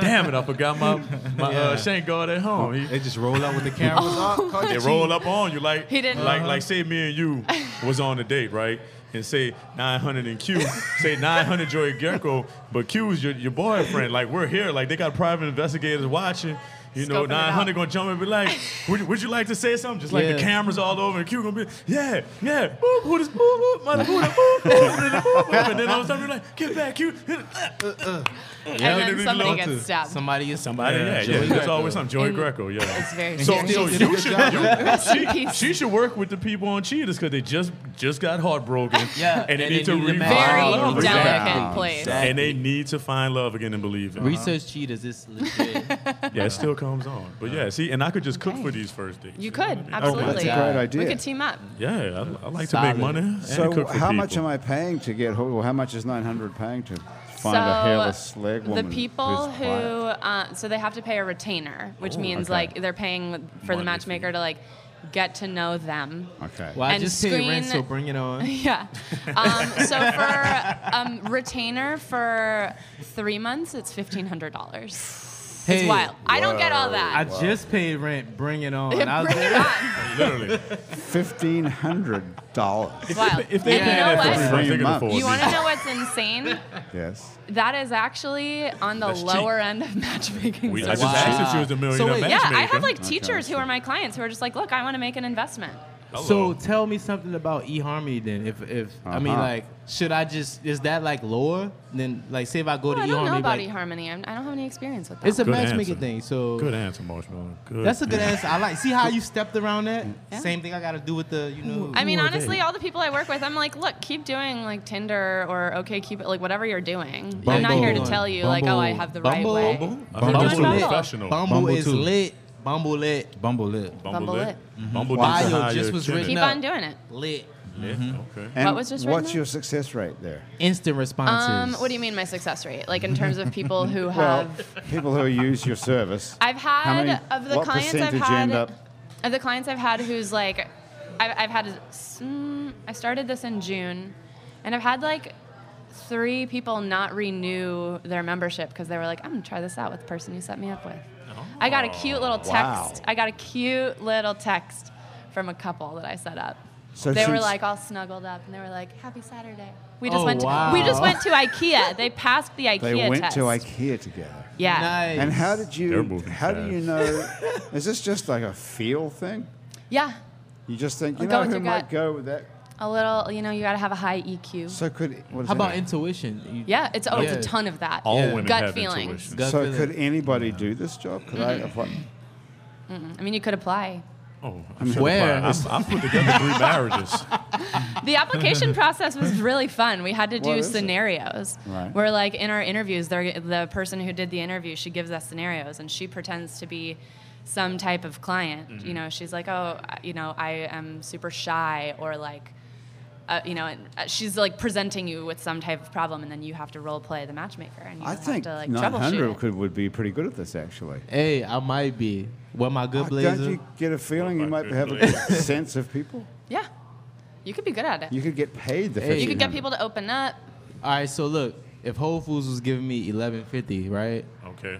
[SPEAKER 4] Damn it! I forgot my my uh, shank guard at home. He-
[SPEAKER 5] they just roll out with the cameras. oh,
[SPEAKER 4] they roll up on you like
[SPEAKER 2] He didn't-
[SPEAKER 4] like like say me and you was on a date right and say 900 and Q say 900 Joey Gecko but Q is your, your boyfriend like we're here like they got private investigators watching you know
[SPEAKER 2] Scoping it
[SPEAKER 4] 900
[SPEAKER 2] out.
[SPEAKER 4] gonna jump and be like would, would you like to say something just like
[SPEAKER 3] Yeah.
[SPEAKER 4] the cameras all over and Q gonna be yeah yeah boop who this boop boop mother who the boop boop who the boop boop and then all of a sudden we're like get back Q
[SPEAKER 2] And
[SPEAKER 4] they
[SPEAKER 2] then
[SPEAKER 4] really
[SPEAKER 2] somebody
[SPEAKER 4] love
[SPEAKER 2] gets
[SPEAKER 4] to-
[SPEAKER 2] stabbed.
[SPEAKER 3] Somebody is
[SPEAKER 4] uh. yeah, yeah, yeah. there's always something Joey
[SPEAKER 2] And
[SPEAKER 4] Greco yeah
[SPEAKER 2] It's very
[SPEAKER 4] so,
[SPEAKER 2] serious.
[SPEAKER 4] so
[SPEAKER 3] did a
[SPEAKER 4] you
[SPEAKER 3] good
[SPEAKER 4] should
[SPEAKER 3] job.
[SPEAKER 4] you, she,
[SPEAKER 2] Peace.
[SPEAKER 4] she should work with the people on Cheaters because they just just got heartbroken.
[SPEAKER 3] Yeah,
[SPEAKER 4] and they
[SPEAKER 3] and
[SPEAKER 4] need
[SPEAKER 3] they
[SPEAKER 4] to
[SPEAKER 3] need to
[SPEAKER 4] revive
[SPEAKER 3] match.
[SPEAKER 2] very
[SPEAKER 3] Wow.
[SPEAKER 4] love again.
[SPEAKER 2] delicate place.
[SPEAKER 4] And they need to find love again and believe it.
[SPEAKER 3] Research cheaters is legit.
[SPEAKER 4] Yeah, it still comes on. But yeah, see, and I could just cook for these first dates.
[SPEAKER 2] You
[SPEAKER 4] know what
[SPEAKER 2] could,
[SPEAKER 4] I mean? Oh,
[SPEAKER 2] absolutely.
[SPEAKER 1] Oh, That's a great idea.
[SPEAKER 2] We could team up.
[SPEAKER 4] Yeah, I, I like
[SPEAKER 3] Solid.
[SPEAKER 4] to make money. And
[SPEAKER 1] So,
[SPEAKER 4] cook for
[SPEAKER 1] how much am
[SPEAKER 4] people.
[SPEAKER 1] I paying to get? Or how much is nine hundred paying to find a
[SPEAKER 2] So,
[SPEAKER 1] hairless slag woman?
[SPEAKER 2] The
[SPEAKER 1] who's
[SPEAKER 2] people who,
[SPEAKER 1] quiet? Oh,
[SPEAKER 2] uh, so they have to pay a retainer, which means
[SPEAKER 1] okay.
[SPEAKER 2] like they're paying for the
[SPEAKER 4] Money
[SPEAKER 2] matchmaker to like get to know them.
[SPEAKER 1] Okay.
[SPEAKER 3] Well, I
[SPEAKER 2] And
[SPEAKER 3] just paid rent,
[SPEAKER 2] screen-
[SPEAKER 3] so bring it on.
[SPEAKER 2] Yeah. Um, so for um, retainer for three months, it's fifteen hundred dollars.
[SPEAKER 3] Hey,
[SPEAKER 2] It's wild. I don't get all
[SPEAKER 3] I
[SPEAKER 2] that.
[SPEAKER 3] just paid rent. Bring it on. I was
[SPEAKER 2] Bring it
[SPEAKER 3] like,
[SPEAKER 2] on.
[SPEAKER 4] Literally.
[SPEAKER 1] Fifteen hundred dollars.
[SPEAKER 2] It's wild.
[SPEAKER 4] If they
[SPEAKER 2] and
[SPEAKER 4] pay
[SPEAKER 2] you know
[SPEAKER 4] that for
[SPEAKER 2] what?
[SPEAKER 4] free,
[SPEAKER 1] Three
[SPEAKER 4] I think it'll
[SPEAKER 1] months.
[SPEAKER 4] afford
[SPEAKER 2] You
[SPEAKER 4] me.
[SPEAKER 2] want to know what's insane?
[SPEAKER 1] yes.
[SPEAKER 2] That is actually on the
[SPEAKER 4] That's cheap.
[SPEAKER 2] lower end of matchmaking.
[SPEAKER 4] We- I
[SPEAKER 2] services.
[SPEAKER 4] just asked if she was a millionaire
[SPEAKER 3] wait,
[SPEAKER 2] yeah,
[SPEAKER 4] matchmaker.
[SPEAKER 2] I have like teachers who are my clients who are just like, look, I want to make an investment.
[SPEAKER 3] So
[SPEAKER 4] Hello.
[SPEAKER 3] tell me something about eHarmony then. If if I mean
[SPEAKER 1] Uh-huh.
[SPEAKER 3] like should I just is that like lower? Then like say if I go
[SPEAKER 2] Oh,
[SPEAKER 3] to
[SPEAKER 2] I
[SPEAKER 3] eHarmony,
[SPEAKER 2] don't know about
[SPEAKER 3] like,
[SPEAKER 2] eHarmony. I'm, I don't have any experience with that.
[SPEAKER 3] it's a
[SPEAKER 4] Good
[SPEAKER 3] matchmaking
[SPEAKER 4] answer.
[SPEAKER 3] thing. So
[SPEAKER 4] good answer, Marshmallow. Good.
[SPEAKER 3] that's a good
[SPEAKER 4] answer.
[SPEAKER 3] answer. I like see how you stepped around that. Same thing I got to do with the you know.
[SPEAKER 2] I mean,
[SPEAKER 4] are
[SPEAKER 2] honestly,
[SPEAKER 4] they?
[SPEAKER 2] all the people I work with, I'm like, look, keep doing like Tinder or OK Cupid, like whatever you're doing. I'm not
[SPEAKER 3] Bumble.
[SPEAKER 2] here to tell you like, oh, I have the
[SPEAKER 3] Bumble.
[SPEAKER 2] right way.
[SPEAKER 3] Bumble?
[SPEAKER 4] I heard
[SPEAKER 2] Bumble.
[SPEAKER 4] that's a
[SPEAKER 2] Bumble.
[SPEAKER 4] professional.
[SPEAKER 3] Bumble,
[SPEAKER 5] Bumble
[SPEAKER 3] is
[SPEAKER 5] too.
[SPEAKER 3] lit. Bumble lit.
[SPEAKER 5] Bumble lit.
[SPEAKER 2] Bumble
[SPEAKER 4] lit.
[SPEAKER 2] it.
[SPEAKER 4] Bumble
[SPEAKER 3] Bio
[SPEAKER 4] needs to hire
[SPEAKER 3] just was
[SPEAKER 4] Kenneth.
[SPEAKER 3] written
[SPEAKER 2] Keep Mm-hmm.
[SPEAKER 3] No.
[SPEAKER 2] on doing it.
[SPEAKER 3] Lit.
[SPEAKER 4] Yeah, okay.
[SPEAKER 1] And
[SPEAKER 2] was just written
[SPEAKER 1] what's
[SPEAKER 2] there?
[SPEAKER 1] your success rate there?
[SPEAKER 3] Instant responses.
[SPEAKER 2] Um, what do you mean my success rate? Like in terms of people who
[SPEAKER 1] Well,
[SPEAKER 2] have.
[SPEAKER 1] people who use your service.
[SPEAKER 2] I've had
[SPEAKER 1] How many,
[SPEAKER 2] of the
[SPEAKER 1] what
[SPEAKER 2] clients I've
[SPEAKER 1] percentage
[SPEAKER 2] had
[SPEAKER 1] end up?
[SPEAKER 2] of the clients I've had who's like, I've, I've had mm, I started this in June, and I've had like three people not renew their membership because they were like, I'm gonna try this out with the person you set me up with. I got a cute little text.
[SPEAKER 1] Oh, Wow.
[SPEAKER 2] I got a cute little text from a couple that I set up.
[SPEAKER 1] So
[SPEAKER 2] they were
[SPEAKER 1] she's-
[SPEAKER 2] like all snuggled up, and they were like, "Happy Saturday." We just
[SPEAKER 3] Oh,
[SPEAKER 2] went. To,
[SPEAKER 3] wow.
[SPEAKER 2] We just went to IKEA. They passed the IKEA
[SPEAKER 1] They went
[SPEAKER 2] test.
[SPEAKER 1] to IKEA together.
[SPEAKER 2] Yeah.
[SPEAKER 3] Nice.
[SPEAKER 1] And how did
[SPEAKER 4] They're
[SPEAKER 1] you?
[SPEAKER 4] moving
[SPEAKER 1] How do
[SPEAKER 4] fast.
[SPEAKER 1] you know? is this just like a feel thing?
[SPEAKER 2] Yeah.
[SPEAKER 1] You just think you
[SPEAKER 2] Go
[SPEAKER 1] know
[SPEAKER 2] with
[SPEAKER 1] who
[SPEAKER 2] your
[SPEAKER 1] might
[SPEAKER 2] gut.
[SPEAKER 1] go with that.
[SPEAKER 2] A little. You know, you got to have a high EQ.
[SPEAKER 1] So could what is
[SPEAKER 3] How about
[SPEAKER 1] that?
[SPEAKER 3] intuition? You-
[SPEAKER 2] yeah. It's oh,
[SPEAKER 3] Yeah.
[SPEAKER 2] it's a ton of that.
[SPEAKER 4] All
[SPEAKER 3] Yeah.
[SPEAKER 4] women
[SPEAKER 2] Gut
[SPEAKER 4] have
[SPEAKER 2] feelings.
[SPEAKER 4] intuition.
[SPEAKER 3] Gut
[SPEAKER 1] so
[SPEAKER 3] feeling.
[SPEAKER 1] could anybody do this job? Could
[SPEAKER 2] Mm-hmm.
[SPEAKER 1] I apply?
[SPEAKER 2] I mean, you could apply.
[SPEAKER 4] Oh, I should
[SPEAKER 3] Where?
[SPEAKER 4] apply. I, I put together three marriages.
[SPEAKER 2] The application process was really fun. We had to
[SPEAKER 1] What
[SPEAKER 2] do
[SPEAKER 1] is it?
[SPEAKER 2] scenarios
[SPEAKER 1] Right.
[SPEAKER 2] where, like, in our interviews, they're- the person who did the interview she gives us scenarios, and she pretends to be some type of client.
[SPEAKER 1] Mm-hmm.
[SPEAKER 2] You know, she's like, "Oh, I- you know, I am super shy," or like, uh, you know, and uh, she's like presenting you with some type of problem, and then you have to role play the matchmaker, and you
[SPEAKER 1] I
[SPEAKER 2] have
[SPEAKER 1] think
[SPEAKER 2] to like troubleshoot.
[SPEAKER 1] 900
[SPEAKER 2] it.
[SPEAKER 1] could would be pretty good at this actually.
[SPEAKER 3] Hey, I might be. What my good
[SPEAKER 1] Uh, Don't
[SPEAKER 3] blazer?
[SPEAKER 1] you get a feeling you
[SPEAKER 4] Well,
[SPEAKER 1] might
[SPEAKER 4] my
[SPEAKER 1] have a
[SPEAKER 4] good
[SPEAKER 1] good sense of people?
[SPEAKER 2] Yeah, you could be good at it.
[SPEAKER 1] You could get paid the.
[SPEAKER 3] Hey.
[SPEAKER 2] you could
[SPEAKER 1] 1500.
[SPEAKER 2] get people to open up.
[SPEAKER 3] All right, so look, if Whole Foods was giving me eleven fifty, right?
[SPEAKER 4] Okay.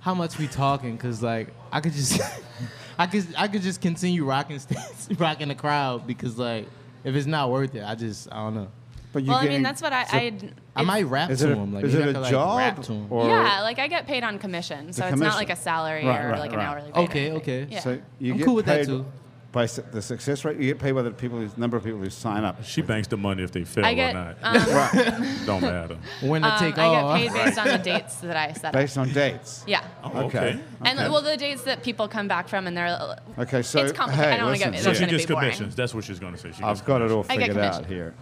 [SPEAKER 3] How much we talking? Cause like I could just, I could I could just continue rocking stance, rocking the crowd because like if it's not worth it, I just I don't know.
[SPEAKER 1] But you
[SPEAKER 2] Well, I mean,
[SPEAKER 1] getting-
[SPEAKER 2] that's what I.
[SPEAKER 1] so-
[SPEAKER 2] I
[SPEAKER 3] I might rap
[SPEAKER 1] Is
[SPEAKER 3] to
[SPEAKER 1] it a,
[SPEAKER 3] him. Like
[SPEAKER 1] is
[SPEAKER 3] maybe
[SPEAKER 1] it
[SPEAKER 3] I
[SPEAKER 1] a
[SPEAKER 3] could, like,
[SPEAKER 1] job
[SPEAKER 3] rap to 'em.
[SPEAKER 1] or
[SPEAKER 2] yeah, like I get paid on commission, so it's not like a
[SPEAKER 1] commission.
[SPEAKER 2] salary
[SPEAKER 1] Right,
[SPEAKER 2] or
[SPEAKER 1] right,
[SPEAKER 2] like an
[SPEAKER 1] right.
[SPEAKER 2] hourly. rate or
[SPEAKER 3] Okay,
[SPEAKER 2] anything.
[SPEAKER 3] okay.
[SPEAKER 2] Yeah.
[SPEAKER 1] So you
[SPEAKER 3] I'm
[SPEAKER 1] get
[SPEAKER 3] cool with that
[SPEAKER 1] paid
[SPEAKER 3] too.
[SPEAKER 1] By s- the success rate, you get paid by the people, who- number of people who sign up.
[SPEAKER 4] She banks the money if they fail
[SPEAKER 2] I get
[SPEAKER 4] or
[SPEAKER 2] um,
[SPEAKER 4] not.
[SPEAKER 2] um,
[SPEAKER 4] Don't matter.
[SPEAKER 3] When I
[SPEAKER 2] I
[SPEAKER 3] take
[SPEAKER 2] get
[SPEAKER 3] off,
[SPEAKER 2] paid based on the dates that I set up.
[SPEAKER 1] based on dates.
[SPEAKER 2] Yeah.
[SPEAKER 4] Oh,
[SPEAKER 1] Okay.
[SPEAKER 4] okay.
[SPEAKER 2] And well, the dates that people come back from, and they're
[SPEAKER 1] Okay, so
[SPEAKER 2] it's complicated.
[SPEAKER 1] hey,
[SPEAKER 2] I don't want to
[SPEAKER 1] listen,
[SPEAKER 2] get
[SPEAKER 4] So
[SPEAKER 2] that's
[SPEAKER 4] she
[SPEAKER 2] going to be
[SPEAKER 4] gets
[SPEAKER 2] boring.
[SPEAKER 4] commissions. That's what she's going to say. She gets
[SPEAKER 1] I've got it all
[SPEAKER 4] commissions.
[SPEAKER 2] I get
[SPEAKER 1] figured out
[SPEAKER 2] commission.
[SPEAKER 1] here.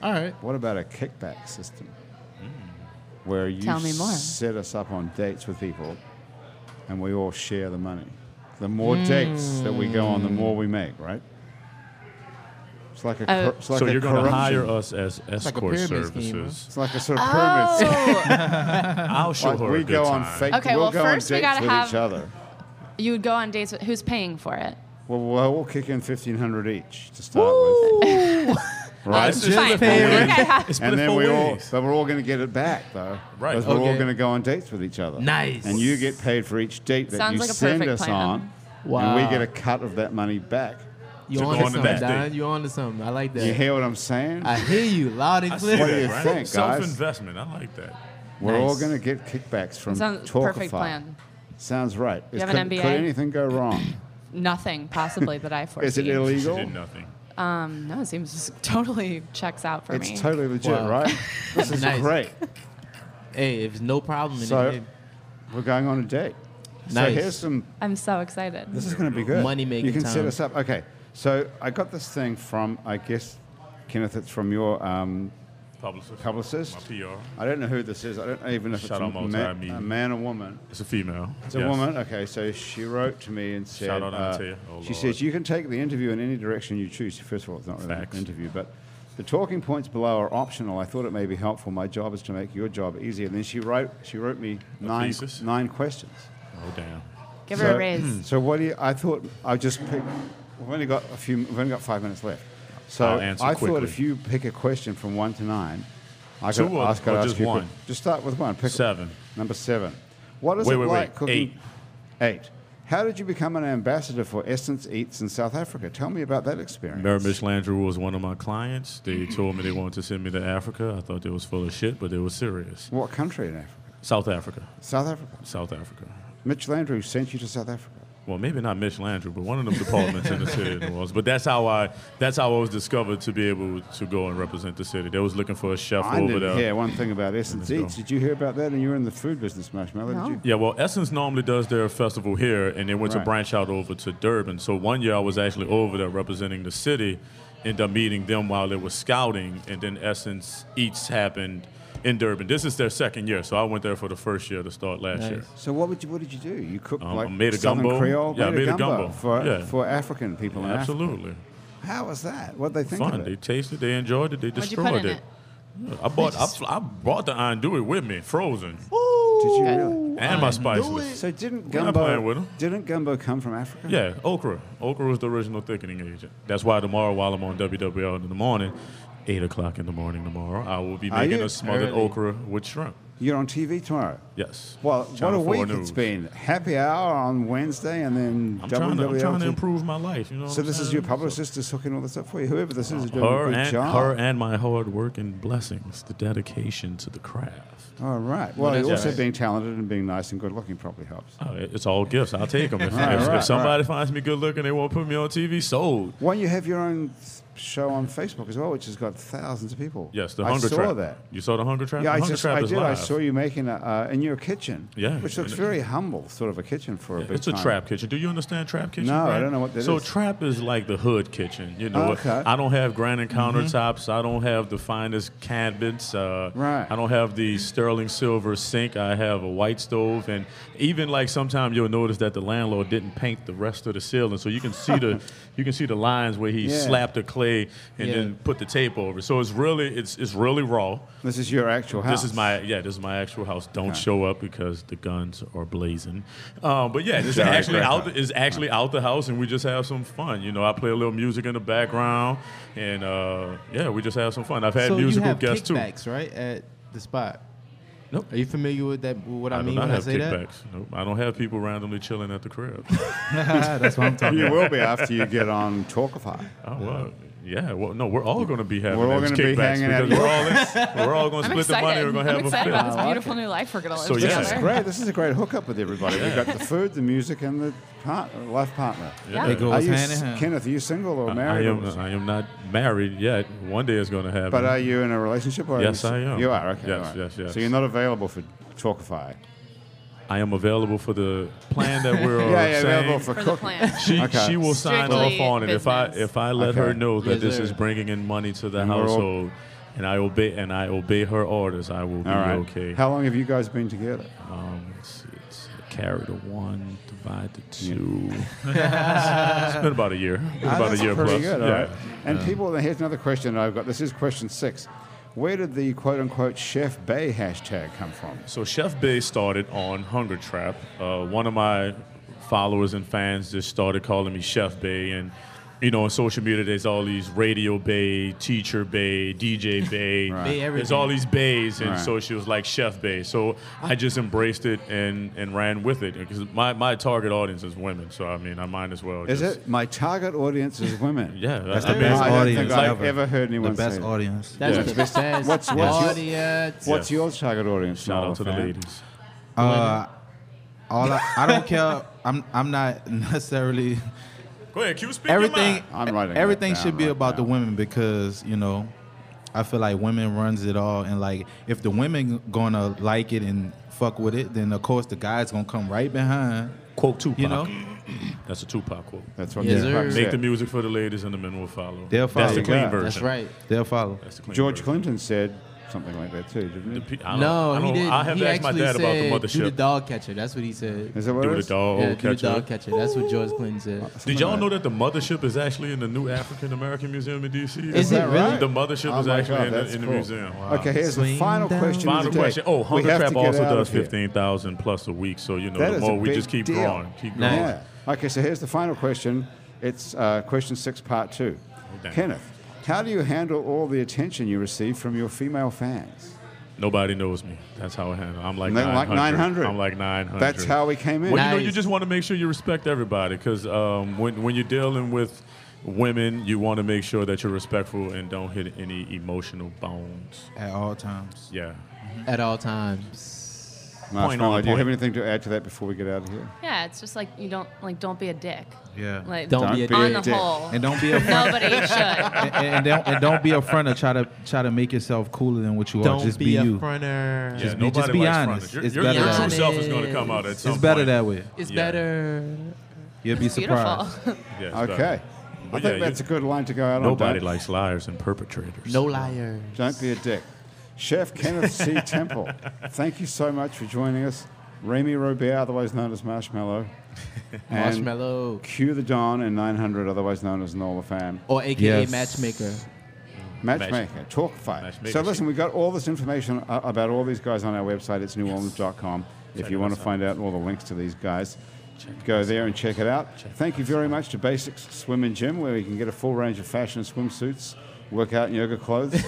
[SPEAKER 3] all right.
[SPEAKER 1] What about a kickback system,
[SPEAKER 2] Hmm.
[SPEAKER 1] where you
[SPEAKER 2] Tell me more.
[SPEAKER 1] set us up on dates with people, and we all share the money? The more
[SPEAKER 2] Hmm.
[SPEAKER 1] dates that we go on, the more we make, right? It's like a.
[SPEAKER 2] Oh.
[SPEAKER 1] cor- it's like
[SPEAKER 4] So
[SPEAKER 1] a
[SPEAKER 4] you're going to
[SPEAKER 1] corruption.
[SPEAKER 4] hire us as
[SPEAKER 3] like a
[SPEAKER 4] escort
[SPEAKER 3] pyramid scheme, huh?
[SPEAKER 4] services.
[SPEAKER 1] It's like a sort of pyramid. scheme.
[SPEAKER 2] Oh,
[SPEAKER 4] I'll show
[SPEAKER 1] Like
[SPEAKER 4] her
[SPEAKER 1] we
[SPEAKER 4] a good
[SPEAKER 1] go
[SPEAKER 4] time.
[SPEAKER 1] on fake.
[SPEAKER 2] Okay,
[SPEAKER 1] we'll
[SPEAKER 2] well,
[SPEAKER 1] go
[SPEAKER 2] first
[SPEAKER 1] on
[SPEAKER 2] we
[SPEAKER 1] dates
[SPEAKER 2] gotta
[SPEAKER 1] with
[SPEAKER 2] have-
[SPEAKER 1] each other.
[SPEAKER 2] you would go on dates. With, who's paying for it?
[SPEAKER 1] Well, we'll, we'll kick in fifteen hundred each to start with, right?
[SPEAKER 4] It's just
[SPEAKER 2] Fine. I
[SPEAKER 4] split four
[SPEAKER 2] think I
[SPEAKER 4] ways.
[SPEAKER 2] have.
[SPEAKER 4] It's split
[SPEAKER 1] and then
[SPEAKER 4] four
[SPEAKER 1] we all,
[SPEAKER 4] ways.
[SPEAKER 1] but we're all going to get it back though,
[SPEAKER 4] Right.
[SPEAKER 1] Because we're all
[SPEAKER 3] Okay.
[SPEAKER 1] going to go on dates with each other.
[SPEAKER 3] Nice.
[SPEAKER 1] And you get paid for each date that
[SPEAKER 2] Sounds
[SPEAKER 1] you
[SPEAKER 2] like a
[SPEAKER 1] send
[SPEAKER 2] perfect
[SPEAKER 1] us
[SPEAKER 2] plan.
[SPEAKER 1] on,
[SPEAKER 3] Wow.
[SPEAKER 1] and we get a cut of that money back.
[SPEAKER 3] You
[SPEAKER 4] So go
[SPEAKER 3] on to
[SPEAKER 4] on the
[SPEAKER 3] something,
[SPEAKER 4] next date.
[SPEAKER 3] Don? You on to something? I like that.
[SPEAKER 1] You hear what I'm saying?
[SPEAKER 3] I hear you loud and
[SPEAKER 4] I see
[SPEAKER 3] clear.
[SPEAKER 1] do
[SPEAKER 4] that,
[SPEAKER 1] you
[SPEAKER 4] right?
[SPEAKER 1] think, guys?
[SPEAKER 4] Self-investment. I like that.
[SPEAKER 1] we're all
[SPEAKER 3] Nice.
[SPEAKER 1] going to get kickbacks from
[SPEAKER 2] Sounds
[SPEAKER 1] Talkify.
[SPEAKER 2] perfect plan.
[SPEAKER 1] Sounds right. Is-
[SPEAKER 2] have
[SPEAKER 1] could,
[SPEAKER 2] an MBA?
[SPEAKER 1] could anything go wrong?
[SPEAKER 2] Nothing possibly that I foresee.
[SPEAKER 1] Is it
[SPEAKER 4] She
[SPEAKER 1] illegal?
[SPEAKER 4] did nothing.
[SPEAKER 2] Um, no, it seems just totally checks out for
[SPEAKER 1] It's
[SPEAKER 2] me.
[SPEAKER 1] totally legit,
[SPEAKER 3] Wow.
[SPEAKER 1] right? This is
[SPEAKER 3] Nice.
[SPEAKER 1] great.
[SPEAKER 3] Hey, if it's no problem, in
[SPEAKER 1] So-
[SPEAKER 3] it,
[SPEAKER 1] We're going on a date. So
[SPEAKER 3] Nice.
[SPEAKER 1] here's some.
[SPEAKER 2] I'm so excited.
[SPEAKER 1] This is going to be good.
[SPEAKER 3] Money-making
[SPEAKER 1] You can set
[SPEAKER 3] time.
[SPEAKER 1] us up. Okay. So I got this thing from, I guess, Kenneth. It's from your um,
[SPEAKER 4] Publicist.
[SPEAKER 1] publicist.
[SPEAKER 4] My PR.
[SPEAKER 1] I don't know who this is. I don't even know if
[SPEAKER 4] Shout
[SPEAKER 1] it's
[SPEAKER 4] out
[SPEAKER 1] a,
[SPEAKER 4] Multi,
[SPEAKER 1] ma-
[SPEAKER 4] I mean-
[SPEAKER 1] a man or woman.
[SPEAKER 4] It's a female.
[SPEAKER 1] It's a woman. Okay, so she wrote to me and said,
[SPEAKER 4] Shout out
[SPEAKER 1] uh,
[SPEAKER 4] Antea. Oh,
[SPEAKER 1] she
[SPEAKER 4] Lord.
[SPEAKER 1] says you can take the interview in any direction you choose. First of all, it's not really
[SPEAKER 4] Facts.
[SPEAKER 1] an interview, but the talking points below are optional. I thought it may be helpful. My job is to make your job easier. And then she wrote, she wrote me nine,
[SPEAKER 4] thesis?
[SPEAKER 1] nine questions.
[SPEAKER 4] Oh damn.
[SPEAKER 2] Give her a raise.
[SPEAKER 1] So what do you? I thought I just pick. We've only got a few. We've only got five minutes left. So
[SPEAKER 4] I'll answer
[SPEAKER 1] I thought
[SPEAKER 4] quickly.
[SPEAKER 1] if you pick a question from one to nine, I
[SPEAKER 4] Two
[SPEAKER 1] could
[SPEAKER 4] or-
[SPEAKER 1] ask. I'd
[SPEAKER 4] or
[SPEAKER 1] ask
[SPEAKER 4] just
[SPEAKER 1] you a
[SPEAKER 4] one?
[SPEAKER 1] que- Just start with one. Pick
[SPEAKER 4] Seven.
[SPEAKER 1] Number seven. What is
[SPEAKER 4] Wait,
[SPEAKER 1] it
[SPEAKER 4] wait, wait.
[SPEAKER 1] like cooking?
[SPEAKER 4] Eight.
[SPEAKER 1] Eight. How did you become an ambassador for Essence Eats in South Africa? Tell me about that experience.
[SPEAKER 4] Miramish Landrew was one of my clients. They told me they wanted to send me to Africa. I thought they was full of shit, but they were serious.
[SPEAKER 1] What country in Africa?
[SPEAKER 4] South Africa.
[SPEAKER 1] South Africa.
[SPEAKER 4] South Africa.
[SPEAKER 1] Mitch Landrew sent you to South Africa.
[SPEAKER 4] Well, maybe not Mitch Landrew, but one of them departments in the city of New Orleans. But that's how I that's how I was discovered to be able to go and represent the city. They was looking for a chef
[SPEAKER 1] I
[SPEAKER 4] over
[SPEAKER 1] didn't
[SPEAKER 4] there.
[SPEAKER 1] hear one thing about Essence
[SPEAKER 4] go.
[SPEAKER 1] Eats. Did you hear about that? And you were in the food business, Marshmallow.
[SPEAKER 2] No.
[SPEAKER 1] Did you?
[SPEAKER 4] Yeah, well, Essence normally does their festival here, and they went
[SPEAKER 1] Right.
[SPEAKER 4] to branch out over to Durban. So one year I was actually over there representing the city, ended up meeting them while they were scouting, and then Essence Eats happened in Durban. This is their second year, so I went there for the first year to start last
[SPEAKER 3] Nice.
[SPEAKER 4] year.
[SPEAKER 1] So what would you what did you do? You cooked
[SPEAKER 4] Um,
[SPEAKER 1] like
[SPEAKER 4] I made a
[SPEAKER 1] Southern
[SPEAKER 4] gumbo.
[SPEAKER 1] Creole,
[SPEAKER 4] Yeah, I made a gumbo.
[SPEAKER 1] for
[SPEAKER 4] Yeah.
[SPEAKER 1] for African people. in Africa.
[SPEAKER 4] Absolutely.
[SPEAKER 1] How was that? What they think
[SPEAKER 4] Fun.
[SPEAKER 1] of
[SPEAKER 4] They
[SPEAKER 1] it?
[SPEAKER 4] tasted, they enjoyed it, they
[SPEAKER 2] What'd you put
[SPEAKER 4] destroyed
[SPEAKER 2] in
[SPEAKER 4] it. Yeah, I bought I, fl- I brought the andouille with me, frozen,
[SPEAKER 1] Did you really?
[SPEAKER 4] and my spices.
[SPEAKER 1] So didn't
[SPEAKER 4] We're not playing with
[SPEAKER 1] gumbo
[SPEAKER 4] 'em.
[SPEAKER 1] didn't gumbo come from Africa?
[SPEAKER 4] Yeah, okra. Okra was the original thickening agent. That's why tomorrow, while I'm on WWL in the morning, eight o'clock in the morning tomorrow, I will be
[SPEAKER 1] Are
[SPEAKER 4] making
[SPEAKER 1] you?
[SPEAKER 4] a smothered
[SPEAKER 3] Early.
[SPEAKER 4] okra with shrimp.
[SPEAKER 1] You're on TV tomorrow.
[SPEAKER 4] Yes.
[SPEAKER 1] Well,
[SPEAKER 4] Channel
[SPEAKER 1] what a
[SPEAKER 4] 4
[SPEAKER 1] week it's
[SPEAKER 4] News.
[SPEAKER 1] been. Happy hour on Wednesday, and then
[SPEAKER 4] I'm trying, to, I'm
[SPEAKER 1] WWLT.
[SPEAKER 4] trying to improve my life. You know. what
[SPEAKER 1] So
[SPEAKER 4] I'm
[SPEAKER 1] this is
[SPEAKER 4] saying?
[SPEAKER 1] your publicist is hooking all this up for you. Whoever this is is doing
[SPEAKER 4] Her
[SPEAKER 1] a good
[SPEAKER 4] and
[SPEAKER 1] job.
[SPEAKER 4] her and my hard work and blessings, the dedication to the craft.
[SPEAKER 1] All right. Well,
[SPEAKER 3] that's
[SPEAKER 1] also
[SPEAKER 3] right.
[SPEAKER 1] being talented and being nice and good looking probably helps.
[SPEAKER 4] Oh, it- it's all gifts. I'll take them. If,
[SPEAKER 1] Right,
[SPEAKER 4] if- if
[SPEAKER 1] right,
[SPEAKER 4] somebody finds me good looking, they won't put me on TV. Sold.
[SPEAKER 1] Why don't you have your own th- show on Facebook as well, which has got thousands of people?
[SPEAKER 4] Yes, the
[SPEAKER 1] I
[SPEAKER 4] Hunger
[SPEAKER 1] saw
[SPEAKER 4] Trap.
[SPEAKER 1] that.
[SPEAKER 4] You saw the Hunger Trap.
[SPEAKER 1] Yeah,
[SPEAKER 4] the
[SPEAKER 1] I
[SPEAKER 4] Hunger
[SPEAKER 1] just
[SPEAKER 4] Trap
[SPEAKER 1] I
[SPEAKER 4] is
[SPEAKER 1] did. I
[SPEAKER 4] live.
[SPEAKER 1] saw you making a uh, in your kitchen.
[SPEAKER 4] Yeah,
[SPEAKER 1] which
[SPEAKER 4] in
[SPEAKER 1] looks
[SPEAKER 4] a-
[SPEAKER 1] very humble, sort of a kitchen for a big.
[SPEAKER 4] It's a
[SPEAKER 1] time.
[SPEAKER 4] trap kitchen. Do you understand trap kitchen?
[SPEAKER 1] No, I
[SPEAKER 4] Brad?
[SPEAKER 1] don't know what that
[SPEAKER 4] so
[SPEAKER 1] is.
[SPEAKER 4] trap is like the hood kitchen. You know,
[SPEAKER 1] Okay. Mm-hmm.
[SPEAKER 4] I don't have granite countertops. I don't have the finest cabinets. Uh,
[SPEAKER 1] Right.
[SPEAKER 4] I don't have the sterling silver sink. I have a white stove, and even like sometimes you'll notice that the landlord didn't paint the rest of the ceiling, so you can see the you can see the lines where he
[SPEAKER 1] Yeah.
[SPEAKER 4] slapped the clay and
[SPEAKER 3] Yeah.
[SPEAKER 4] then put the tape over. So it's really it's it's really raw.
[SPEAKER 1] This is your actual house.
[SPEAKER 4] This is my yeah. This is my actual house. Don't show up because the guns are blazing. Um, but yeah, this is
[SPEAKER 1] Sorry,
[SPEAKER 4] actually
[SPEAKER 1] Grandpa.
[SPEAKER 4] out. the- Is actually out the house, and we just have some fun. You know, I play a little music in the background, and uh, yeah, we just have some fun. I've had
[SPEAKER 3] so
[SPEAKER 4] musical
[SPEAKER 3] you have
[SPEAKER 4] guests too.
[SPEAKER 3] kickbacks, right? At the spot.
[SPEAKER 4] Nope.
[SPEAKER 3] Are you familiar with that? with What I,
[SPEAKER 4] I do
[SPEAKER 3] mean
[SPEAKER 4] not
[SPEAKER 3] when I
[SPEAKER 4] have
[SPEAKER 3] say
[SPEAKER 4] kickbacks. Nope. I don't have people randomly chilling at the crib.
[SPEAKER 3] that? That's what I'm talking.
[SPEAKER 1] You will be after you get on Talkify.
[SPEAKER 4] oh well. Yeah, well, no, we're all going to be having
[SPEAKER 1] We're all
[SPEAKER 4] those
[SPEAKER 1] gonna be
[SPEAKER 4] kickbacks
[SPEAKER 1] hanging out
[SPEAKER 4] because we're all in, we're all going to
[SPEAKER 2] I'm
[SPEAKER 4] split the
[SPEAKER 2] excited.
[SPEAKER 4] money. We're going to
[SPEAKER 2] I'm
[SPEAKER 4] have
[SPEAKER 2] excited
[SPEAKER 4] a
[SPEAKER 2] about
[SPEAKER 4] fit.
[SPEAKER 2] this beautiful new life we're gonna live
[SPEAKER 4] So, yeah.
[SPEAKER 2] together.
[SPEAKER 1] This is great. This is a great hookup with everybody. We've got the food, the music, and the part- life partner.
[SPEAKER 2] Yeah.
[SPEAKER 5] It
[SPEAKER 1] Are
[SPEAKER 5] goes
[SPEAKER 1] you,
[SPEAKER 5] hand in
[SPEAKER 1] s-
[SPEAKER 5] hand.
[SPEAKER 1] Kenneth, are you single or
[SPEAKER 4] I
[SPEAKER 1] married?
[SPEAKER 4] am, uh,
[SPEAKER 1] or-
[SPEAKER 4] I am not married yet. One day it's going to happen.
[SPEAKER 1] but are you in a relationship? Or are
[SPEAKER 4] Yes,
[SPEAKER 1] you, s-
[SPEAKER 4] I am.
[SPEAKER 1] You are, okay.
[SPEAKER 4] Yes,
[SPEAKER 1] all right.
[SPEAKER 4] yes, yes.
[SPEAKER 1] So you're not available for Talkify?
[SPEAKER 4] I am available for the plan that we're uh,
[SPEAKER 1] yeah, yeah,
[SPEAKER 4] saying.
[SPEAKER 1] available for,
[SPEAKER 2] For the
[SPEAKER 1] cooking.
[SPEAKER 2] plan.
[SPEAKER 4] she,
[SPEAKER 1] Okay.
[SPEAKER 4] she will sign off
[SPEAKER 2] Strictly
[SPEAKER 4] on it if I
[SPEAKER 2] business.
[SPEAKER 4] if I let
[SPEAKER 1] Okay.
[SPEAKER 4] her know that
[SPEAKER 3] Yes,
[SPEAKER 4] this
[SPEAKER 3] sir.
[SPEAKER 4] is bringing in money to the
[SPEAKER 1] And we're all-
[SPEAKER 4] household, and I obey and I obey her orders. I will be
[SPEAKER 1] All right.
[SPEAKER 4] okay.
[SPEAKER 1] How long have you guys been together?
[SPEAKER 4] Um, let's see, let's see. Carry the one, divide the two. it's been about a year. It's been
[SPEAKER 1] Ah,
[SPEAKER 4] about a
[SPEAKER 1] that's
[SPEAKER 4] year
[SPEAKER 1] pretty
[SPEAKER 4] plus.
[SPEAKER 1] Good, all
[SPEAKER 4] yeah.
[SPEAKER 1] right. And people, here's another question I've got. This is question six. Where did the quote unquote Chef Bay hashtag come from?
[SPEAKER 4] So Chef Bay started on Hunger Trap. Uh, one of my followers and fans just started calling me Chef Bay, and you know, on social media, there's all these Radio Bay, Teacher Bay, DJ Bay.
[SPEAKER 1] Right.
[SPEAKER 3] Bay
[SPEAKER 4] There's
[SPEAKER 3] everything.
[SPEAKER 4] all these bays, and
[SPEAKER 1] Right.
[SPEAKER 4] so she was like Chef Bay. So I just embraced it and and ran with it because my, my target audience is women. So I mean, I might as well.
[SPEAKER 1] Is
[SPEAKER 4] just,
[SPEAKER 1] it? My target audience is women.
[SPEAKER 4] Yeah,
[SPEAKER 5] That's
[SPEAKER 4] I
[SPEAKER 5] the
[SPEAKER 4] mean,
[SPEAKER 5] best
[SPEAKER 1] I don't
[SPEAKER 5] audience
[SPEAKER 1] think I've
[SPEAKER 5] ever.
[SPEAKER 1] ever heard
[SPEAKER 5] The
[SPEAKER 1] anyone say
[SPEAKER 5] best
[SPEAKER 1] that.
[SPEAKER 5] audience.
[SPEAKER 3] That's
[SPEAKER 4] Yeah.
[SPEAKER 3] the best.
[SPEAKER 1] What's- what's your-
[SPEAKER 3] audience?
[SPEAKER 1] What's
[SPEAKER 4] Yes.
[SPEAKER 1] your target audience?
[SPEAKER 4] Shout
[SPEAKER 1] Nola
[SPEAKER 4] out to the
[SPEAKER 1] fan?
[SPEAKER 4] ladies.
[SPEAKER 5] Uh, all I, I don't care. I'm I'm not necessarily
[SPEAKER 4] Go ahead, Q. Speak
[SPEAKER 5] everything.
[SPEAKER 1] I'm writing that
[SPEAKER 5] everything
[SPEAKER 1] down
[SPEAKER 5] should be
[SPEAKER 1] right
[SPEAKER 5] about the
[SPEAKER 1] now.
[SPEAKER 5] women because you know, I feel like women runs it all, and like if the women gonna like it and fuck with it, then of course the guys gonna come right behind.
[SPEAKER 4] Quote Tupac.
[SPEAKER 5] You know,
[SPEAKER 4] That's a Tupac quote.
[SPEAKER 1] That's what
[SPEAKER 3] Yes,
[SPEAKER 1] the
[SPEAKER 3] sir.
[SPEAKER 1] fuck
[SPEAKER 4] Make
[SPEAKER 1] said.
[SPEAKER 4] the music for the ladies, and the men will follow.
[SPEAKER 5] They'll follow.
[SPEAKER 4] That's the
[SPEAKER 5] Yeah.
[SPEAKER 4] clean
[SPEAKER 1] That's
[SPEAKER 4] version.
[SPEAKER 3] That's right.
[SPEAKER 5] they'll follow.
[SPEAKER 4] That's the clean
[SPEAKER 1] George
[SPEAKER 4] version.
[SPEAKER 1] Clinton said something like that too, didn't
[SPEAKER 4] The
[SPEAKER 1] he?
[SPEAKER 4] pe- I don't,
[SPEAKER 3] no,
[SPEAKER 4] I don't,
[SPEAKER 3] he didn't.
[SPEAKER 4] I have
[SPEAKER 3] he
[SPEAKER 4] to ask my
[SPEAKER 3] actually
[SPEAKER 4] dad about the
[SPEAKER 3] said, Do the
[SPEAKER 4] mothership.
[SPEAKER 3] dog catcher. That's what he said.
[SPEAKER 1] Is that what
[SPEAKER 4] Do
[SPEAKER 1] it
[SPEAKER 4] the
[SPEAKER 1] is?
[SPEAKER 4] dog
[SPEAKER 3] yeah, do the
[SPEAKER 4] catcher.
[SPEAKER 3] dog catcher. That's what George Clinton said.
[SPEAKER 4] Did y'all know that the mothership is actually in the new African American Museum in D.C.?
[SPEAKER 3] Is it
[SPEAKER 1] that right?
[SPEAKER 3] really?
[SPEAKER 4] The mothership
[SPEAKER 1] Oh
[SPEAKER 4] is
[SPEAKER 1] my
[SPEAKER 4] actually
[SPEAKER 1] God,
[SPEAKER 4] in, the,
[SPEAKER 1] that's
[SPEAKER 4] in the
[SPEAKER 1] cool.
[SPEAKER 4] museum.
[SPEAKER 1] Okay, here's the
[SPEAKER 3] Swing
[SPEAKER 1] final
[SPEAKER 3] down.
[SPEAKER 1] question. of
[SPEAKER 4] Final
[SPEAKER 1] the day.
[SPEAKER 4] question. Oh,
[SPEAKER 1] We
[SPEAKER 4] Hunger
[SPEAKER 1] have
[SPEAKER 4] Trap
[SPEAKER 1] to get
[SPEAKER 4] also
[SPEAKER 1] out
[SPEAKER 4] does
[SPEAKER 1] of here.
[SPEAKER 4] 15,000 plus a week. So, you know,
[SPEAKER 1] That
[SPEAKER 4] the
[SPEAKER 1] is
[SPEAKER 4] more
[SPEAKER 1] a
[SPEAKER 4] we
[SPEAKER 1] big
[SPEAKER 4] just keep
[SPEAKER 1] deal.
[SPEAKER 4] growing. Keep growing.
[SPEAKER 1] Yeah. Okay, so here's the final question. It's uh, question six, part two.
[SPEAKER 4] damn.
[SPEAKER 1] Kenneth, how do you handle all the attention you receive from your female fans?
[SPEAKER 4] Nobody knows me. That's how I handle it. I'm like
[SPEAKER 1] And they're
[SPEAKER 4] 900.
[SPEAKER 1] like 900.
[SPEAKER 4] I'm like 900.
[SPEAKER 1] That's how we came in.
[SPEAKER 4] Well, you know, you
[SPEAKER 3] Nice.
[SPEAKER 4] just want to make sure you respect everybody because um, when, when you're dealing with women, you want to make sure that you're respectful and don't hit any emotional bones.
[SPEAKER 5] At all times.
[SPEAKER 4] Yeah.
[SPEAKER 3] At all times.
[SPEAKER 1] Nice
[SPEAKER 4] Point
[SPEAKER 1] one.
[SPEAKER 4] on
[SPEAKER 1] do you have
[SPEAKER 4] point.
[SPEAKER 1] anything to add to that before we get out of here?
[SPEAKER 2] Yeah, it's just like you don't like don't be a dick.
[SPEAKER 5] Yeah.
[SPEAKER 2] Like
[SPEAKER 3] Don't,
[SPEAKER 1] Don't
[SPEAKER 3] be a
[SPEAKER 1] be
[SPEAKER 2] on
[SPEAKER 1] a
[SPEAKER 2] the
[SPEAKER 1] dick.
[SPEAKER 2] whole.
[SPEAKER 5] And don't be a front.
[SPEAKER 2] Nobody should.
[SPEAKER 5] and, and don't, and don't be a front or try to try to make yourself cooler than what you are.
[SPEAKER 3] Don't
[SPEAKER 5] Just
[SPEAKER 3] be,
[SPEAKER 5] be,
[SPEAKER 3] a
[SPEAKER 5] you.
[SPEAKER 3] fronter.
[SPEAKER 5] Just
[SPEAKER 4] yeah,
[SPEAKER 5] be-
[SPEAKER 4] nobody
[SPEAKER 5] just be
[SPEAKER 4] likes
[SPEAKER 5] honest.
[SPEAKER 4] frontage. Your,
[SPEAKER 5] It's
[SPEAKER 4] your,
[SPEAKER 5] better
[SPEAKER 4] your
[SPEAKER 5] that
[SPEAKER 4] true
[SPEAKER 5] way.
[SPEAKER 4] self is going to come out at some
[SPEAKER 5] It's better
[SPEAKER 4] point.
[SPEAKER 5] that way.
[SPEAKER 3] It's
[SPEAKER 4] Yeah.
[SPEAKER 3] better.
[SPEAKER 5] You'll be surprised.
[SPEAKER 2] Beautiful.
[SPEAKER 4] Yeah, it's better.
[SPEAKER 1] Okay.
[SPEAKER 4] But
[SPEAKER 1] I think
[SPEAKER 4] uh, yeah,
[SPEAKER 1] that's
[SPEAKER 4] you-
[SPEAKER 1] a good line to go out on.
[SPEAKER 4] Nobody
[SPEAKER 1] Don't-
[SPEAKER 4] likes liars and perpetrators.
[SPEAKER 3] No liars.
[SPEAKER 1] Don't be a dick. Chef Kenneth C. Temple, thank you so much for joining us. Remy Robert, otherwise known as Marshmallow. And
[SPEAKER 3] Marshmallow.
[SPEAKER 1] Q the Don and 900, otherwise known as Nola Fan.
[SPEAKER 3] Or AKA
[SPEAKER 5] Yes.
[SPEAKER 3] matchmaker.
[SPEAKER 1] Matchmaker, talk fight.
[SPEAKER 4] Matchmaker.
[SPEAKER 1] So listen, we got all this information uh, about all these guys on our website. It's neworleans.com. If you want to find out all the links to these guys, go there and check it out. Thank you very much to Basics Swim and Gym, where you can get a full range of fashion swimsuits workout and yoga clothes,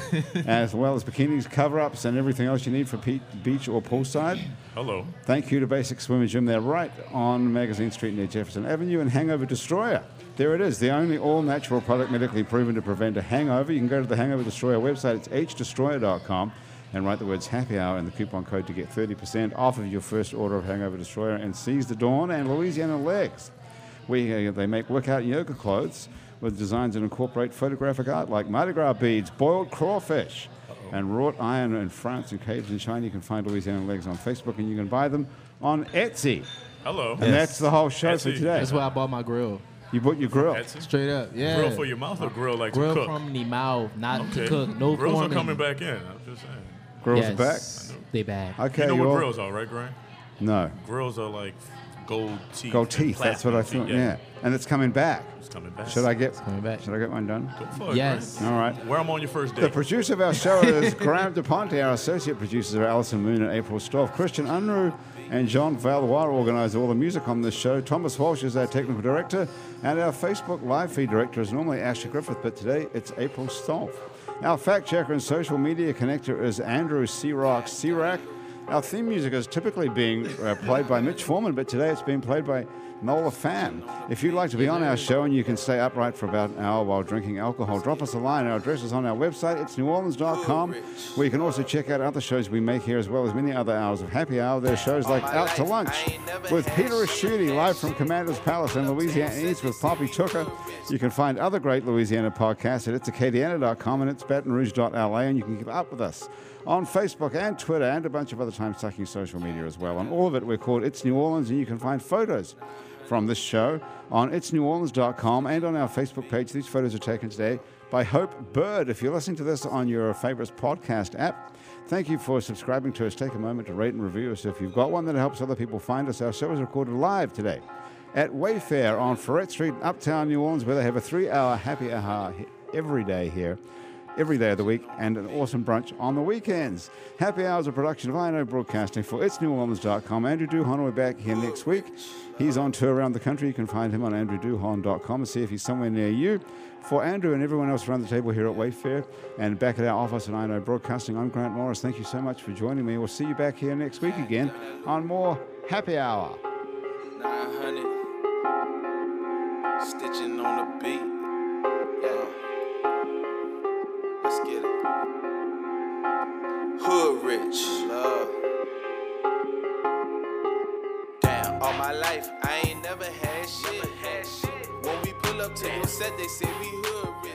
[SPEAKER 1] as well as bikinis, cover ups, and everything else you need for pe- beach or poolside.
[SPEAKER 4] Hello.
[SPEAKER 1] Thank you to Basic Swimmer Gym. They're right on Magazine Street near Jefferson Avenue and Hangover Destroyer. There it is, the only all natural product medically proven to prevent a hangover. You can go to the Hangover Destroyer website, it's hdestroyer.com, and write the words happy hour and the coupon code to get 30% off of your first order of Hangover Destroyer and seize the dawn and Louisiana legs. We, uh, they make workout and yoga clothes with designs that incorporate photographic art like Mardi Gras beads, boiled crawfish, and wrought iron in France and caves in China. You can find Louisiana Legs on Facebook and you can buy them on Etsy.
[SPEAKER 4] Hello.
[SPEAKER 1] And that's the whole show for
[SPEAKER 4] Etsy.
[SPEAKER 1] today.
[SPEAKER 3] That's why I bought my grill.
[SPEAKER 1] You bought your grill.
[SPEAKER 4] That's it.
[SPEAKER 3] Straight up, yeah.
[SPEAKER 4] Grill for your mouth or grill like
[SPEAKER 3] Grill
[SPEAKER 4] to cook?
[SPEAKER 3] from the mouth, not
[SPEAKER 4] okay.
[SPEAKER 3] to cook. No
[SPEAKER 4] Grills
[SPEAKER 3] forming.
[SPEAKER 4] are coming back in. I'm just saying.
[SPEAKER 1] Grills
[SPEAKER 3] yes.
[SPEAKER 1] back.
[SPEAKER 3] They back.
[SPEAKER 1] Okay,
[SPEAKER 4] You know what
[SPEAKER 1] all-
[SPEAKER 4] grills are, right, Grant?
[SPEAKER 1] No.
[SPEAKER 4] Grills are like gold teeth.
[SPEAKER 1] Gold
[SPEAKER 4] and
[SPEAKER 1] teeth. That's what I
[SPEAKER 4] platinum
[SPEAKER 1] thought.
[SPEAKER 4] teeth.
[SPEAKER 1] Yeah. And it's coming back.
[SPEAKER 4] It's coming back.
[SPEAKER 1] Should I get?
[SPEAKER 3] coming back.
[SPEAKER 1] Should I get one done?
[SPEAKER 4] Go for it,
[SPEAKER 3] Yes.
[SPEAKER 1] All right.
[SPEAKER 4] Grant. Wear them on your first
[SPEAKER 1] The
[SPEAKER 4] date.
[SPEAKER 1] producer of our show is Graham DePonte. Our associate producers are Alison Moon and April Stoff. Christian Unruh and John Valois organize all the music on this show. Thomas Walsh is our technical director. And our Facebook live feed director is normally Ashley Griffith, but today it's April Stoff. Our fact checker and social media connector is Andrew Sirock Sirak. Our theme music is typically being uh, played by Mitch Foreman, but today it's being played by Nola Fan. If you'd like to be on our show and you can stay upright for about an hour while drinking alcohol, drop us a line. Our address is on our website, it's neworleans.com, where you can also check out other shows we make here as well as many other hours of happy hour. There are shows like Out to Lunch with Peter Asciuti, live from Commander's Palace in Louisiana East with Poppy Tucker. You can find other great Louisiana podcasts at itsacadiana.com and it's batonrouge.la, and you can keep up with us on Facebook and Twitter and a bunch of other time sucking social media as well. On all of it, we're called It's New Orleans, and you can find photos from this show on itsneworleans.com and on our Facebook page. These photos are taken today by Hope Bird. If you're listening to this on your favorite podcast app, thank you for subscribing to us. Take a moment to rate and review us if you've got one that helps other people find us. Our show is recorded live today at Wayfair on Ferret Street, in Uptown New Orleans, where they have a three hour happy hour he- every day here every day of the week and an awesome brunch on the weekends. Happy Hours a production of INO Broadcasting for itsneworleans.com. Andrew Duhon will be back here next week. He's on tour around the country. You can find him on andrewduhon.com and see if he's somewhere near you. For Andrew and everyone else around the table here at Wayfair and back at our office at INO Broadcasting, I'm Grant Morris. Thank you so much for joining me. We'll see you back here next week again on more Happy Hour.
[SPEAKER 8] 900. Stitching on the beat. Yeah. Let's get it. Hood rich. Love. Damn, all my life, I ain't never had shit. When we pull up to your set, they say we hood rich.